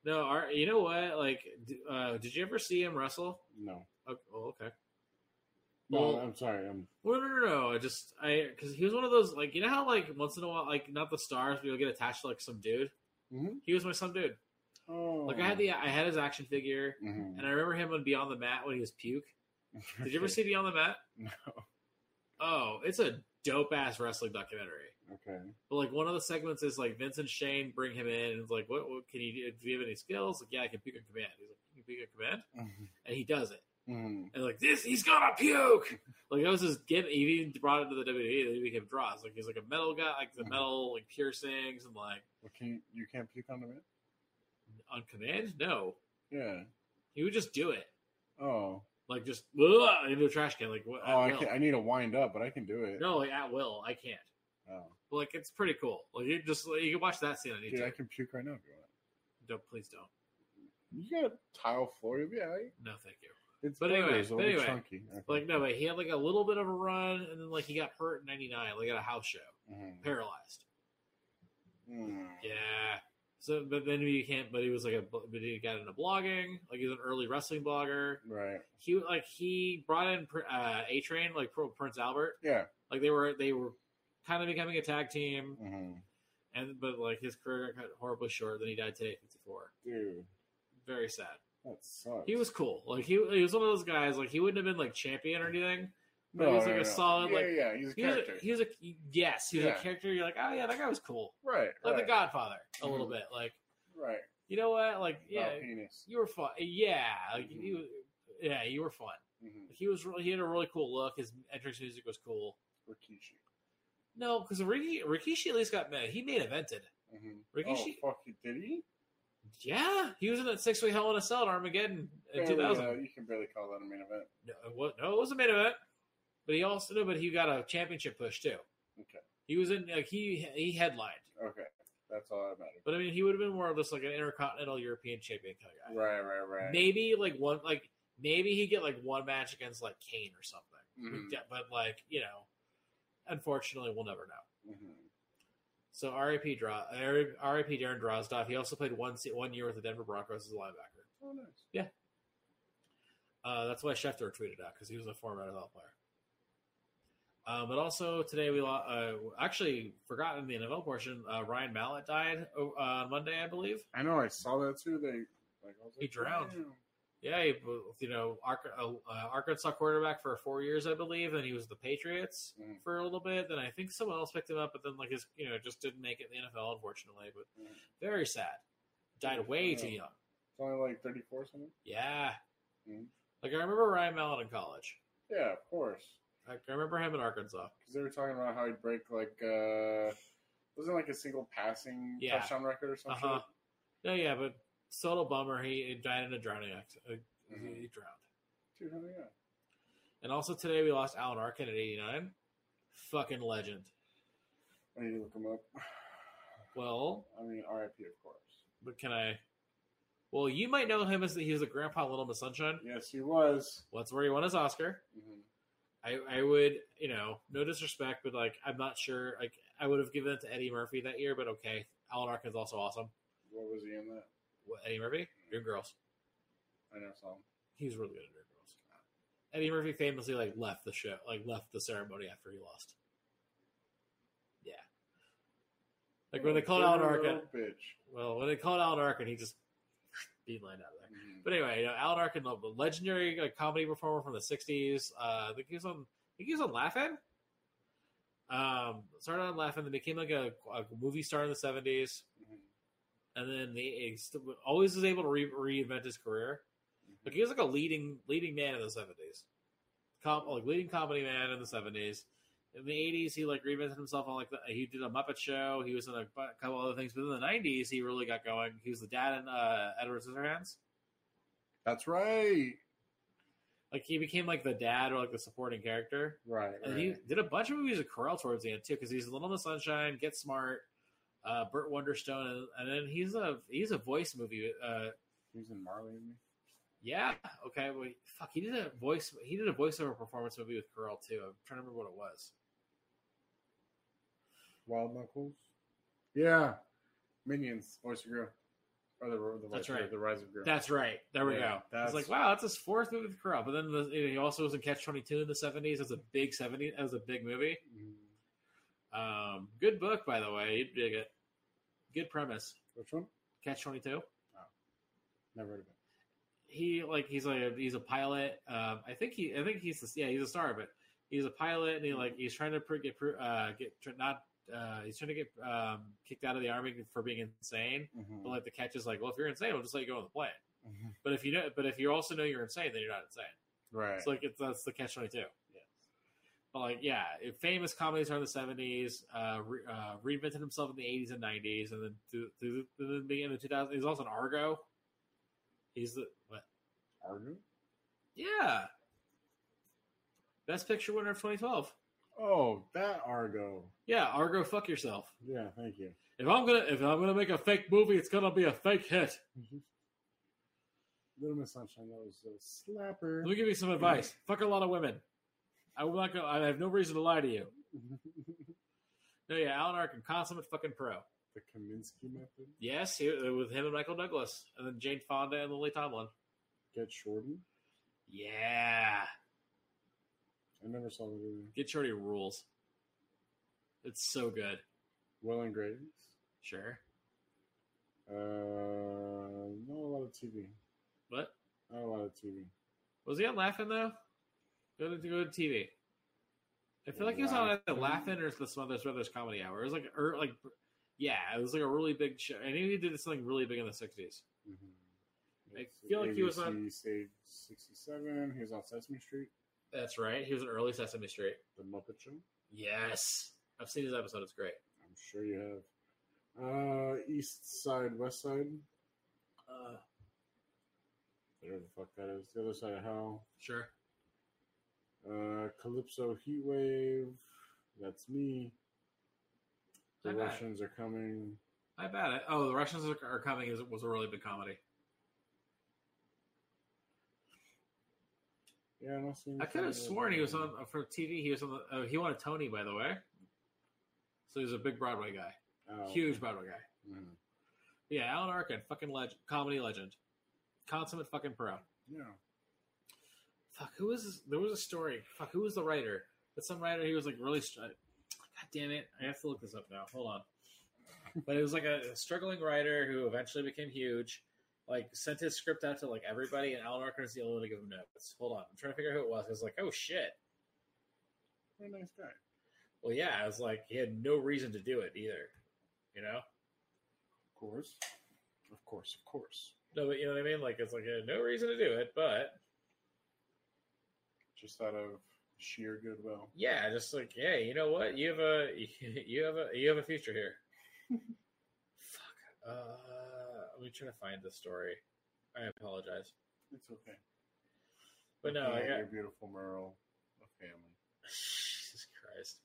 S1: No, our, you know what? Like, d- uh, did you ever see him wrestle?
S2: No.
S1: Oh, oh, okay.
S2: No,
S1: Well-
S2: I'm sorry. I'm
S1: Well, no, no, no. I just, I, because he was one of those, like, you know how, like, once in a while, like, not the stars, but you'll get attached to, like, some dude?
S2: Mhm.
S1: He was my some dude.
S2: oh
S1: Like, I had the, I had his action figure,
S2: Mhm.
S1: and I remember him on Beyond the Mat when he was puke. Did you ever see Beyond the Mat?
S2: No.
S1: Oh, it's a dope ass wrestling documentary.
S2: Okay.
S1: But like one of the segments is like Vince and Shane bring him in and it's like, what, what can he do? Do you have any skills? Like, yeah, I can puke on command. He's like, you can puke on command, and he does it.
S2: Mhm.
S1: And like this, he's gonna puke. Like that was his gimmick. He even brought it to the WWE. They became draws. Like he's like a metal guy, like the
S2: Mhm.
S1: metal like piercings and like
S2: Well, can you, you can't puke on the man?
S1: on command. No,
S2: Yeah.
S1: he would just do it.
S2: Oh.
S1: Like just "Ugh," into a trash can. Like what?
S2: Oh, I
S1: at will.
S2: can I need a wind up, but I can do it.
S1: No, like at will. I can't.
S2: Oh.
S1: But, like it's pretty cool. Like you just like, you can watch that scene on
S2: Dude, I
S1: YouTube.
S2: can puke right now if you want.
S1: Don't please don't.
S2: You got tile floor, you'll be all right.
S1: No, thank you.
S2: It's
S1: But
S2: better,
S1: anyway,
S2: it's a
S1: but
S2: little
S1: anyway.
S2: chunky. Okay.
S1: Like no, but he had like a little bit of a run, and then like he got hurt in '99, like at a house show,
S2: Mhm.
S1: paralyzed.
S2: Mm.
S1: Yeah. So, but then he can't. But he was like a, but he got into blogging. Like he's an early wrestling blogger.
S2: Right.
S1: He like he brought in Pr- uh, A Train, like Pr- Prince Albert.
S2: Yeah.
S1: Like they were they were kind of becoming a tag team,
S2: Mhm.
S1: and but like his career got cut horribly short. Then he died today, fifty four.
S2: Dude,
S1: Very sad.
S2: that sucks.
S1: He was cool. Like he, he was one of those guys. Like he wouldn't have been like champion or anything. but he was, like, a solid,
S2: Yeah,
S1: like-
S2: yeah, he's a
S1: He was
S2: character.
S1: a, he was a yes. He was a
S2: Yeah.
S1: character. You're like, oh yeah, that guy was cool.
S2: right.
S1: like
S2: right, Mm-hmm.
S1: the Godfather a little bit. Like
S2: Right.
S1: you know what? Like yeah,
S2: About penis.
S1: you were fun. Yeah, like
S2: Mm-hmm.
S1: you, yeah, you were fun.
S2: Mhm.
S1: He was really, he had a really cool look. His entrance music was cool.
S2: Rikishi.
S1: No, because Rikishi, Rikishi at least got mad. He main evented.
S2: Mhm.
S1: Rikishi,
S2: Oh, fuck you, did he? Oh.
S1: yeah, he was in that six way Hell in a Cell at Armageddon in two
S2: Barely, uh,
S1: thousand.
S2: you can barely call that a main event.
S1: No, what? No, it was a main event, but he also no, but he got a championship push too.
S2: Okay.
S1: He was in like he he headlined,
S2: Okay. That's all that matters.
S1: but I mean he would have been more of just like an intercontinental European champion kind of guy.
S2: Right, right, right.
S1: Maybe like one, like maybe he get like one match against like Kane or something.
S2: Mhm.
S1: Yeah, but like you know, unfortunately, we'll never know.
S2: Mhm.
S1: So RIP draw RIP Darren Drozdoff. He also played one se- one year with the Denver Broncos as a linebacker.
S2: Oh, nice.
S1: Uh, that's why Schefter tweeted out because he was a former NFL player. Uh, but also today we lo- uh, actually forgotten in the NFL portion. Uh, Ryan Mallett died uh, on Monday, I believe.
S2: I know. I saw that too. They like. I was
S1: He
S2: like,
S1: drowned.
S2: damn.
S1: Yeah, he, you know, Ark- uh, Arkansas quarterback for four years, I believe, and he was the Patriots
S2: Mhm.
S1: for a little bit. Then I think someone else picked him up, but then like his, you know, just didn't make it in the NFL, unfortunately. But
S2: Mhm.
S1: very sad. Died way
S2: Yeah.
S1: too young.
S2: It's only like thirty-four or something.
S1: Yeah.
S2: Mhm.
S1: Like I remember Ryan Mallett in college.
S2: Yeah, of course.
S1: Like, I remember him in Arkansas.
S2: Because they were talking about how he'd break like uh, wasn't it like a single passing
S1: Yeah.
S2: touchdown record or something.
S1: Uh-huh. No, yeah, but total bummer. He, he died in a drowning accident. Uh,
S2: Mhm.
S1: He drowned.
S2: Dude, hell yeah.
S1: And also today we lost Alan Arkin at 89. Fucking legend.
S2: I need to look him up.
S1: Well,
S2: I mean, RIP, of course.
S1: But can I? Well, you might know him as the, he was a grandpa in Little Miss Sunshine.
S2: Yes, he was.
S1: Well, that's where he won his Oscar.
S2: Mhm.
S1: I, I would, you know, no disrespect, but like, I'm not sure. Like, I would have given it to Eddie Murphy that year, but okay. Alan Arkin's also awesome.
S2: What was he in that?
S1: What, Eddie Murphy, Dream Girls.
S2: I never saw him.
S1: He's really good at Dream Girls. Eddie Murphy famously like left the show, like left the ceremony after he lost. Yeah. Like when they called
S2: Little
S1: Alan Arkin.
S2: bitch.
S1: Well, when they called Alan Arkin, he just beelined out of there.
S2: Mhm.
S1: But anyway, you know, Alan Arkin, the legendary like, comedy performer from the '60s. Uh, I think he was on. I think he was on Laughing. Um, started on Laughing, then became like a, a movie star in the '70s,
S2: Mhm.
S1: and then he, he still, always was able to re- reinvent his career.
S2: Mhm.
S1: Like he was like a leading leading man in the '70s, Com- like leading comedy man in the '70s. In the '80s, he like reinvented himself on like the, he did a Muppet Show. He was in a bu- couple other things, but in the '90s, he really got going. He was the dad in uh, Edward Scissorhands.
S2: That's right.
S1: Like he became like the dad or like the supporting character.
S2: Right.
S1: And he did a bunch of movies with Carell towards the end too, because he's Little Miss Sunshine, Get Smart, uh, Burt Wonderstone, and, and then he's a he's a voice movie. Uh,
S2: He's in Marley. and Me.
S1: yeah, okay, well, fuck, he did a voice he did a voiceover performance movie with Carell too. I'm trying to remember what it was.
S2: Wild Knuckles. Yeah. Minions. Oyster Girl. Or the, or the
S1: That's
S2: Oyster Girl,
S1: right.
S2: The Rise of Girl.
S1: That's right. There we
S2: Yeah,
S1: go. That's...
S2: that's-
S1: like, wow, that's his fourth movie with Carell. But then the, he also was in Catch Twenty Two in the seventies. That's a big seventy. That was a big movie.
S2: Mm,
S1: Um, good book, by the way. You'd dig it. Good premise.
S2: Which one?
S1: Catch Twenty Two.
S2: Never heard of it.
S1: He like he's like a, he's a pilot. Um, I think he I think he's the, yeah he's a star of it. He's a pilot and he like he's trying to pr- get pr- uh, get tr- not uh, he's trying to get um, kicked out of the army for being insane.
S2: Mm-hmm.
S1: But like the catch is like, well, if you're insane, we'll just let you go on the plane.
S2: Mhm.
S1: But if you know, but if you also know you're insane, then you're not insane.
S2: Right.
S1: It's like it's that's the catch twenty two.
S2: Yes.
S1: But like, yeah, if famous comedies are in the seventies. Uh, re, uh, reinvented himself in the eighties and nineties, and then through, through, through the beginning of the two thousand. He's also in Argo. He's the what?
S2: Argo?
S1: Yeah, best picture winner of twenty twelve.
S2: Oh, that Argo.
S1: Yeah, Argo, fuck yourself.
S2: Yeah, thank you.
S1: If I'm gonna if I'm gonna make a fake movie, it's gonna be a fake hit.
S2: Little Miss Sunshine, that was a
S1: Let me
S2: slapper.
S1: give you some advice. Fuck a lot of women. I will not go. I have no reason to lie to you. No, yeah, Alan Arkin, consummate fucking pro.
S2: the Kaminsky method.
S1: Yes, he, with him and Michael Douglas, and then Jane Fonda and Lily Tomlin.
S2: Get Shorty.
S1: Yeah,
S2: I never saw that either.
S1: Get Shorty rules. It's so good.
S2: Will and Grace.
S1: Sure,
S2: Uh, not a lot of TV.
S1: What?
S2: Not Oh, a lot of TV.
S1: was he on Laughing though? Go to go to TV. I feel like he was on the
S2: Laugh-In?
S1: Laughing or the Smothers Brothers Comedy Hour. It was like, or like, yeah, it was like a really big show. I knew he did something really big in the sixties.
S2: Mm-hmm.
S1: I feel like he was on-
S2: Stage 67. He was on Sesame Street.
S1: That's right. He was an early Sesame Street.
S2: The Muppet Show.
S1: Yes, I've seen his episode. It's great.
S2: I'm sure you have. Uh, East Side, West Side.
S1: Uh,
S2: Whatever the fuck that is. The other side of hell.
S1: sure.
S2: Uh, Calypso Heatwave. That's me. The
S1: Not bad.
S2: Russians are coming.
S1: I bet it. Oh, the Russians are, are coming is was a really big comedy.
S2: Yeah, I'm not seeing.
S1: I could have sworn he was on uh, for TV. He was on. The, oh, he won a Tony, by the way. So he's a big Broadway guy,
S2: Oh.
S1: huge Broadway guy.
S2: Mhm.
S1: Yeah, Alan Arkin, fucking legend, comedy legend, consummate fucking pro.
S2: Yeah.
S1: Fuck, who was this? there was a story. Fuck, who was the writer? But some writer, he was like really. Str- God damn it! I have to look this up now. Hold on. But it was like a struggling writer who eventually became huge. Like sent his script out to like everybody, and Alan Arkin was the only one to give him notes. Hold on, I'm trying to figure out who it was. I was like, oh shit.
S2: What a nice guy.
S1: Well, yeah, I was like, he had no reason to do it either, you know.
S2: Of course. Of course. Of course.
S1: No, but you know what I mean. Like, it's like he had no reason to do it, but
S2: Just out of sheer goodwill.
S1: yeah, just like, hey, you know what? You have a, you have a, you have a future here. Fuck. Uh, let me try to find the story. I apologize,
S2: It's okay.
S1: but no, I
S2: Looking at
S1: got
S2: your beautiful mural of family.
S1: Jesus Christ.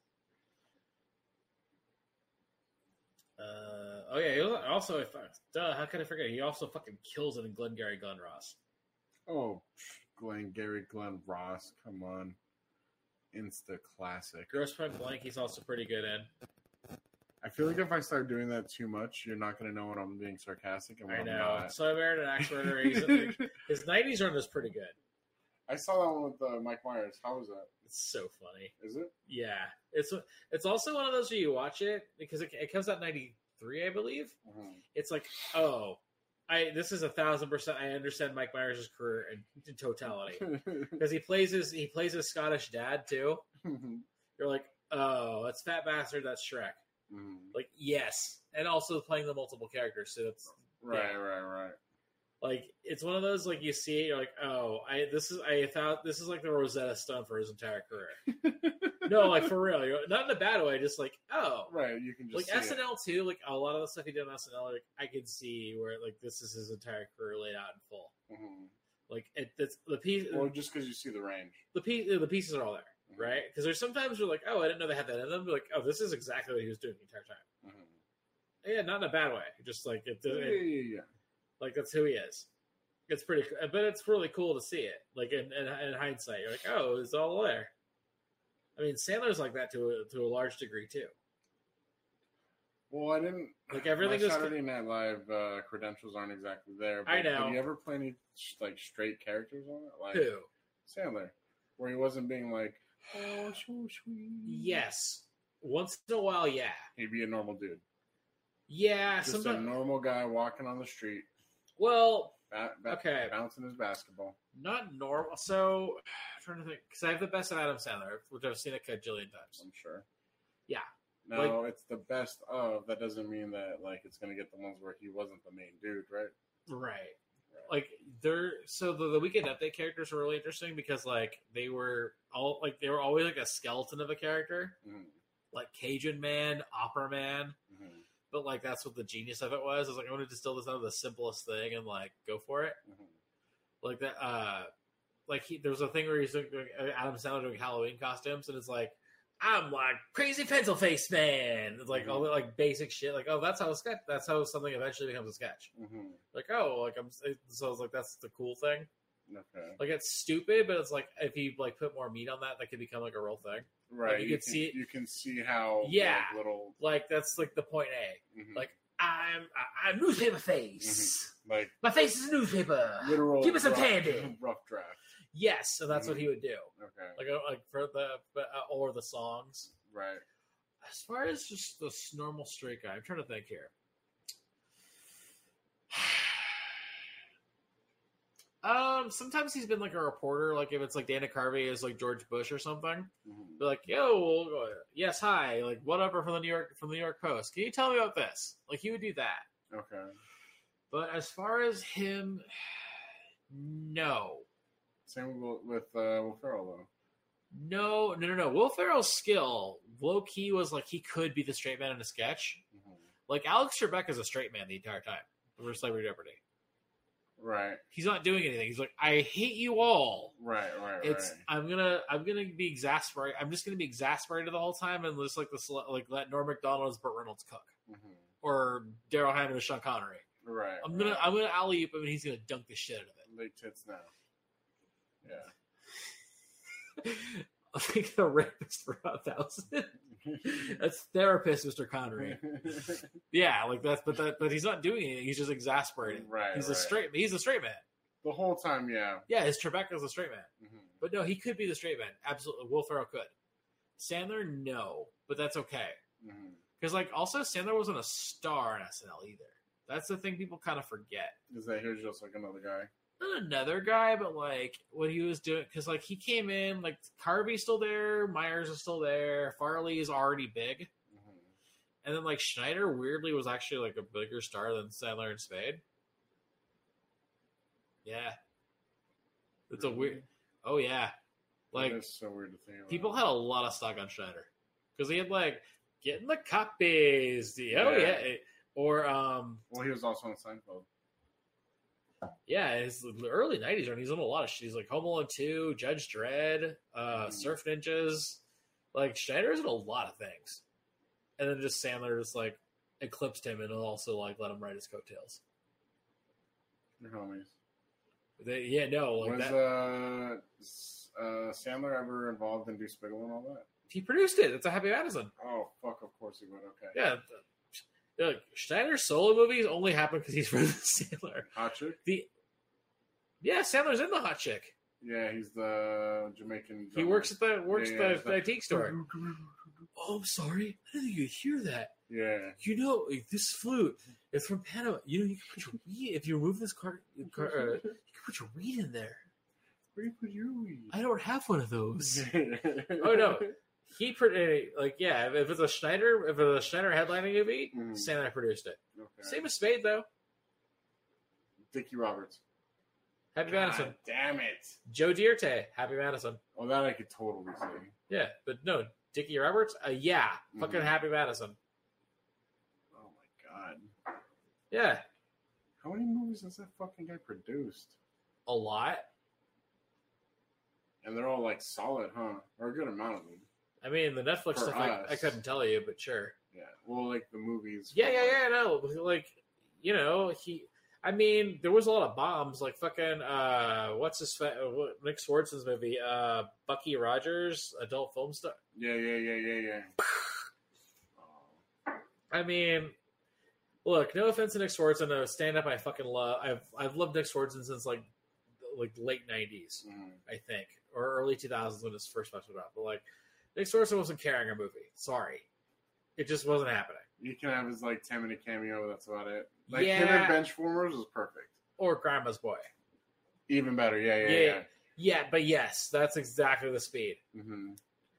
S1: Uh, oh yeah. He was- also, I fucked. Duh. How could I forget? He also fucking kills it in Glengarry Glen Ross.
S2: Oh, psh, Glenn Gary, Glenn Ross. Come on. Insta classic.
S1: Gross Point Blank. He's also pretty good in.
S2: I feel like if I start doing that too much, you're not going to know when I'm being sarcastic and when
S1: I
S2: I'm
S1: know.
S2: not.
S1: So I married an axe murderer. He's- His nineties run is pretty good.
S2: I saw that one with uh, Mike Myers. How was that?
S1: It's so funny.
S2: Is it?
S1: Yeah, it's it's also one of those where you watch it because it, it comes out ninety three, I believe.
S2: Mhm.
S1: It's like, oh, I this is a thousand percent. I understand Mike Myers' career in, in totality because he plays his he plays his Scottish dad too.
S2: Mm-hmm.
S1: You're like, oh, that's Fat Bastard. That's Shrek.
S2: Mhm.
S1: Like, yes, and also playing the multiple characters. So that's
S2: Right,
S1: Yeah.
S2: right, right.
S1: like it's one of those like you see it, you're like, oh, I this is I thought this is like the Rosetta Stone for his entire career. no, like for real, you're, not in a bad way. Just like, oh,
S2: Right, you can just
S1: like
S2: see it.
S1: SNL too. Like a lot of the stuff he did on SNL, like I could see where like this is his entire career laid out in full.
S2: Mhm.
S1: Like it, it's, the piece,
S2: Or just because you see the range.
S1: the piece, the pieces are all there,
S2: Mhm.
S1: right? Because there's sometimes we're like, oh, I didn't know they had that, and then we're like, oh, this is exactly what he was doing the entire time.
S2: Mhm.
S1: Yeah, not in a bad way. Just like it,
S2: Yeah,
S1: it
S2: yeah, yeah.
S1: like that's who he is. It's pretty, co- but it's really cool to see it. Like in, in, in hindsight, you're like, oh, it's all there. I mean, Sandler's like that to a, to a large degree too.
S2: Well, I didn't.
S1: Like, everything
S2: my
S1: is-
S2: Saturday Night Live uh, credentials aren't exactly there. But
S1: I know.
S2: Have you ever played any like straight characters on it, like
S1: Who?
S2: Sandler, where he wasn't being like, "Oh, so sweet."
S1: Yes. Once in a while, yeah,
S2: he'd be a normal dude,
S1: yeah.
S2: just a
S1: Sometimes,
S2: normal guy walking on the street,
S1: well,
S2: ba- ba-
S1: Okay.
S2: bouncing his basketball.
S1: not normal. So, I'm trying to think, because I have the best of Adam Sandler, which I've seen a cajillion times.
S2: I'm sure.
S1: Yeah.
S2: No, it's the best of. That doesn't mean that like it's gonna get the ones where he wasn't the main dude, right?
S1: Right. Like they're so the, the weekend update characters were really interesting because like they were all like they were always like a skeleton of a character,
S2: Mhm.
S1: like Cajun man, opera man.
S2: Mhm.
S1: But like that's what the genius of it was. I was like, I'm gonna distill this down to the simplest thing and like go for it.
S2: Mhm.
S1: Like that uh like he there was a thing where he's doing, doing Adam Sandler doing Halloween costumes and it's like I'm like crazy pencil face man. It's like all the like basic shit. Like oh, that's how a sketch. That's how something eventually becomes a sketch.
S2: Mhm.
S1: Like oh, like I'm. So I was like, that's the cool thing.
S2: Okay.
S1: Like it's stupid, but it's like if you like put more meat on that, that could become like a real thing.
S2: Right.
S1: you
S2: you,
S1: could
S2: can
S1: see it-
S2: You can see how
S1: Yeah.
S2: like, little
S1: Like that's like the point A.
S2: mhm.
S1: Like I'm I- I'm newspaper face.
S2: like
S1: My face is newspaper.
S2: literal.
S1: "Ah, Give me some
S2: rough,
S1: candy.
S2: Rough draft.
S1: Yes, and that's what he would do.
S2: Okay.
S1: Like uh, like for the but, uh, or the songs.
S2: right.
S1: As far as just the normal straight guy, I'm trying to think here. Um, sometimes he's been like a reporter, like if it's like Dana Carvey is like George Bush or something.
S2: Mhm.
S1: be like, yo, we'll go- yes, hi, like whatever from the New York from the New York Post. Can you tell me about this? Like he would do that.
S2: Okay.
S1: But as far as him, no,
S2: Same with with uh, Will Ferrell though.
S1: no, no, no, no. Will Ferrell's skill, low key, was like he could be the straight man in a sketch.
S2: Mhm.
S1: Like Alex Trebek is a straight man the entire time. Over Celebrity Jeopardy,
S2: Right.
S1: he's not doing anything. He's like, I hate you all.
S2: Right. Right.
S1: It's
S2: right.
S1: I'm gonna I'm gonna be exasperated. I'm just gonna be exasperated the whole time and just like this like let Norm Macdonald and Burt Reynolds cook.
S2: Mhm.
S1: or Daryl Hammond or Sean Connery.
S2: Right.
S1: I'm gonna
S2: right.
S1: I'm gonna alley oop him and he's gonna dunk the shit out of
S2: late tits now. Yeah.
S1: it. I think the rapist for a thousand. That's therapist, Mr. Connery. Yeah, like that's but that but he's not doing anything. He's just exasperated.
S2: Right,
S1: He's a
S2: right.
S1: straight. He's a straight man.
S2: the whole time, yeah.
S1: Yeah, his Trebek's a straight man.
S2: Mhm.
S1: But no, he could be the straight man. Absolutely, Will Ferrell could. Sandler, no, but that's okay.
S2: Mhm.
S1: Because like also Sandler wasn't a star in SNL either. That's the thing people kind of forget.
S2: Is that here's just like another guy?
S1: not another guy, but like what he was doing, because like he came in, like Carvey's still there, Myers is still there, Farley is already big,
S2: Mhm.
S1: and then like Schneider weirdly was actually like a bigger star than Sandler and Spade. Yeah, it's a weird. Oh yeah, like
S2: That is so weird to think about.
S1: people had a lot of stock on Schneider because he had like getting the copies. The, oh
S2: Yeah.
S1: yeah, or um
S2: Well, he was also on Seinfeld.
S1: Yeah, it's the early '90s, and he's in a lot of shit. He's like Home Alone 2, Judge Dredd, uh,
S2: Mhm.
S1: Surf Ninjas. Like Schneider's in a lot of things, and then just Sandler just like eclipsed him, and also like let him ride his coattails.
S2: Your homies.
S1: They, yeah, no, like
S2: was
S1: that.
S2: uh, s- uh, Sandler ever involved in Despicable and all that?
S1: He produced it. It's a Happy Madison.
S2: Oh fuck! Of course he would. Okay.
S1: Yeah, th- yeah, like Schneider's solo movies only happen because he's friends with Sandler.
S2: Hot chick.
S1: Yeah, Sandler's in the Hot Chick.
S2: Yeah, he's the Jamaican.
S1: He works at the works
S2: Yeah,
S1: at the, the
S2: yeah.
S1: antique store. Oh, I'm sorry. I didn't think you'd hear that.
S2: Yeah.
S1: you know, like, this flute is from Panama. You know, you can put your weed if you remove this car. car uh, you can put your weed in there.
S2: Where could you?
S1: I don't have one of those.
S2: oh
S1: no. He pretty like yeah. if- If it's a Schneider, if it's a Schneider headlining movie,
S2: Mm.
S1: Sandler produced it.
S2: Okay.
S1: Same as Spade though.
S2: Dickie Roberts.
S1: Happy Madison,
S2: God damn it!
S1: Joe Dierte, Happy Madison.
S2: Oh, that I could totally see.
S1: Yeah, but no, Dickie Roberts. Uh, yeah, fucking
S2: Mhm.
S1: Happy Madison.
S2: Oh my god!
S1: Yeah,
S2: How many movies has that fucking guy produced?
S1: a lot.
S2: and they're all like solid, huh? Or a good amount of them.
S1: I mean, the Netflix
S2: For
S1: stuff I,
S2: us.
S1: I couldn't tell you, but sure.
S2: Yeah. Well, like the movies.
S1: Yeah, yeah, yeah. No, like you know, he. I mean, there was a lot of bombs, like fucking uh, what's his fa- uh, what- Nick Swartzen's movie, uh, Bucky Rogers, adult film star.
S2: Yeah, yeah, yeah, yeah, yeah. Oh,
S1: I mean, look, no offense to Nick Swartzen, a stand up I fucking love. I've I've loved Nick Swartzen since like like late nineties,
S2: mm.
S1: I think, or early two thousands when his first messed it up. But like, Nick Swartzen wasn't carrying a movie. Sorry, it just wasn't happening.
S2: You can have his like ten minute cameo. That's about it. Like him
S1: Yeah.
S2: and Benchwarmers is perfect.
S1: Or Grandma's Boy.
S2: Even better. Yeah, yeah, yeah.
S1: Yeah. Yeah, but yes, that's exactly the speed.
S2: hmm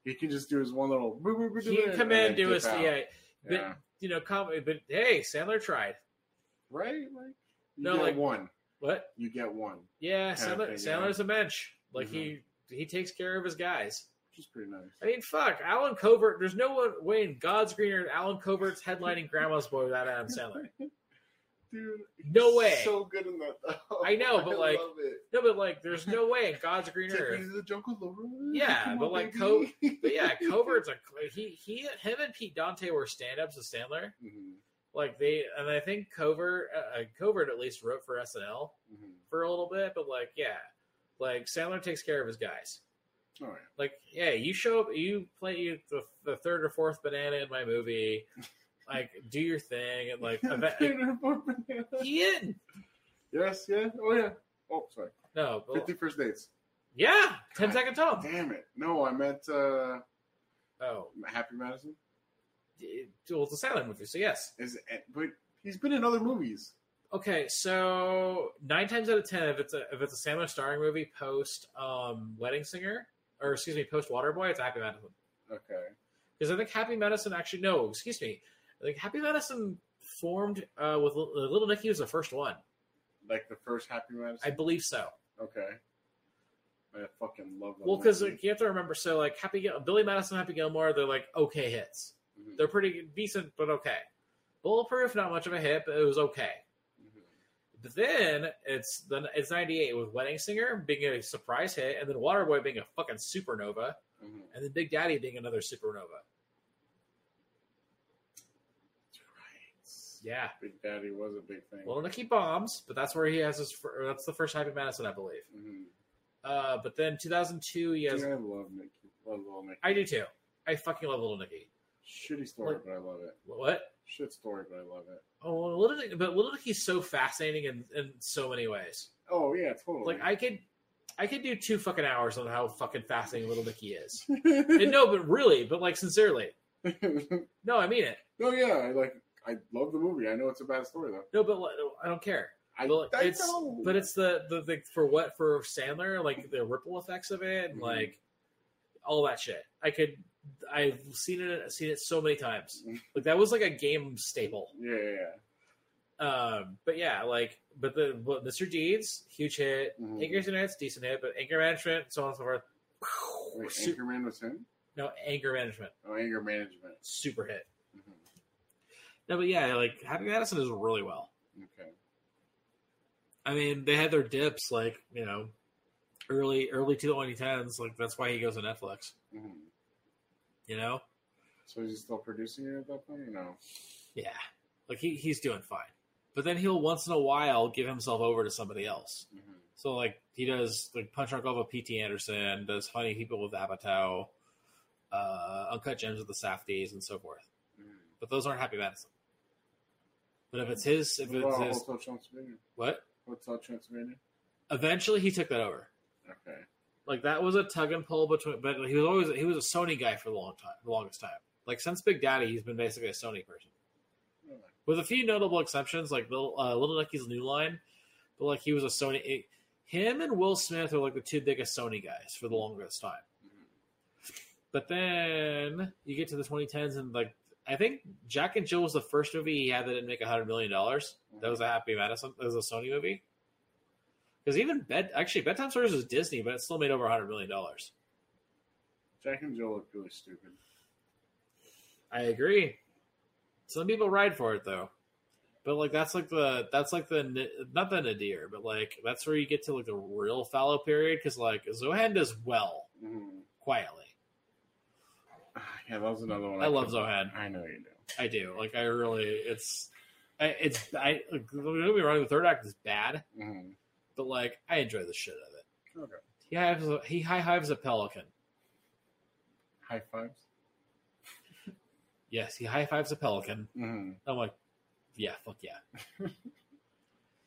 S2: He can just do his one little. boop, boop, boop,
S1: He
S2: boop,
S1: can come
S2: and
S1: in,
S2: then
S1: do
S2: dip
S1: his
S2: out.
S1: yeah, but
S2: Yeah.
S1: you know, comedy. But hey, Sandler tried.
S2: Right. Like you
S1: No,
S2: get
S1: like-
S2: one.
S1: What?
S2: You get one,
S1: Yeah,
S2: Kind of
S1: Sandler,
S2: thing, yeah. Mm-hmm.
S1: Sandler's a mensch. Like he he takes care of his guys.
S2: which is pretty nice.
S1: I mean, fuck, Alan Covert. There's no way in God's green earth Alan Covert's headlining Grandma's Boy without Adam Sandler.
S2: Dude,
S1: No
S2: he's
S1: way.
S2: So good in that. though.
S1: I know, but, like,
S2: love it.
S1: No, but like, there's no way in God's green
S2: Take me
S1: earth.
S2: to the jungle, Laura.
S1: Yeah,
S2: Come
S1: but,
S2: on,
S1: like,
S2: baby.
S1: But yeah, Covert's a he he him and Pete Dante were stand-ups with Sandler.
S2: Mhm,
S1: Like they and I think Covert uh, uh, Covert at least wrote for SNL.
S2: mhm.
S1: for a little bit, but like, yeah, like Sandler takes care of his guys.
S2: All right.
S1: Like, yeah, you show up, you play the, the third or fourth banana in my movie, like do your thing, and like, eva- he in.
S2: yes, yeah. Oh, yeah. Oh, sorry.
S1: No, but,
S2: 50 First Dates.
S1: yeah, ten
S2: God
S1: second Tom.
S2: Damn it. No, I meant uh,
S1: Oh,
S2: Happy Madison.
S1: it- well, it's a Sandler movie, so yes.
S2: Is it, eh, But he's been in other movies.
S1: Okay, so nine times out of ten, if it's a if it's a Sandler starring movie post um Wedding Singer or excuse me post Waterboy, it's a Happy Madison.
S2: Okay.
S1: because I think Happy Madison actually no, excuse me, I think Happy Madison formed uh, with Lil- uh, Little Nicky was the first one,
S2: Like the first Happy
S1: I
S2: Madison.
S1: believe so.
S2: okay. I fucking love that.
S1: Well, because
S2: movie.
S1: you have to remember, so like Happy Gil- Billy Madison, Happy Gilmore, they're like okay hits.
S2: Mhm,
S1: They're pretty decent, but okay. Bulletproof, not much of a hit, but it was okay.
S2: mhm.
S1: But then it's then it's '98 with Wedding Singer being a surprise hit, and then Waterboy being a fucking supernova,
S2: Mhm.
S1: and then Big Daddy being another supernova.
S2: Right.
S1: Yeah,
S2: Big Daddy was a big thing.
S1: Little Nicky bombs, but that's where he has his. Fir- that's the first Happy Madison, I believe.
S2: Mhm.
S1: Uh, but then 2002, he has.
S2: Dude, I love Nicky. Love Little Nicky.
S1: I do too. I fucking love Little Nicky.
S2: Shitty story,
S1: Like-
S2: but I love it.
S1: What?
S2: Shit story, but I love it.
S1: Oh, well, Little Nicky, but Little Nicky's so fascinating in, in so many ways.
S2: Oh yeah, totally.
S1: Like I could, I could do two fucking hours on how fucking fascinating Little Nicky is. and no, but really, but like sincerely, no, I mean it.
S2: no, yeah, I like. I love the movie. I know it's a bad story though.
S1: No, but like, I don't care.
S2: I,
S1: But, like,
S2: I
S1: it's-
S2: know.
S1: But it's the the, the for what for Sandler, like the ripple effects of it, and
S2: Mhm.
S1: like all that shit. I could. I've seen it. I've seen it so many times.
S2: Mm-hmm.
S1: Like that was like a game staple.
S2: yeah, yeah, yeah.
S1: Um, but yeah, like, but the but Mr. Deeds, huge hit.
S2: Mhm.
S1: Anchor's United's decent hit, but Anger Management, so on and so forth.
S2: Wait,
S1: Su-
S2: Anchorman was him.
S1: no, Anger Management,
S2: Oh, anger management.
S1: super hit.
S2: Mhm.
S1: No, but yeah, like Happy Madison is really well.
S2: Okay.
S1: I mean, they had their dips, like you know, early early two twenty tens. Like that's why he goes to Netflix.
S2: Mhm.
S1: You know,
S2: So is he still producing it at that point? Or no.
S1: yeah, like he he's doing fine. But then he'll once in a while give himself over to somebody else.
S2: Mhm.
S1: So like he does like Punch Drunk Love with P.T. Anderson, does Funny People with Apatow, uh, Uncut Gems with the Safdies, and so forth.
S2: Mhm.
S1: But those aren't Happy Madison. But if it's his, if
S2: What
S1: it's
S2: about
S1: his,
S2: Hotel Transylvania?
S1: what?
S2: Hotel Transylvania.
S1: Eventually, he took that over.
S2: Okay.
S1: Like that was a tug and pull between. But he was always he was a Sony guy for the long time, the longest time. Like since Big Daddy, he's been basically a Sony person,
S2: Alright.
S1: with a few notable exceptions, like Little uh, Little Nicky's New Line. But like he was a Sony. him and Will Smith are like the two biggest Sony guys for the longest time.
S2: Mhm.
S1: But then you get to the 2010s, and like I think Jack and Jill was the first movie he had that didn't make 100 million dollars. That was a Happy Madison. That was a Sony movie. Because even bed actually bedtime stories was Disney, but it still made over 100 million dollars.
S2: Jack and Jill look really stupid.
S1: I agree. Some people ride for it though. But like that's like the that's like the Na- not the nadir, but like that's where you get to like the real fallow period because like Zohan does well
S2: Mhm.
S1: quietly.
S2: Ah, Yeah, that was another one.
S1: I love
S2: could-
S1: Zohan.
S2: I know you do.
S1: I do like I really it's I, it's I don't get me wrong. The third act is bad,
S2: Mhm.
S1: but like I enjoy the shit of it.
S2: Okay.
S1: He hives a, he high hives a pelican.
S2: High fives.
S1: Yes, he high fives a pelican.
S2: Mm-hmm.
S1: I'm like, yeah, fuck yeah.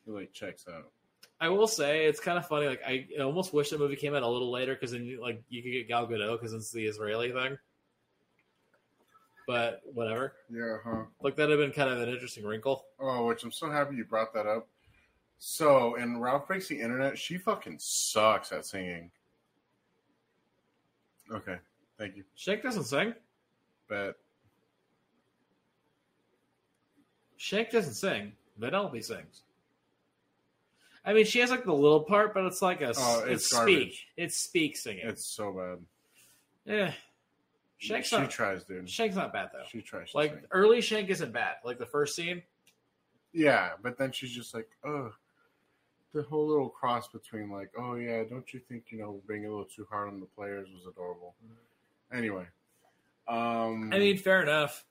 S2: Really checks out.
S1: I will say it's kind of funny. Like I almost wish the movie came out a little later because then you, like you could get Gal Gadot because it's the Israeli thing. But whatever.
S2: Yeah, huh?
S1: Like that'd have been kind of an interesting wrinkle.
S2: Oh, which I'm so happy you brought that up. So, in Ralph Breaks the Internet, she fucking sucks at singing. Okay, thank you.
S1: Shank doesn't sing.
S2: Bet.
S1: Shank doesn't sing. Vanellope sings. I mean, she has like the little part, but it's like a s-
S2: Oh,
S1: it's,
S2: it's
S1: speak.
S2: garbage.
S1: It's speak singing.
S2: It's so bad.
S1: yeah. Shank's
S2: she
S1: not
S2: tries, dude.
S1: Shank's not bad though.
S2: She tries. to
S1: like
S2: sing.
S1: early Shank isn't bad. Like the first scene,
S2: Yeah, but then she's just like, oh, the whole little cross between like, oh yeah, don't you think you know being a little too hard on the players was adorable. Anyway, um,
S1: Mm-hmm. I mean, fair enough.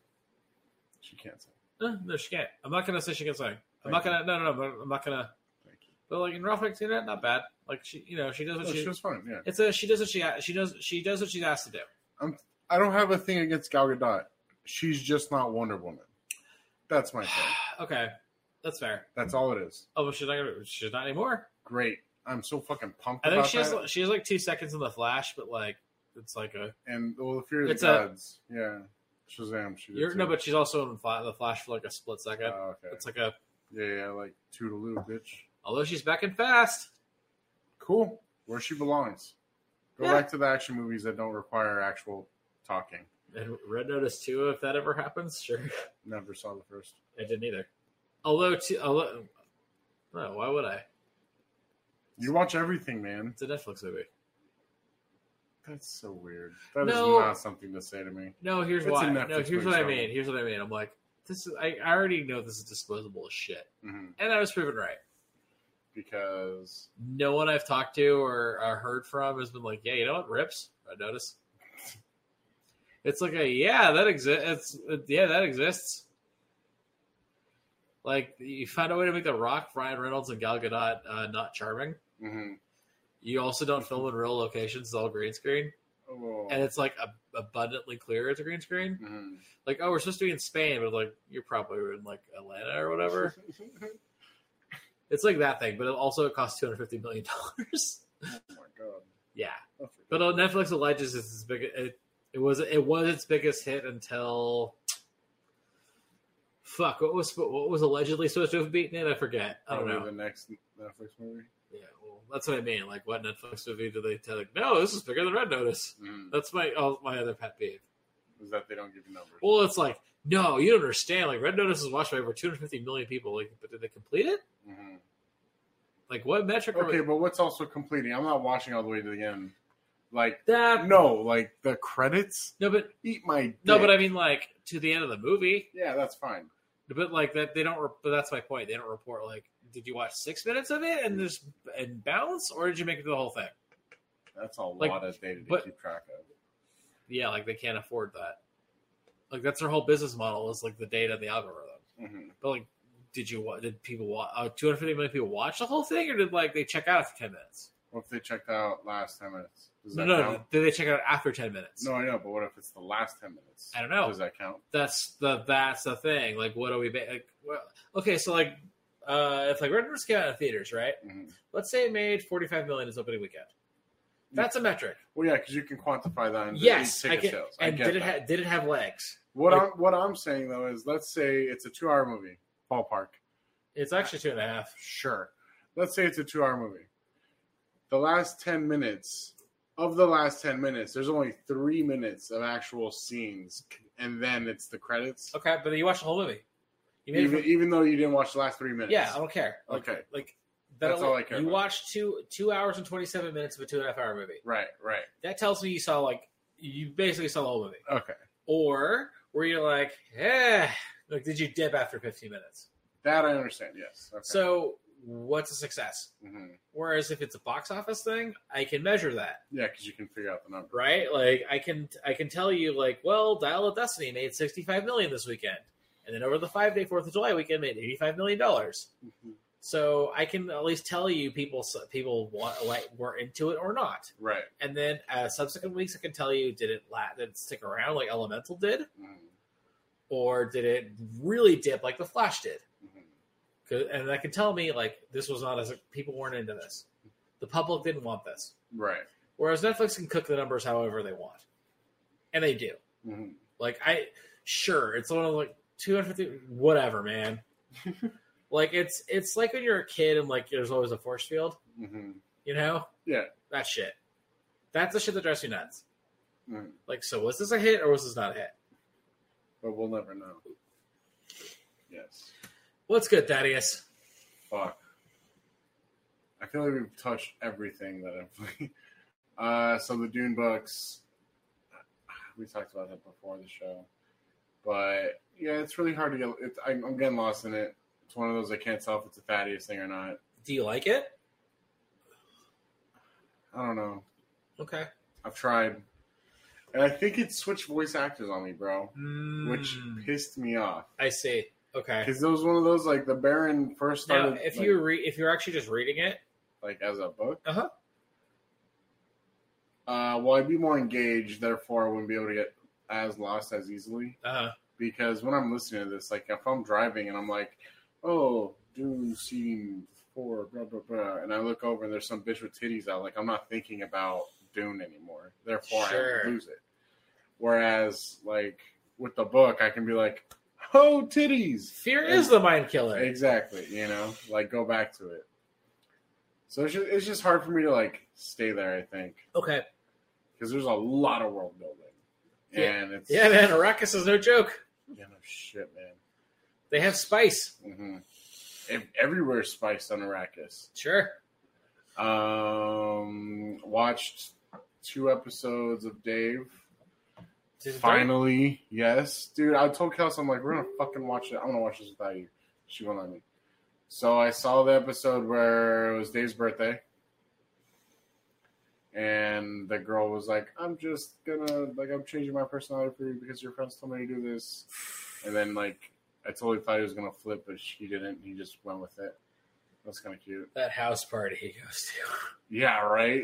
S2: she can't sing.
S1: Eh, no, she can't. I'm not gonna say she can sing. I'm not
S2: Thank you.
S1: gonna. No, no, no. but I'm not gonna.
S2: Thank you.
S1: But like in Ralph Breaks the Internet, not bad. Like she, you know, she does what
S2: Oh,
S1: she.
S2: she was fun. Yeah,
S1: it's a she does what she she does she does what she's asked to do.
S2: I don't have a thing against Gal Gadot. She's just not Wonder Woman. That's my thing.
S1: okay, that's fair.
S2: That's all it is.
S1: Oh, but she's not. gonna- She's not anymore.
S2: Great. I'm so fucking pumped
S1: I think
S2: about
S1: she has.
S2: that.
S1: She has like two seconds in the flash, but like it's like a.
S2: And well, the Fear of the
S1: It's a-
S2: Gods. Yeah, Shazam. She did
S1: You're, no,
S2: too.
S1: but she's also in Fla- the flash for like a split second.
S2: Oh, okay.
S1: It's like a.
S2: Yeah, yeah, like toodaloo, bitch.
S1: Although she's back and fast.
S2: Cool. Where she belongs. Go
S1: Yeah.
S2: back to the action movies that don't require actual talking.
S1: And Red Notice too, if that ever happens. Sure.
S2: Never saw the first.
S1: I didn't either. Although, t- although, no, why would I?
S2: You watch everything, man.
S1: It's a Netflix movie.
S2: That's so weird. That is
S1: No.
S2: not something to say to me.
S1: No, here's
S2: It's
S1: why.
S2: a
S1: No,
S2: Netflix
S1: here's
S2: movie,
S1: what I
S2: so-
S1: mean. Here's what I mean. I'm like, this is. I, I already know this is disposable as shit,
S2: hmm
S1: and I was proven right.
S2: Because
S1: No one I've talked to or uh, heard from has been like, yeah, you know what, rips. I notice. It's like a yeah that exists. It's uh, yeah that exists. Like you found a way to make The Rock, Ryan Reynolds, and Gal Gadot uh, not charming.
S2: hmm
S1: You also don't film in real locations; it's all green screen.
S2: oh,
S1: and it's like ab- abundantly clear it's a green screen.
S2: mhm.
S1: Like, oh, we're supposed to be in Spain, but like you're probably in like Atlanta or whatever.
S2: Oh
S1: It's like that thing, but it also it costs two hundred fifty million dollars.
S2: oh my god.
S1: yeah,
S2: That's
S1: but uh, on Netflix alleges it's its big. It, it was it was its biggest hit until. Fuck! What was what was allegedly supposed to have beaten it? I forget. I don't
S2: probably
S1: know.
S2: the next Netflix movie.
S1: Yeah, well, that's what I mean. Like, what Netflix movie do they tell? Like, no, this is bigger than Red Notice.
S2: Mhm.
S1: That's my oh, my other pet peeve.
S2: Is that they don't give you numbers?
S1: Well, it's like, no, you don't understand. Like, Red Notice is watched by over 250 million people. Like, but did they complete it?
S2: Mhm.
S1: Like, what metric?
S2: Okay,
S1: are we-
S2: but what's also completing? I'm not watching all the way to the end. Like,
S1: that
S2: no, like the credits.
S1: no, but
S2: Eat my. Dick.
S1: no, but I mean, like, to the end of the movie.
S2: Yeah, that's fine.
S1: But like that, they don't. Re- but that's my point. They don't report. Like, did you watch six minutes of it and there's and bounce, or did you make it through the whole thing?
S2: That's a
S1: Like,
S2: lot of data to
S1: but-
S2: keep track of.
S1: Yeah, like they can't afford that. Like that's their whole business model is like the data and the algorithm.
S2: hmm
S1: But like, did you wa- did people watch? Uh, 250 million people watch the whole thing, or did like they check out after 10 minutes?
S2: What if they checked out last ten minutes? Does
S1: No,
S2: that
S1: no,
S2: count?
S1: did they check out after 10 minutes?
S2: No, I know, but what if it's the last ten minutes?
S1: I don't know.
S2: Does that count?
S1: that's the that's the thing. Like, what are we? Ba- like, well, okay, so like, uh, if like Red Notice came out in theaters, right?
S2: hmm
S1: Let's say it made forty five million its opening weekend. That's a metric.
S2: Well, yeah, because you can quantify that. In
S1: Yes,
S2: the
S1: I
S2: ticket
S1: get.
S2: sales. I
S1: And
S2: get
S1: did it
S2: that.
S1: ha- did it have legs?
S2: what
S1: like-
S2: I'm what I'm saying though is, let's say it's a two-hour movie, ballpark.
S1: It's actually two and a half.
S2: Sure. Let's say it's a two-hour movie. The last ten minutes of the last ten minutes, there's only three minutes of actual scenes, and then it's the credits.
S1: Okay, but you watched the whole movie. You made it
S2: Even,
S1: for-
S2: even though you didn't watch the last three minutes.
S1: yeah, I don't care. Like,
S2: Okay.
S1: like that
S2: That's all I care
S1: You
S2: about.
S1: watched two two hours and twenty seven minutes of a two and a half hour movie.
S2: Right, right.
S1: That tells me you saw like you basically saw the whole movie.
S2: Okay.
S1: Or were you like, eh? Like, did you dip after fifteen minutes?
S2: That I understand. Yes. Okay.
S1: So what's a success?
S2: Mhm.
S1: Whereas if it's a box office thing, I can measure that.
S2: yeah, because you can figure out the number.
S1: right? Like I can I can tell you like, well, Dial of Destiny made sixty five million this weekend, and then over the five day Fourth of July weekend made eighty five million dollars.
S2: Mhm.
S1: So I can at least tell you people people want, like were into it or not,
S2: Right.
S1: and then uh, subsequent weeks I can tell you did it la- did it stick around like Elemental did,
S2: Mhm.
S1: or did it really dip like the Flash did?
S2: Mhm.
S1: 'Cause- And that can tell me like this was not as people weren't into this, the public didn't want this.
S2: Right.
S1: Whereas Netflix can cook the numbers however they want, and they do.
S2: Mhm.
S1: Like I sure it's one of like 250 whatever, man. like it's it's like when you're a kid and like there's always a force field,
S2: Mhm.
S1: you know?
S2: Yeah.
S1: That shit. That's the shit that drives me nuts.
S2: Mhm.
S1: Like, so was this a hit or was this not a hit?
S2: But we'll never know. Yes.
S1: What's good, Thaddeus?
S2: Fuck. I feel like we've touched everything that I've played. Uh, so the Dune books, we talked about that before the show, but yeah, it's really hard to get. It's, I'm, I'm getting lost in it. It's one of those I can't tell if it's a Thaddeus thing or not.
S1: Do you like it?
S2: I don't know.
S1: Okay.
S2: I've tried, and I think it switched voice actors on me, bro, which
S1: Mm,
S2: pissed me off
S1: I see. Okay.
S2: because it was one of those like the Baron first
S1: Now,
S2: started.
S1: if
S2: like-
S1: you re- if you're actually just reading it,
S2: like as a book.
S1: Uh-huh.
S2: Uh, well, I'd be more engaged, therefore I wouldn't be able to get as lost as easily
S1: uh,
S2: because when I'm listening to this, like if I'm driving and I'm like, oh, Dune scene four, blah blah blah, and I look over and there's some bitch with titties out, like I'm not thinking about Dune anymore, therefore
S1: Sure.
S2: I lose it. Whereas, like with the book, I can be like, oh, titties,
S1: fear is the mind killer.
S2: Exactly. You know, like go back to it. So it's just, it's just hard for me to like stay there. I think
S1: Okay.
S2: because there's a lot of world building, and it's
S1: Yeah, man. Arrakis is no joke.
S2: yeah, no shit, man.
S1: They have spice.
S2: hmm everywhere's spiced on Arrakis.
S1: Sure.
S2: Um, watched two episodes of Dave.
S1: Did-
S2: Finally, yes, dude. I told Kelsey, I'm like, we're gonna fucking watch it. I'm gonna watch this without you. She won't let me. So I saw the episode where it was Dave's birthday, and the girl was like, "I'm just gonna like I'm changing my personality for you because your friends told me to do this," and then like I totally thought he was gonna flip, but she didn't. He just went with it. That's kind of cute.
S1: that house party he goes to.
S2: Yeah, right.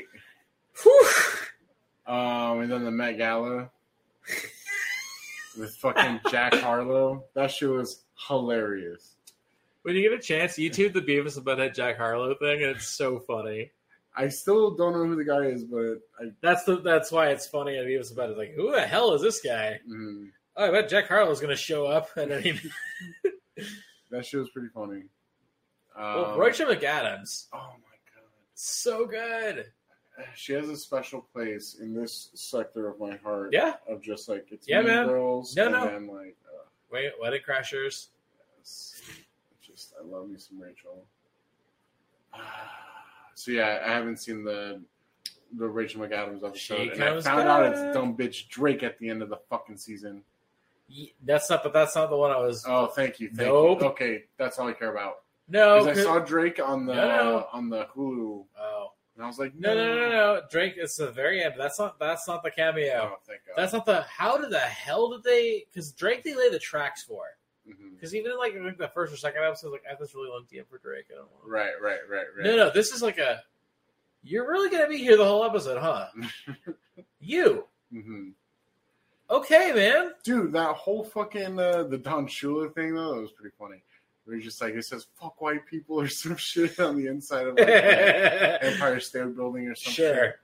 S2: Um, and then the Met Gala with fucking Jack Harlow. That shit was hilarious.
S1: When you get a chance, YouTube the Beavis and Butthead Jack Harlow thing, and it's so funny.
S2: I still don't know who the guy is, but I
S1: That's the that's why it's funny and Beavis and Butthead. Like, who the hell is this guy?
S2: mm,
S1: Oh, I bet Jack Harlow's gonna show up at any.
S2: that shit was pretty funny. Um,
S1: well, Rachel Oh, McAdams,
S2: oh my
S1: so good.
S2: god, she has a special place in this sector of my heart.
S1: Yeah,
S2: of just like it's
S1: Yeah,
S2: Mean
S1: man.
S2: girls.
S1: No,
S2: and
S1: no.
S2: Then, like, uh,
S1: wait, Wedding Crashers.
S2: Yes. Just I love me some Rachel. Ah, So yeah, I haven't seen the the Rachel McAdams episode,
S1: She
S2: and I
S1: comes
S2: found
S1: back.
S2: out it's dumb bitch Drake at the end of the fucking season.
S1: Ye- That's not, but that's not the one I was.
S2: Oh, thank you. Thank
S1: Nope.
S2: you. Okay, that's all I care about.
S1: no,
S2: Because I
S1: cause-
S2: saw Drake on the
S1: No, no.
S2: on the Hulu,
S1: oh
S2: and I was like,
S1: no, no, no, no, Drake. It's the very end. That's not. That's not the cameo.
S2: Oh, thank God.
S1: That's not the. How did the hell did they? Because Drake, they lay the tracks for.
S2: Mhm.
S1: Because even in like I think the first or second episode, like I have this really long DM for Drake. I don't want.
S2: Right, right, right, right.
S1: No, no, this is like a. You're really gonna be here the whole episode, huh? you
S2: Mhm.
S1: okay, man?
S2: Dude, that whole fucking uh, the Don Shula thing though, that was pretty funny. Where he's just like it says "fuck white people" or some shit on the inside of like, Empire State Building or something.
S1: sure,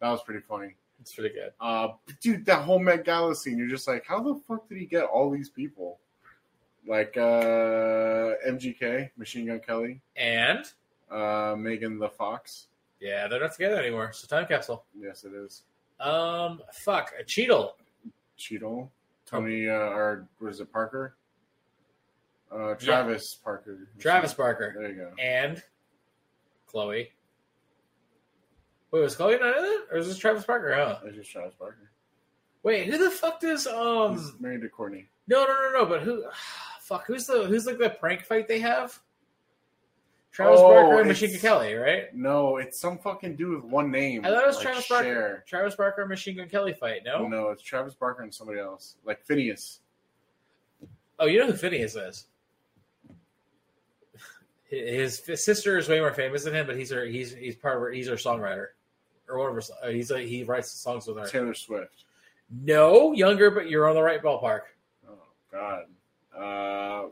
S2: That was pretty funny.
S1: it's pretty good.
S2: Uh, but dude, that whole Met Gala scene, you're just like, how the fuck did he get all these people? Like uh, MGK, Machine Gun Kelly,
S1: And
S2: uh, Megan the Fox.
S1: yeah, they're not together anymore. So time capsule.
S2: Yes, it is.
S1: Um, fuck, a Cheetle.
S2: Cheadle. Tony, uh,
S1: Oh.
S2: or what is it, Parker? Uh, Travis Parker.
S1: Travis Barker,
S2: There you go.
S1: and Chloe. Wait, was Chloe not in it, or is this Travis Barker? Huh?
S2: That's just Travis Parker.
S1: Wait, who the fuck does um?
S2: He's married to Courtney.
S1: No, no, no, no. But who? fuck, who's the who's like the prank fight they have? Travis
S2: Oh,
S1: Barker and
S2: it's-
S1: Machine Gun Kelly, right?
S2: No, it's some fucking dude with one name.
S1: I thought it was
S2: like
S1: Travis Barker.
S2: Cher.
S1: Travis Barker and Machine Gun Kelly fight. No,
S2: No, it's Travis Barker and somebody else, like Phineas.
S1: oh, you know who Phineas is. His his sister is way more famous than him, but he's her he's he's part of her, he's her songwriter, or one of her. so- uh, He's like he writes songs with her.
S2: Taylor Swift.
S1: No, younger, but you're on the right ballpark.
S2: Oh God. Uh,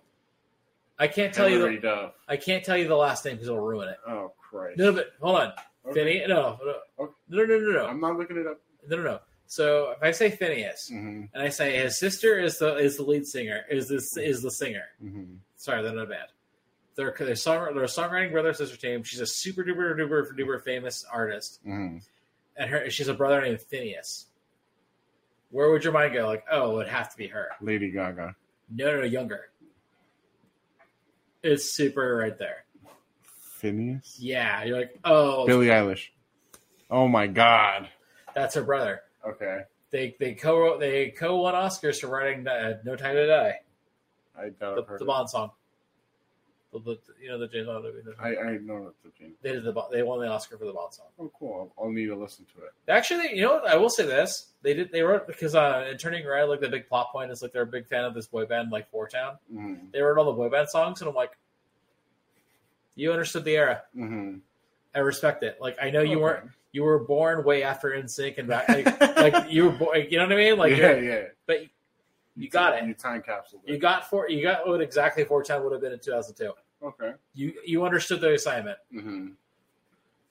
S1: I can't tell you.
S2: Hillary
S1: The,
S2: Duff.
S1: I can't tell you the last name because it'll ruin it.
S2: Oh Christ.
S1: No, but hold on,
S2: Okay.
S1: Phineas. No, no,
S2: Okay.
S1: no, no, no, no.
S2: I'm not looking it up.
S1: No, no, no. So if I say Phineas
S2: hmm
S1: and I say his sister is the is the lead singer is this is the singer.
S2: hmm
S1: Sorry, they're not bad. They're they're, song, they're a songwriting brother and sister team. She's a super duper duper duper famous artist,
S2: hmm
S1: and her she's a brother named Phineas. Where would your mind go? Like, oh, it would have to be her.
S2: Lady Gaga.
S1: No, no, no, younger. It's super right there.
S2: Phineas.
S1: Yeah, you're like, oh,
S2: Billie Eilish. Oh my God.
S1: that's her brother.
S2: Okay.
S1: They they co they co won Oscars for writing uh, No Time to Die.
S2: I doubt I've
S1: the,
S2: heard
S1: the
S2: it.
S1: Bond song. The, the, you know the James Bond movie. the-
S2: I, I know that's a gene.
S1: they did the Bond- they won the Oscar for the Bond song.
S2: Oh, cool. I'll, I'll need to listen to it.
S1: Actually, you know what? I will say this: they did they wrote because uh, in Turning Red, like the big plot point is like they're a big fan of this boy band like Four Town.
S2: Mm-hmm.
S1: They wrote all the boy band songs, and I'm like, you understood the era.
S2: Mm-hmm.
S1: I respect it. Like I know you weren't you were born way after NSYNC and that like, like you were born. You know what I mean? Like,
S2: yeah,
S1: you're-
S2: yeah.
S1: but you got it.
S2: You time capsule.
S1: you got four. You got what exactly Four Town would have been in 2002.
S2: okay.
S1: You you understood the assignment.
S2: Mm-hmm.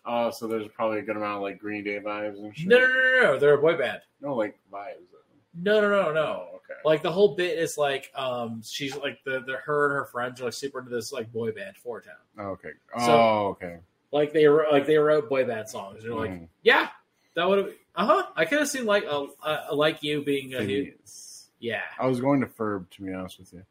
S2: Oh, so there's probably a good amount of like Green Day vibes and shit.
S1: No, no, no, no, no. They're a boy band.
S2: No, like vibes. Though.
S1: No, no, no, no.
S2: Oh, okay.
S1: Like the whole bit is like, um, she's like the, the her and her friends are like super into this like boy band four town.
S2: Oh, okay.
S1: So-
S2: oh, okay.
S1: Like they wrote like they wrote boy band songs. They're like,
S2: Mhm.
S1: yeah, that would have. Uh huh. I could have seen like a, a, a like you being a who.
S2: Phineas.
S1: Yeah,
S2: I was going to Ferb, to be honest with you.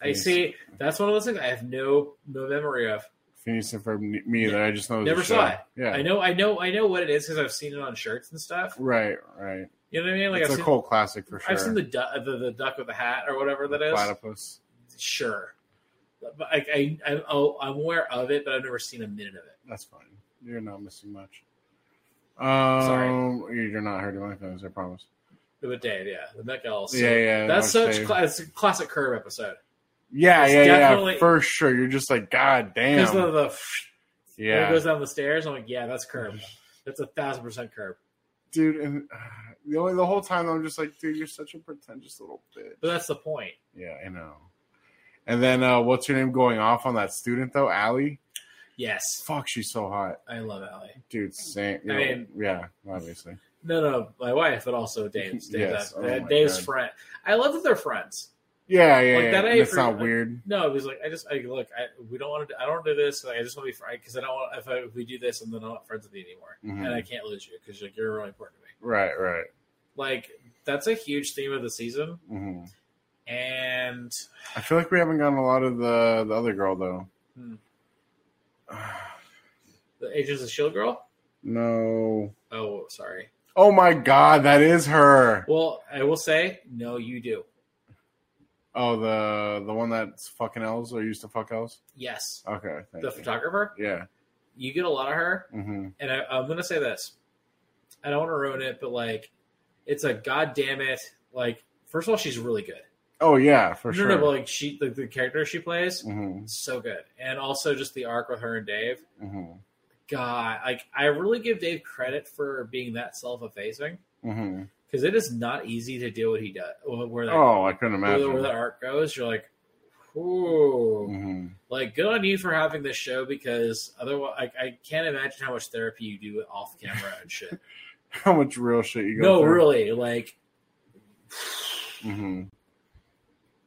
S1: I see. That's one of those things I have no no memory of.
S2: Phineas and Ferb, me either. I just know. it was
S1: Never
S2: a
S1: saw
S2: show.
S1: it.
S2: Yeah.
S1: I know, I know, I know what it is because I've seen it on shirts and stuff.
S2: Right, right.
S1: You know what I mean? Like
S2: it's
S1: I've
S2: a
S1: seen,
S2: cult classic for sure.
S1: I've seen the, du- the the duck with the hat or whatever that is.
S2: platypus.
S1: sure. But I, I, I'm, oh, I'm aware of it, but I've never seen a minute of it.
S2: That's fine. You're not missing much. Um,
S1: Sorry.
S2: You're not hurting my feelings, I promise.
S1: But Dave, yeah, the Met Gala. So
S2: yeah, yeah.
S1: that's
S2: no,
S1: such
S2: same.
S1: cla- it's a classic Curve episode
S2: yeah,
S1: it's
S2: yeah, yeah.
S1: definitely-
S2: For sure. You're just like, God
S1: because
S2: damn.
S1: the, the when it
S2: yeah.
S1: goes down the stairs. I'm like, yeah, that's Curve. That's a thousand percent Curve.
S2: dude, and uh, the, only, the whole time I'm just like, dude, you're such a pretentious little bitch.
S1: But that's the point.
S2: yeah, I know. And then uh, what's her name going off on that student, though? Allie?
S1: Yes,
S2: Fuck, she's so hot.
S1: I love Allie.
S2: Dude, same. You
S1: I
S2: know,
S1: mean-
S2: yeah, obviously.
S1: No, no, my wife, but also Dave's. Dave's,
S2: Yes, oh my
S1: Dave's
S2: God.
S1: friend. I love that they're friends.
S2: Yeah, yeah,
S1: Like,
S2: yeah.
S1: that I
S2: and It's
S1: agree
S2: not
S1: with.
S2: weird.
S1: No, it was like I just I look. I we don't want to. I don't want to do this. Like, I just want to be friends because I don't want if, I, if we do this and then I'm not friends with you anymore,
S2: Mhm.
S1: and I can't lose you because like, you're really important to me.
S2: Right, right.
S1: Like that's a huge theme of the season,
S2: hmm
S1: and
S2: I feel like we haven't gotten a lot of the the other girl though.
S1: Hmm. the Agents of Shield E girl.
S2: No.
S1: Oh, sorry.
S2: Oh my god, that is her.
S1: Well, I will say no. You do.
S2: Oh, the the one that's fucking elves or used to fuck elves.
S1: Yes,
S2: Okay. Thank
S1: the
S2: you.
S1: photographer.
S2: Yeah.
S1: You get a lot of her,
S2: Mm-hmm.
S1: and I, I'm gonna say this. I don't want to ruin it, but like, it's a goddamn it. Like, first of all, she's really good.
S2: Oh yeah, for
S1: no,
S2: sure.
S1: no, but like she, like the character she plays,
S2: hmm
S1: so good, and also just the arc with her and Dave.
S2: hmm
S1: God, like I really give Dave credit for being that self-effacing.
S2: hmm
S1: because it is not easy to do what he does. Where where that,
S2: Oh, I couldn't
S1: where,
S2: imagine.
S1: where the art goes, you're like, ooh,
S2: hmm
S1: like good on you for having this show because otherwise, I, I can't imagine how much therapy you do off camera and shit.
S2: How much real shit you go
S1: no,
S2: through?
S1: really, like
S2: hmm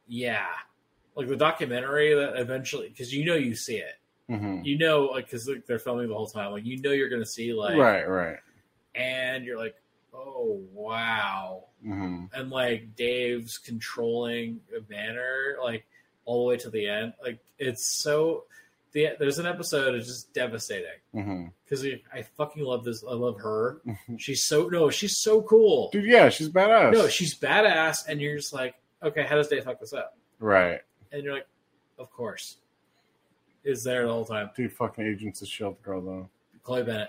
S1: yeah, like the documentary that eventually because you know you see it,
S2: hmm
S1: you know, like because like, they're filming the whole time, like you know you're gonna see like,
S2: right, right.
S1: and you're like, oh wow,
S2: hmm
S1: and like Dave's controlling manner, like all the way to the end. Like it's so the there's an episode it's just devastating
S2: hmm
S1: because I fucking love this. I love her. She's so no, she's so cool.
S2: Dude, yeah, she's badass.
S1: No, she's badass, and you're just like, okay, how does Dave fuck this up?
S2: Right.
S1: and you're like, of course, is there the whole time.
S2: Dude, fucking Agents of S.H.I.E.L.D. E girl, though.
S1: Chloe Bennett.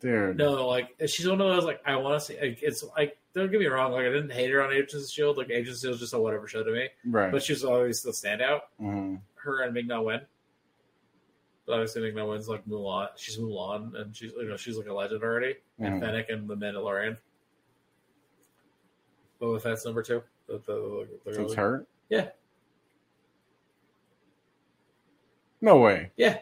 S2: Dude.
S1: No, like she's one of those like I want to see. Like, it's like don't get me wrong, like I didn't hate her on Agents of Shield. E Like Agents of Shield just a whatever show to me,
S2: Right.
S1: but she was always the standout.
S2: hmm
S1: Her and Ming Na Wen. But obviously, Ming Na Wen's like Mulan. She's Mulan, and she's you know she's like a legend already. And Fennec and the Mandalorian. Boba Fett's number two. The, the, the, the
S2: So it's
S1: girl-
S2: her?
S1: Yeah.
S2: No way.
S1: Yeah.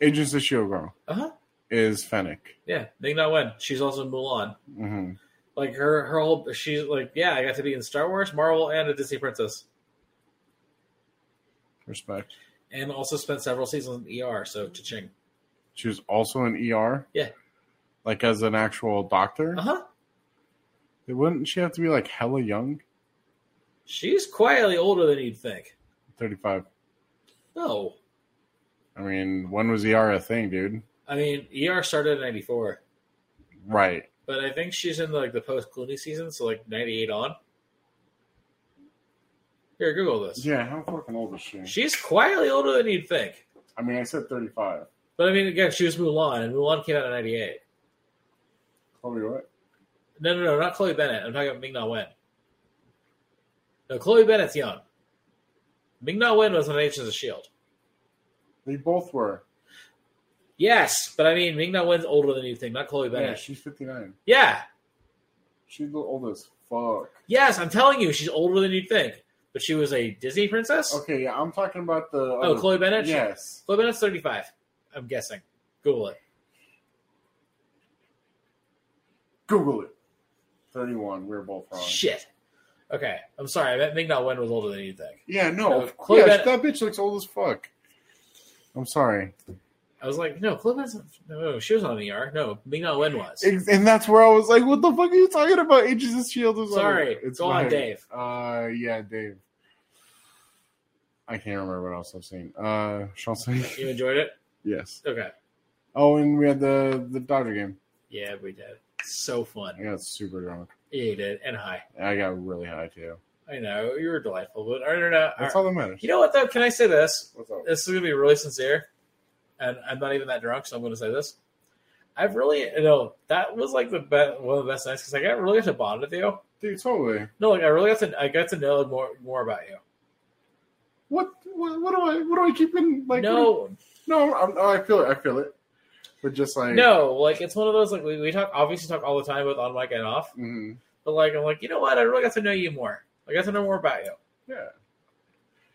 S2: Agents of S.H.I.E.L.D. girl
S1: Uh-huh.
S2: is Fennec.
S1: Yeah, Ming Na Wen. She's also Mulan.
S2: hmm
S1: Like her, her whole she's like, yeah, I got to be in Star Wars, Marvel, and a Disney princess,
S2: Respect.
S1: and also spent several seasons in ER. So cha-ching.
S2: She was also in ER?
S1: Yeah.
S2: Like as an actual doctor?
S1: Uh huh.
S2: Wouldn't she have to be like hella young?
S1: She's quietly older than you'd think.
S2: 35.
S1: No,
S2: I mean, when was ER a thing, dude?
S1: I mean ER started in '94,
S2: Right.
S1: but I think she's in like the post Clooney season, so like '98 on. Here, Google this.
S2: Yeah, how fucking old is she?
S1: She's quietly older than you'd think.
S2: I mean, I said 35.
S1: But I mean, again, she was Mulan, and Mulan came out in '98.
S2: Chloe, what?
S1: No, no, no, not Chloe Bennett. I'm talking about Ming Na Wen. No, Chloe Bennett's young. Ming Na Wen was on Agents of Shield.
S2: They both were.
S1: Yes, but I mean, Ming Na Wen's older than you think, not Chloe
S2: Yeah,
S1: Bennett.
S2: she's 59.
S1: Yeah,
S2: She's the oldest. Fuck.
S1: yes, I'm telling you, she's older than you'd think. But she was a Disney princess.
S2: Okay, yeah, I'm talking about the.
S1: Oh,
S2: other-
S1: Chloe Bennett.
S2: Yes.
S1: Chloe Bennett's 35. I'm guessing. Google it.
S2: Google it. 31. We're both wrong.
S1: Shit. Okay, I'm sorry. I meant Ming Na Wen was older than you'd think.
S2: Yeah, no.
S1: No,
S2: of-
S1: Chloe
S2: yeah,
S1: Bennett-
S2: that bitch looks old as fuck. I'm sorry.
S1: I was like, no, Chloe Bennett's no, she was on ER. No, Ming Na Wen was.
S2: Ex- And that's where I was like, what the fuck are you talking about? Ages of Shield E is
S1: Sorry. Go on,
S2: fine.
S1: Dave.
S2: Uh, yeah, Dave. I can't remember what else I've seen. Uh, Chauncey.
S1: You enjoyed it?
S2: yes.
S1: Okay.
S2: Oh, and we had the the Dodger game.
S1: Yeah, we did. So fun.
S2: I got super drunk.
S1: Yeah, you did. And high.
S2: I got really high too.
S1: I know you were delightful, but I don't know.
S2: That's all that matters.
S1: You know what though? Can I say this?
S2: What's up?
S1: This is gonna be really sincere, and I'm not even that drunk, so I'm gonna say this. I've really, you know, that was like the best, one of the best nights because I got really got to bond with you.
S2: Dude, totally.
S1: No, like I really got to, I got to know more, more about you.
S2: What, what? What do I? What do I keep in like? what
S1: no,
S2: do- no. I'm, oh, I feel it. I feel it. But just like
S1: no, like it's one of those like we, we talk, obviously talk all the time, both on mic and off.
S2: hmm
S1: But like I'm like, you know what? I really got to know you more. I got to know more about you.
S2: Yeah.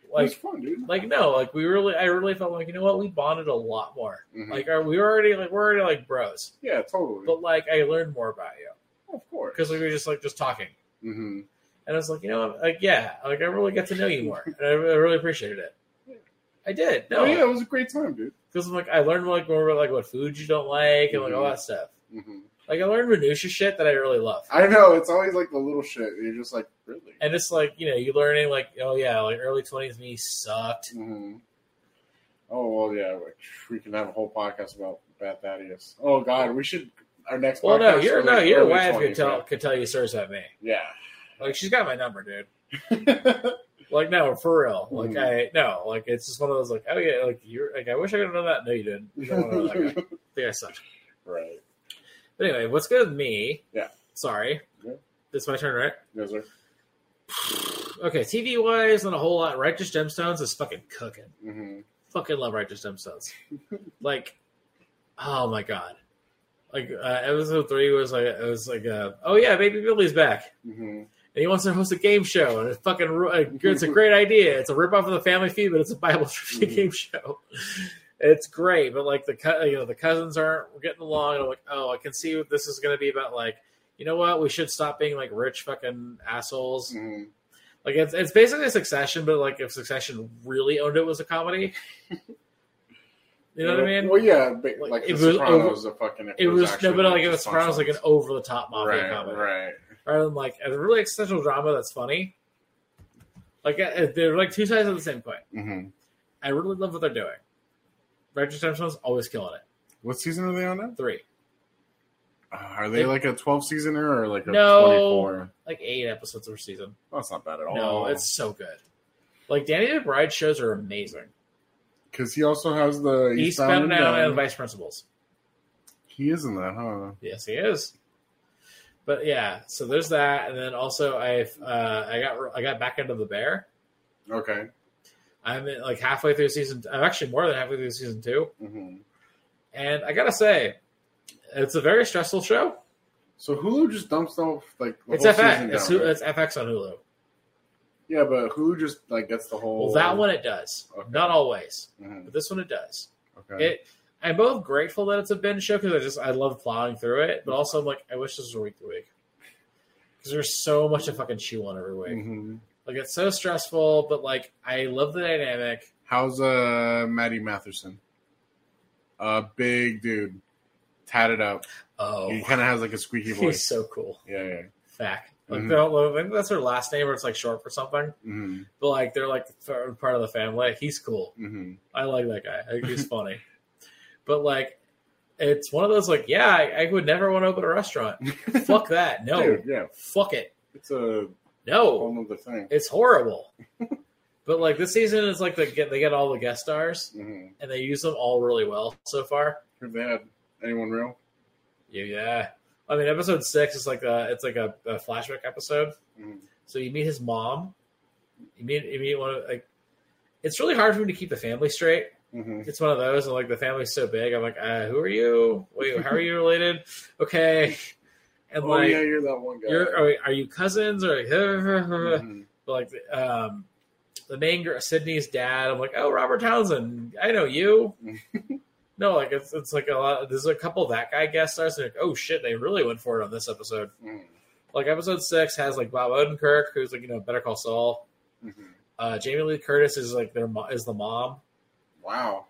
S2: it was
S1: Like,
S2: fun, dude.
S1: like no, like we really, I really felt like you know what? We bonded a lot more.
S2: Mhm.
S1: Like, are we were already like we're already like bros?
S2: yeah, totally. Oh,
S1: but like I learned more about you
S2: of course.
S1: because we were just like just talking,
S2: hmm
S1: and I was like, you know, like yeah, like I really got to know you more, and I really, I really appreciated it. I did,
S2: Oh yeah,
S1: no,
S2: it was a great time, dude.
S1: because I'm like I learned like more about like what foods you don't like and like all
S2: Mhm.
S1: that stuff.
S2: hmm
S1: Like I learned minutia shit that I really love,
S2: I know it's always like the little shit. You're just like really.
S1: and it's like you know you learning like oh yeah, like early twenties me sucked.
S2: hmm Oh well, yeah. We, we can have a whole podcast about Bat Thaddeus. Oh God, we should. Our next.
S1: Well, no,
S2: podcast
S1: your
S2: is, like,
S1: no, your
S2: early
S1: wife could
S2: 20s,
S1: tell
S2: man.
S1: could tell you stories about me. Like she's got my number, dude.
S2: Yeah.
S1: Like no, for real. Like
S2: Mhm.
S1: I no, like it's just one of those like oh yeah, like you're like I wish I could have known that. No, you didn't. You don't wanna know that guy. Think I sucked.
S2: right.
S1: But anyway, what's good with me?
S2: Yeah.
S1: Sorry.
S2: Yeah.
S1: It's my turn, right?
S2: Yes, sir.
S1: Okay, TV wise, not a whole lot. Righteous Gemstones is fucking cooking.
S2: hmm
S1: Fucking love Righteous Gemstones. like, oh my god. Like uh, episode three was like it was like uh, oh yeah, Baby Billy's back
S2: hmm
S1: and he wants to host a game show and it's fucking ru- uh, it's a great idea. It's a rip off of the Family Feud, but it's a Bible trivia
S2: Mhm.
S1: game show. It's great, but like the cou- you know the cousins aren't getting along, and I'm like, oh, I can see what this is going to be about. Like, you know what? We should stop being like rich fucking assholes.
S2: hmm
S1: Like it's it's basically Succession, but like if Succession really owned it was a comedy. You know what I mean?
S2: Well, yeah, but,
S1: Like,
S2: like,
S1: it
S2: The
S1: was
S2: Sopranos
S1: over-
S2: was a fucking.
S1: It was
S2: actually
S1: no, but like
S2: just
S1: it was Sopranos like an
S2: functions.
S1: over the top mafia
S2: Right,
S1: comedy.
S2: right.
S1: rather than like a really existential drama that's funny. Like uh, they're like two sides of the same coin.
S2: hmm
S1: I really love what they're doing. Righteous Gemstones always killing it.
S2: What season are they on now?
S1: Three,
S2: Uh, are they
S1: It-
S2: like a 12 seasoner or like a
S1: No.
S2: 24?
S1: like eight episodes per season.
S2: That's not bad at all.
S1: No, it's so good. Like Danny McBride shows are amazing.
S2: Because he also has the
S1: Eastbound and Down and
S2: Down.
S1: Vice Principals.
S2: He is in that, huh?
S1: Yes, he is. But yeah, so there's that, and then also I've uh, I got I got back into the bear.
S2: Okay.
S1: I'm in, like halfway through season. I'm actually more than halfway through season two,
S2: hmm
S1: and I gotta say, it's a very stressful show.
S2: So Hulu just dumps off like the
S1: It's
S2: whole
S1: FX.
S2: season
S1: It's,
S2: down,
S1: Hulu,
S2: right?
S1: it's FX on Hulu.
S2: Yeah, but Hulu just like gets the whole.
S1: Well, that one it does.
S2: Oh. Okay.
S1: Not always,
S2: Mhm.
S1: but this one it does.
S2: Okay.
S1: It. I'm both grateful that it's a binge show because I just I love plowing through it, but also I'm like I wish this was week to week because there's so much to fucking chew on every week.
S2: Mhm.
S1: Like it's so stressful, but like I love the dynamic.
S2: How's uh Maddie Matherson? A big dude, tatted up.
S1: Oh,
S2: He kind of has like a squeaky
S1: he's
S2: voice.
S1: so cool.
S2: Yeah, yeah.
S1: Fact. Like
S2: Mhm.
S1: they don't love, I think that's her last name, or it's like short for something.
S2: hmm
S1: But like they're like f- part of the family. He's cool.
S2: hmm
S1: I like that guy. I think he's funny. But like, it's one of those like, yeah, I, I would never want to open a restaurant. Fuck that. No. Oh.
S2: Dude, Oh yeah,
S1: Fuck it.
S2: it's a
S1: No.
S2: whole other thing.
S1: It's horrible. but like this season is like they get they get all the guest stars
S2: hmm
S1: and they use them all really well so far.
S2: Have they had anyone real?
S1: Yeah, yeah. I mean, episode six is like a it's like a, a flashback episode.
S2: Mhm.
S1: So you meet his mom. You meet you meet one of like. It's really hard for me to keep the family straight.
S2: hmm
S1: It's one of those, and like the family's so big, I'm like, uh, who are you? Wait, how are you related? Okay, and
S2: Oh
S1: like,
S2: yeah, you're that one guy.
S1: you're uh, are, are you cousins or?
S2: Mhm.
S1: But like, um, the main girl, Sydney's dad, I'm like, oh, Robert Townsend, I know you. no, like it's it's like a lot. There's a couple of that guy guest stars. And like, oh shit, they really went for it on this episode.
S2: Mhm.
S1: Like episode six has like Bob Odenkirk, who's like you know Better Call Saul.
S2: Mhm.
S1: Uh, Jamie Lee Curtis is like their mo- is the mom.
S2: Wow.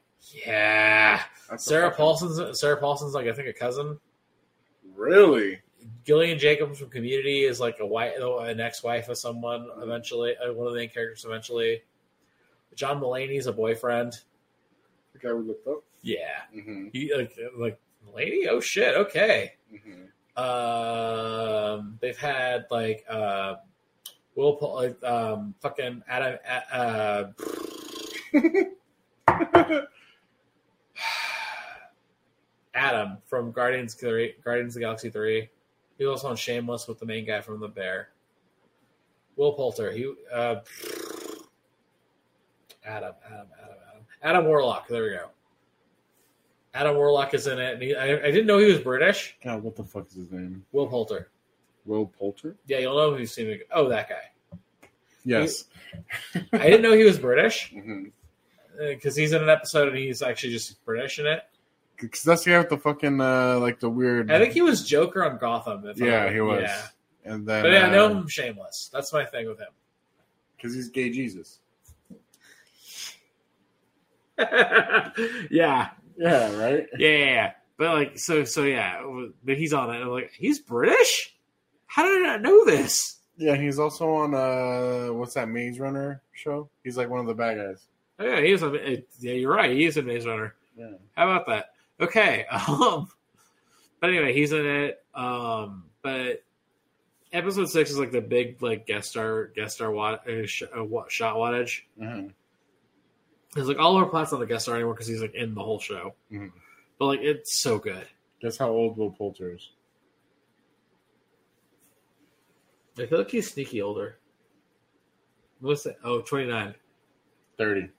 S1: Yeah,
S2: That's a
S1: Sarah
S2: fucking-
S1: Paulson's Sarah Paulson's like I think a cousin.
S2: Really?
S1: Gillian Jacobs from Community is like a wife, an ex-wife of someone eventually, uh, one of the main characters eventually. John Mulaney's a boyfriend.
S2: The guy we looked up.
S1: Yeah,
S2: hmm
S1: he like like lady. Oh shit. Okay.
S2: hmm
S1: Um, they've had like uh, Will Paul, like, um, fucking Adam. uh, Uh, Adam from Guardians of the Galaxy- Guardians of the Galaxy Three. He was also on Shameless with the main guy from The Bear. Will Poulter. He uh, Adam, Adam, Adam, Adam, Adam Warlock. There we go. Adam Warlock is in it, and he, I, I didn't know he was British.
S2: God, what the fuck is his name?
S1: Will Poulter.
S2: Will Poulter?
S1: Yeah, you'll know who you've seen. it. Oh, that guy.
S2: Yes.
S1: I didn't know he was British
S2: hmm
S1: because he's in an episode and he's actually just British in it.
S2: Because that's the guy with the fucking uh, like the weird.
S1: I think he was Joker on Gotham. If I-
S2: yeah, he was. And then,
S1: But yeah, I know him from Shameless. That's my thing with him.
S2: because he's gay Jesus.
S1: yeah.
S2: Yeah, right.
S1: yeah, yeah. But like, so, so yeah. But he's on it. I'm like, he's British. How did I not know this?
S2: Yeah, he's also on uh, what's that Maze Runner show? He's like one of the bad guys.
S1: Oh, yeah, he is. A, it- yeah, you're right. He is a Maze Runner.
S2: Yeah.
S1: How about that? Okay. Um, but anyway, he's in it. Um, but episode six is like the big like guest star guest star watt, uh, sh- uh, wa- shot wattage.
S2: Mhm.
S1: It's like Oliver Platt's not the guest star anymore because he's like in the whole show.
S2: Mhm.
S1: But like it's so good.
S2: Guess how old Will Poulter is?
S1: I feel like he's sneaky older. What's that? Oh, 29.
S2: Thirty.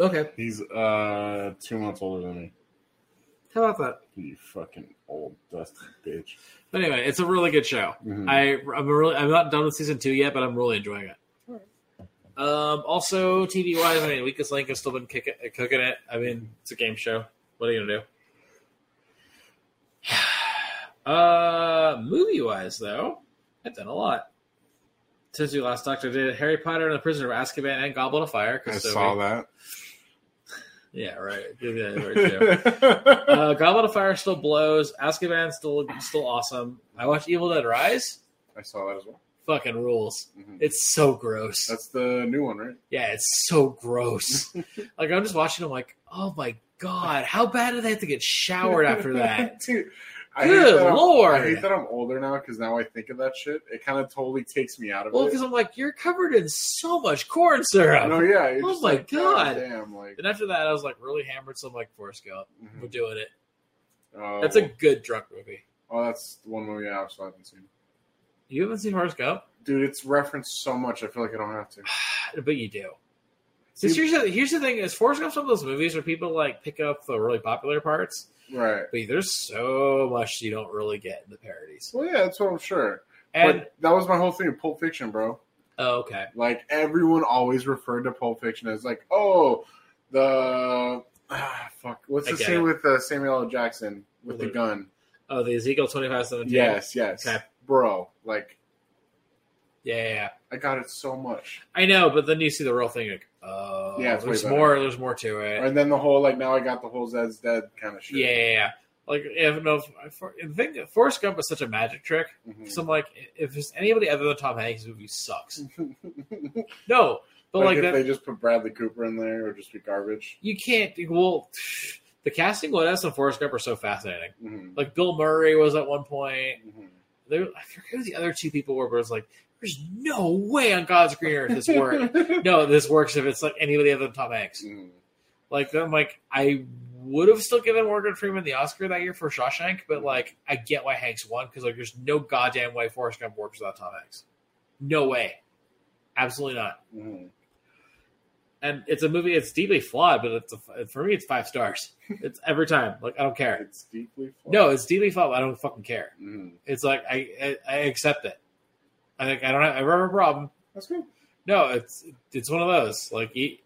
S1: Okay.
S2: He's uh two months older than me.
S1: How about that?
S2: You fucking old dusty bitch.
S1: But anyway, it's a really good show.
S2: Mhm.
S1: I I'm really I'm not done with season two yet, but I'm really enjoying it. Um, also TV wise, I mean, Weakest Link has still been kicking, cooking it. I mean, it's a game show. What are you gonna do? Uh, movie wise though, I've done a lot since we last talked. I did Harry Potter and the Prisoner of Azkaban and Goblet of Fire.
S2: I
S1: 'cause so
S2: saw
S1: we-
S2: that.
S1: Yeah, right. Yeah, right too. uh, Goblet of Fire still blows. Azkaban still still awesome. I watched Evil Dead Rise.
S2: I saw that as well.
S1: Fucking rules.
S2: Mhm.
S1: It's so gross.
S2: That's the new one, right?
S1: yeah, it's so gross. like I'm just watching. I'm like, oh my god, how bad did they have to get showered after that?
S2: Dude, I hate
S1: Good
S2: that I'm-
S1: lord.
S2: I hate that I'm older now because now I think of that shit. It kind of totally takes me out of
S1: Well,
S2: it.
S1: because I'm like, you're covered in so much corn syrup.
S2: No, yeah. it's
S1: Oh
S2: just
S1: my
S2: like,
S1: God.
S2: Damn, like
S1: And after that, I was like really hammered, so I'm like, Forrest Gump, we're
S2: mhm.
S1: doing it.
S2: oh,
S1: That's a good drunk movie.
S2: oh, that's the one movie I also haven't seen.
S1: You haven't seen Forrest Gump,
S2: Dude, it's referenced so much. I feel like I don't have to.
S1: but you do. So
S2: Dude.
S1: here's the, here's the thing: is Forrest Gump's one of those movies where people like pick up the really popular parts,
S2: Right.
S1: but there's so much you don't really get in the parodies.
S2: Well, yeah, that's what I'm sure.
S1: And
S2: but that was my whole thing with Pulp Fiction, bro.
S1: oh, okay,
S2: Like everyone always referred to Pulp Fiction as like, oh, the ah, fuck. What's
S1: I
S2: the
S1: get
S2: scene
S1: it.
S2: with uh, Samuel L. Jackson with the
S1: Literally.
S2: gun?
S1: oh the Ezekiel twenty five seventeen.
S2: Yes, yes,
S1: Okay.
S2: bro. Like
S1: yeah, yeah, yeah.
S2: I got it so much,
S1: I know, but then you see the real thing. Like, oh,
S2: Yeah, it's way
S1: there's
S2: better.
S1: more. There's more to it.
S2: and then the whole like now I got the whole Zed's dead kind of shit.
S1: Yeah, yeah, yeah. Like, if no, for, the thing that Forrest Gump is such a magic trick.
S2: Mhm.
S1: So I'm like, if it's anybody other than Tom Hanks, this movie sucks.
S2: Hmm. like,
S1: No, but like,
S2: if
S1: that,
S2: they just put Bradley Cooper in there, it would just be garbage.
S1: you can't. Well, the casting what S and Forrest Gump are so fascinating.
S2: Mhm.
S1: Like Bill Murray was at one point.
S2: Mhm.
S1: There, I forget who the other two people were, but it's like, there's no way on God's green earth this works. no, this works if it's like anybody other than Tom Hanks.
S2: Mhm.
S1: Like I'm like I would have still given Morgan Freeman the Oscar that year for Shawshank, but like I get why Hanks won because like there's no goddamn way Forrest Gump works without Tom Hanks. No way, absolutely not.
S2: Mhm.
S1: And it's a movie. It's deeply flawed, but it's a, for me, it's five stars. It's every time. Like I don't care.
S2: It's deeply flawed.
S1: No, it's deeply flawed. But I don't fucking care.
S2: Mhm.
S1: It's like I I, I accept it. I think I don't have, I ever have a problem.
S2: that's good.
S1: No, it's it's one of those like. You,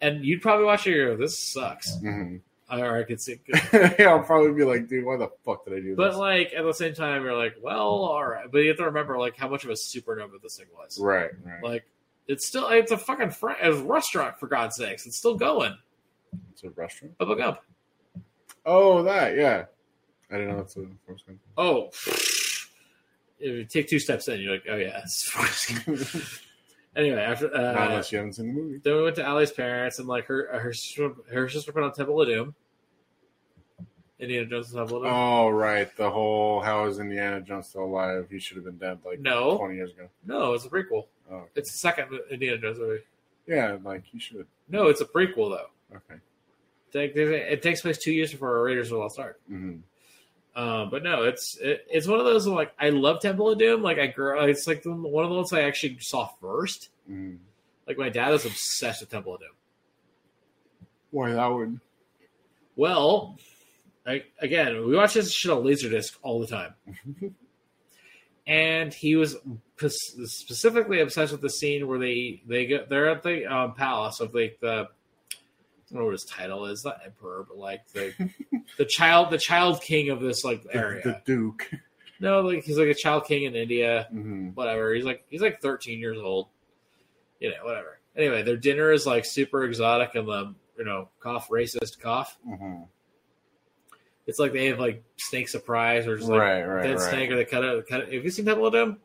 S1: and you'd probably watch it. and go, This sucks.
S2: Mhm.
S1: Or I could see.
S2: yeah, I'll probably be like, dude, why the fuck did I do
S1: But
S2: this?
S1: like at the same time, you're like, well, all right. But you have to remember like how much of a supernova this thing was.
S2: right, right.
S1: Like it's still it's a fucking fr- a restaurant for God's sakes. It's still going.
S2: it's a restaurant.
S1: Bubba Gump.
S2: Oh, that yeah. I didn't know that's what I was going
S1: Oh, if you take two steps in, you're like, oh yeah. it's- anyway, after
S2: Not
S1: uh,
S2: unless you haven't seen the movie.
S1: then we went to Allie's parents and like her her sister, her sister put on Temple of Doom. Indiana Jones and Temple of Doom.
S2: Oh, right. The whole how is Indiana Jones still alive? He should have been dead like
S1: No.
S2: twenty years ago.
S1: no, it's a prequel.
S2: Oh, okay.
S1: It's the second Indiana Jones movie.
S2: yeah, like he should.
S1: No, it's a prequel though.
S2: Okay.
S1: Take- It takes place two years before Raiders of the Lost Ark.
S2: hmm
S1: Um, but no, it's it, it's one of those like I love Temple of Doom. Like I grew, it's like the, one of the ones I actually saw first.
S2: hmm
S1: Like my dad is obsessed with Temple of Doom.
S2: Why that one?
S1: Well, I, again, we watch this shit on Laserdisc all the time, and he was p- specifically obsessed with the scene where they they go they're at the um, palace of like the. I don't know what his title is, not emperor, but like the the child, the child king of this like
S2: the,
S1: area.
S2: the Duke.
S1: No, like he's like a child king in India.
S2: hmm
S1: Whatever. He's like he's like 13 years old. You know, whatever. Anyway, their dinner is like super exotic and the you know cough racist cough.
S2: hmm
S1: It's like they have like snake surprise or just like
S2: right, right,
S1: dead
S2: right.
S1: snake or they cut it. Cut it. Have you seen Temple of Doom?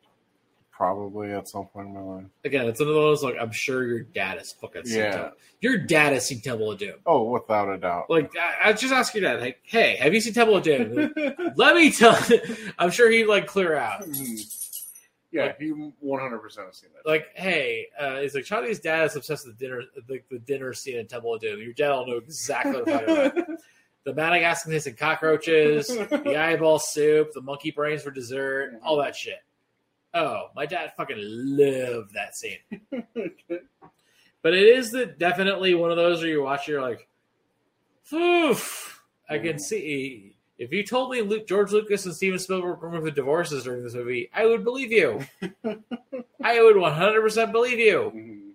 S2: Probably at some point in my life.
S1: Again, it's another one of those like I'm sure your dad has fucking seen
S2: Yeah.
S1: Temple. Your dad has seen Temple of Doom.
S2: Oh, without a doubt.
S1: Like I, I just ask your dad, like, hey, have you seen Temple of Doom? Let me tell. I'm sure he'd like clear out.
S2: Mhm. yeah, he one hundred percent has seen that.
S1: like, hey, uh, it's like Chadi's dad is obsessed with the dinner, the, the dinner scene in Temple of Doom. Your dad will know exactly what I'm talking about. The Madagascar and cockroaches, the eyeball soup, the monkey brains for dessert, all that shit. Oh, my dad fucking loved that scene. But it is the, definitely one of those where you watch, you're like, oof, I can
S2: Mhm.
S1: see. If you told me Luke, George Lucas and Steven Spielberg were the divorces during this movie, I would believe you. I would 100% believe you.
S2: Mhm.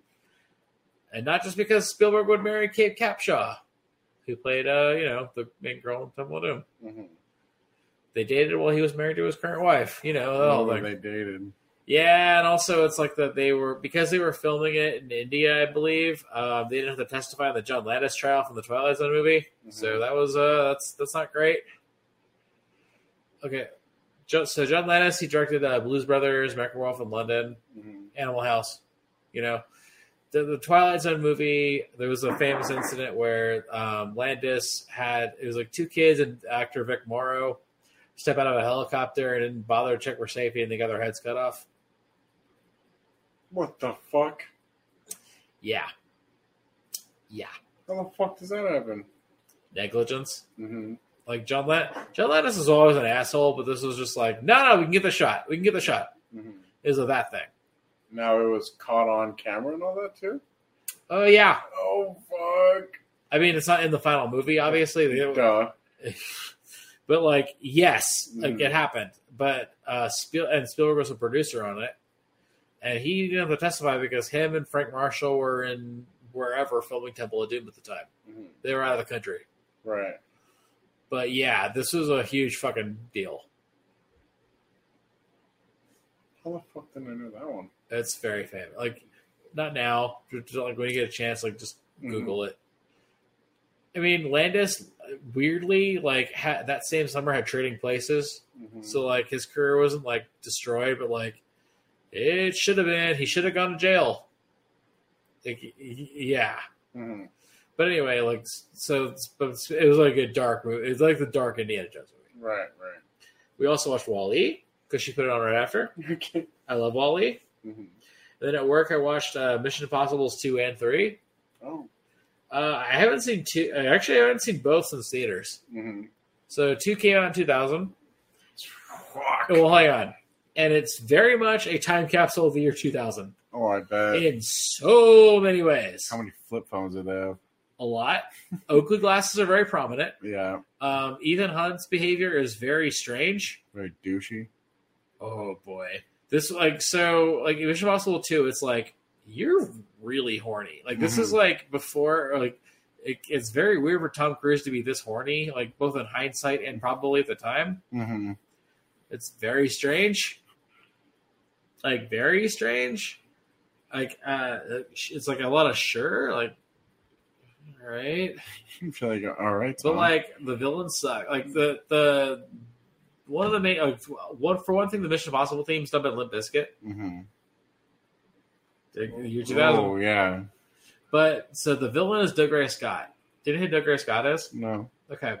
S1: And not just because Spielberg would marry Kate Capshaw, who played, uh, you know, the main girl in Temple of Doom.
S2: Mhm.
S1: They dated while he was married to his current wife, you know.
S2: Oh,
S1: like-
S2: they dated.
S1: yeah, and also it's like that they were because they were filming it in India, I believe. Uh, they didn't have to testify in the John Landis trial from the Twilight Zone movie, so
S2: Mhm.
S1: that was uh, that's that's not great. Okay, jo- so John Landis he directed uh, Blues Brothers, Macrowolf in London,
S2: Mhm.
S1: Animal House. You know, the, the Twilight Zone movie. There was a famous incident where um, Landis had it was like two kids and actor Vic Morrow step out of a helicopter and didn't bother to check for safety and they got their heads cut off.
S2: What the fuck?
S1: Yeah. Yeah.
S2: How the fuck does that happen?
S1: Negligence.
S2: Mm-hmm.
S1: Like John Lat John Lattis is always an asshole, but this was just like, no, no, we can get the shot. We can get the shot.
S2: Mm-hmm.
S1: Is of that thing.
S2: Now it was caught on camera and all that too.
S1: Oh yeah.
S2: Oh fuck!
S1: I mean it's not in the final movie, obviously. They-
S2: Duh.
S1: but like yes like
S2: Mhm.
S1: it happened but uh Spiel- and spielberg was a producer on it and he didn't have to testify because him and frank marshall were in wherever filming temple of doom at the time
S2: Mhm.
S1: they were out of the country
S2: Right.
S1: but yeah this was a huge fucking deal
S2: How the fuck did I know that one?
S1: it's very famous like not now just, like when you get a chance like just
S2: Mhm.
S1: google it i mean landis uh, weirdly like ha- that same summer had trading places
S2: Mhm.
S1: So like his career wasn't like destroyed, but like it should have been. He should have gone to jail. Like y- y- yeah,
S2: Mhm.
S1: but anyway, like s- so, it's- but it's- it was like a dark movie. It's like the dark Indiana Jones movie.
S2: Right. Right.
S1: We also watched Wall-E because she put it on right after.
S2: Okay.
S1: I love Wall-E.
S2: Mhm.
S1: Then at work, I watched uh, Mission Impossible's two and three.
S2: Oh.
S1: Uh, I haven't seen two. uh, Actually, I haven't seen both since theaters.
S2: Mhm.
S1: So two came out in two thousand.
S2: Fuck.
S1: Well, hang on, and it's very much a time capsule of the year two thousand.
S2: Oh, I bet.
S1: in so many ways.
S2: How many flip phones did they have?
S1: A lot. Oakley glasses are very prominent.
S2: Yeah.
S1: Um, Ethan Hunt's behavior is very strange.
S2: Very douchey.
S1: Oh boy, this like so like Mission Impossible Two. It's like you're really horny. Like this
S2: Mm-hmm.
S1: is like before like. It, it's very weird for Tom Cruise to be this horny, like both in hindsight and probably at the time.
S2: Mm-hmm.
S1: It's very strange. Like very strange. Like uh it's like a lot of sure, like all right.
S2: I'm sure they go. All right.
S1: But
S2: Tom."
S1: like the villains suck. Like the the one of the main like one for one thing the Mission Impossible theme's done by Limp Bizkit.
S2: Mhm.
S1: The year 2000.
S2: Oh yeah.
S1: But so the villain is Doug Ray Scott. Do you know who Doug Ray Scott is?
S2: No.
S1: Okay.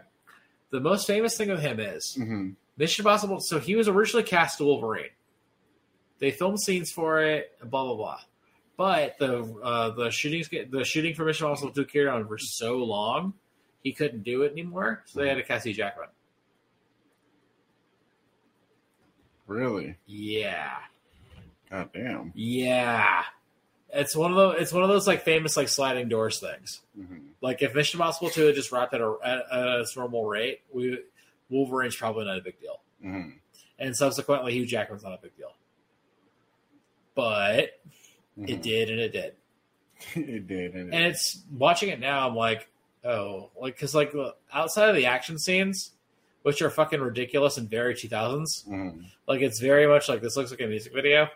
S1: The most famous thing of him is
S2: Mm-hmm.
S1: Mission Impossible. So he was originally cast to Wolverine. They filmed scenes for it, blah blah blah. But the uh, the shootings the shooting for Mission Impossible two carried on for so long, he couldn't do it anymore. So they had to cast Hugh Jackman.
S2: Really?
S1: Yeah,
S2: God damn.
S1: yeah. It's one of those. It's one of those like famous like sliding doors things.
S2: Mm-hmm.
S1: Like if Mission Impossible two had just wrapped at a at, at its normal rate, we Wolverine's probably not a big deal,
S2: Mm-hmm.
S1: and subsequently Hugh Jackman's not a big deal. But it did and it did
S2: did. Mm-hmm. it did. And
S1: and it's watching it now i'm like oh like because like outside of the action scenes which are fucking ridiculous and very 2000s
S2: Mhm.
S1: like it's very much like this looks like a music video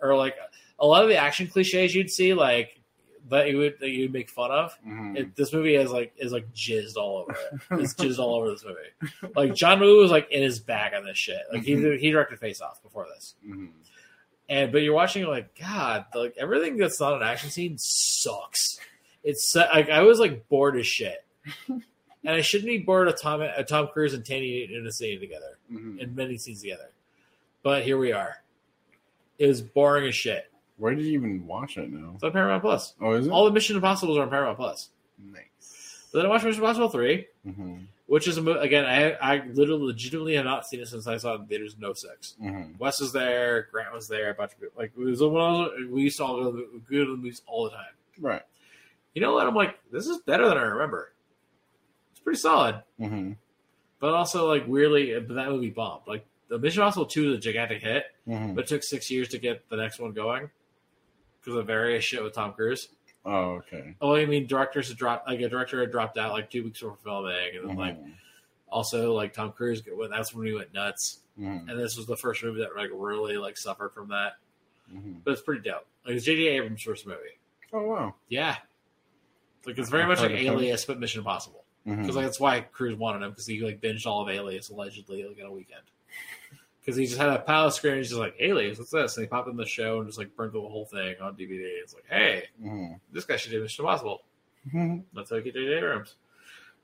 S1: or like a lot of the action cliches you'd see like that you would that you'd make fun of
S2: Mhm.
S1: it, this movie is like is like jizzed all over it. It's jizzed all over this movie. Like John Woo was like in his bag on this shit. Like he he directed Face Off before this.
S2: Mhm.
S1: And but you're watching like God, like everything that's not an action scene sucks. It's su- like I was like bored as shit, and I shouldn't be bored of Tom uh, Tom Cruise and Tandy Newton in a scene together
S2: Mhm.
S1: in many scenes together. But here we are. It was boring as shit.
S2: Where did you even watch it now?
S1: It's on Paramount Plus.
S2: Oh, is it?
S1: All the Mission Impossibles are on Paramount Plus.
S2: nice.
S1: But then I watched Mission Impossible three,
S2: Mhm.
S1: which is a mo- again I I literally legitimately have not seen it since I saw it in theaters no six.
S2: Mhm.
S1: Wes was there, Grant was there, a bunch of people. Like it was one of those- we used to all go to the- go to the movies all the time.
S2: Right.
S1: You know what? I'm like, this is better than I remember. It's pretty solid,
S2: Mm-hmm.
S1: but also like weirdly, but that movie bombed. Like the Mission Impossible Two is a gigantic hit,
S2: Mm-hmm.
S1: but it took six years to get the next one going because of various shit with Tom Cruise.
S2: Oh, okay.
S1: Oh, I mean, directors had dropped like a director had dropped out like two weeks before filming, and then like
S2: Mhm.
S1: also like Tom Cruise. When that's when we went nuts,
S2: Mhm.
S1: and this was the first movie that like really like suffered from that.
S2: Mhm.
S1: but it's pretty dope. Like it's J.J. Abrams' first movie.
S2: Oh, wow.
S1: Yeah, like it's very
S2: I've
S1: much
S2: heard
S1: like
S2: of him.
S1: Alias, but Mission Impossible.
S2: Mhm.
S1: Because like that's why Cruz wanted him because he like binged all of Alias allegedly like in a weekend. Because he just had a pile of screen, and he's just like Alias, what's this? And he popped in the show and just like burned the whole thing on DVD. It's like, hey,
S2: Mhm.
S1: this guy should do Mission Impossible.
S2: Mhm.
S1: That's how you get J.J. Abrams.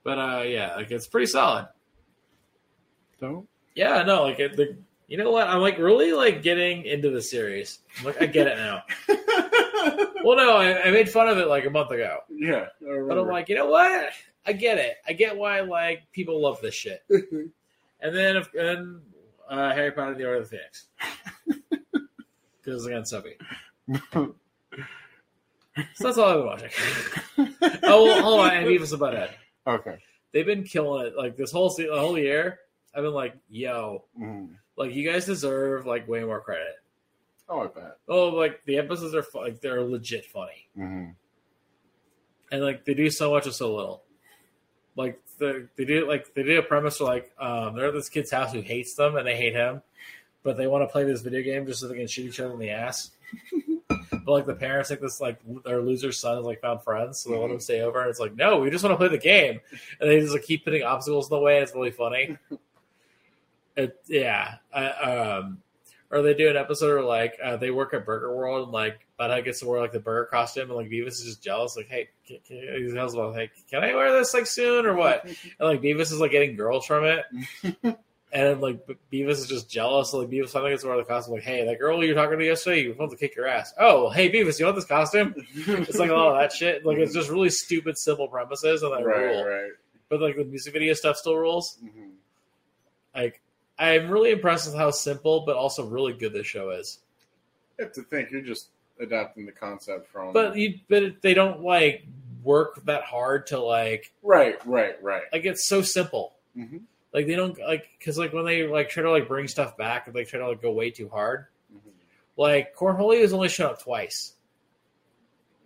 S1: But uh, yeah, like it's pretty solid.
S2: so,
S1: Yeah, no, like it, the, you know what? I'm like really like getting into the series. I'm like I get it now. well, no, I, I made fun of it like a month ago,
S2: yeah. I
S1: but I'm
S2: remember.
S1: like, you know what? I get it. I get why like people love this shit. And then if- and uh, Harry Potter and the Order of the Phoenix because I got Sophie. so that's all I've been watching. oh, well, hold on, and Beavis and Butthead.
S2: okay.
S1: They've been killing it like this whole se- the whole year. I've been like, yo,
S2: Mm.
S1: like you guys deserve like way more credit.
S2: Oh, I bet.
S1: Oh, like the episodes are fu- like they're legit funny,
S2: Mhm.
S1: and like they do so much with so little. Like the, they do like they do a premise where like um, they're at this kid's house who hates them and they hate him, but they want to play this video game just so they can shoot each other in the ass. but like the parents think this like their loser son has like found friends, so they let him stay over, and it's like no, we just want to play the game, and they just like keep putting obstacles in the way. It's really funny. it, Uh, yeah, I, um, or they do an episode where like uh, they work at Burger World and like Butthead gets to wear like the burger costume and like Beavis is just jealous like hey can, can, he tells about hey can I wear this like soon or what and like Beavis is like getting girls from it and like Be- Beavis is just jealous so, like Beavis finally gets to wear the costume like hey that girl you were talking to yesterday you wanted to kick your ass oh hey Beavis you want this costume it's like a lot of that shit like it's just really stupid simple premises and that
S2: right,
S1: rule
S2: right.
S1: but like the music video stuff still rules
S2: Mhm.
S1: like I'm really impressed with how simple but also really good this show is.
S2: You have to think you're just adapting the concept from.
S1: But you, but they don't like work that hard to like
S2: right, right, right.
S1: like it's so simple.
S2: hmm
S1: Like they don't like because like when they like try to like bring stuff back and they try to like go way too hard.
S2: Mm-hmm.
S1: Like Cornholio has only shown up twice.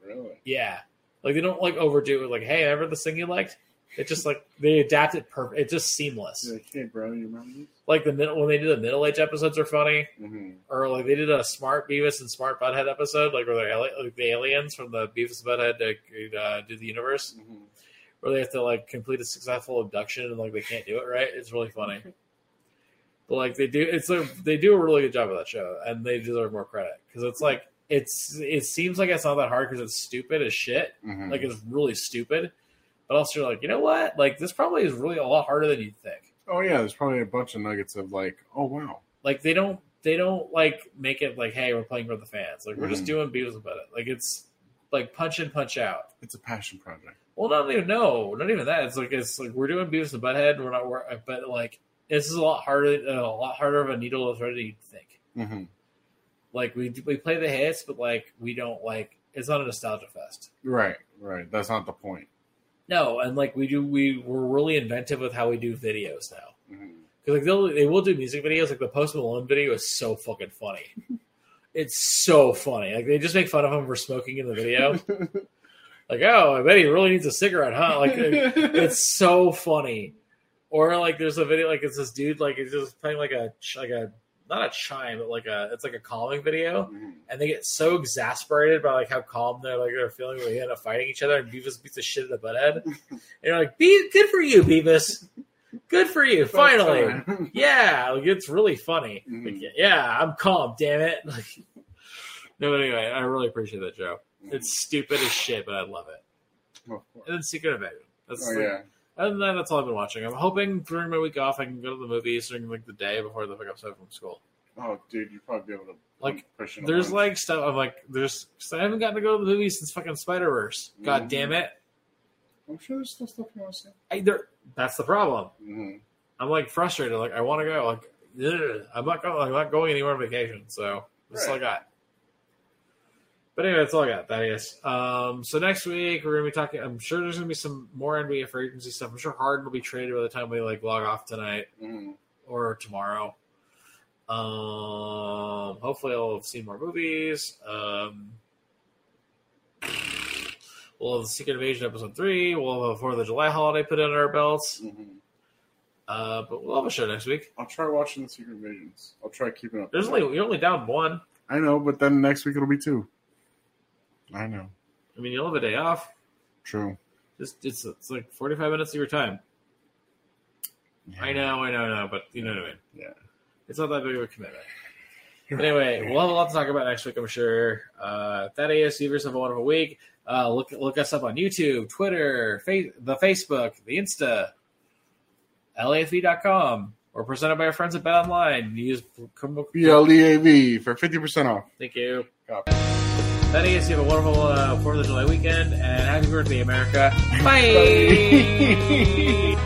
S2: Really?
S1: Yeah, like they don't like overdo it. with, Like hey, remember this thing you liked? It just like they adapt it perfect. It's just seamless.
S2: You're like, hey, bro, you remember this?
S1: Like the middle when they do the middle age episodes are funny,
S2: hmm
S1: or like they did a Smart Beavis and Smart Butthead episode, like where they're ali- like the aliens from the Beavis and Butthead uh, uh, do the universe.
S2: hmm
S1: where they have to like complete a successful abduction and like they can't do it right. It's really funny. But like they do, it's a they do a really good job of that show, and they deserve more credit because it's like it's it seems like it's not that hard because it's stupid as shit.
S2: hmm
S1: Like it's really stupid, but also you're like, you know what? Like this probably is really a lot harder than you'd think.
S2: oh yeah, there's probably a bunch of nuggets of like, oh wow,
S1: Like they don't they don't like make it like, hey, we're playing for the fans. Like we're just
S2: Mhm.
S1: doing Beatles about it. Like it's like punch in punch out.
S2: it's a passion project.
S1: Well, not even no, not even that. It's like it's like we're doing Beavis and Butthead. We're not, we're, but like this is a lot harder, a lot harder of a needle to thread than you'd think.
S2: hmm
S1: Like we we play the hits, but like we don't like it's not a nostalgia fest.
S2: Right, right. That's not the point.
S1: No, and like we do, we we're really inventive with how we do videos now.
S2: Mhm.
S1: Because like they'll they will do music videos. Like the Post Malone video is so fucking funny. it's so funny. Like they just make fun of him for smoking in the video. like oh, I bet he really needs a cigarette, huh? Like. it's so funny. Or like, there's a video like it's this dude like he's just playing like a ch- like a not a chime but like a it's like a calming video,
S2: Mhm.
S1: and they get so exasperated by like how calm they're like they're feeling when they end up fighting each other, and Beavis beats the shit out of Butthead, and you're like, Be- good for you, Beavis, good for you, finally,
S2: About time.
S1: yeah, like it's really funny.
S2: Mhm.
S1: Like, yeah, I'm calm, damn it. Like, no, but anyway, I really appreciate that Joe. It's stupid as shit, but I love it.
S2: Of course.
S1: And then Secret Invasion. That's
S2: Oh
S1: like,
S2: yeah.
S1: other than that, that's all I've been watching. I'm hoping during my week off I can go to the movies during like the day before the pick up stuff from school.
S2: Oh, dude, you'd probably be able to
S1: Like,
S2: push it
S1: There's
S2: along.
S1: like stuff I'm like there's 'cause I haven't gotten to go to the movies since fucking Spider Verse. God
S2: Mhm.
S1: damn it!
S2: I'm sure there's still stuff you want to say.
S1: I, there, that's the problem.
S2: Mhm.
S1: I'm like frustrated. Like I want to go. Like ugh, I'm not going. I'm not going anywhere on vacation. So that's all I
S2: Right.
S1: got. But anyway, that's all I got. That is. Um, so next week we're gonna be talking. I'm sure there's gonna be some more NBA free agency stuff. I'm sure Harden will be traded by the time we like log off tonight.
S2: Mhm.
S1: or tomorrow. Um, hopefully, I'll have seen more movies. Um, we'll have the Secret Invasion episode three. We'll have a Fourth of July holiday put in our belts.
S2: Mhm.
S1: Uh, but we'll have a show next week.
S2: I'll try watching the Secret Visions. I'll try keeping up.
S1: There's only you're only down one.
S2: I know, but then next week it'll be two. I know.
S1: I mean, you'll have a day off.
S2: True.
S1: Just it's it's like 45 minutes of your time. I know, I know, I know, but you know what I mean.
S2: Yeah.
S1: It's not that big of a commitment.
S2: You're
S1: But anyway, we'll have a lot to talk about next week, I'm sure. Uh, that AS Beavers have a wonderful week. Uh, look look us up on YouTube, Twitter, fa- the Facebook, the Insta, LAFV.com, E or presented by our friends at Bet Online. Use promo
S2: BLEAV E for 50% off.
S1: Thank you.
S2: Copy.
S1: That is, you have a wonderful uh, 4th of July weekend, and happy birthday, America. Bye.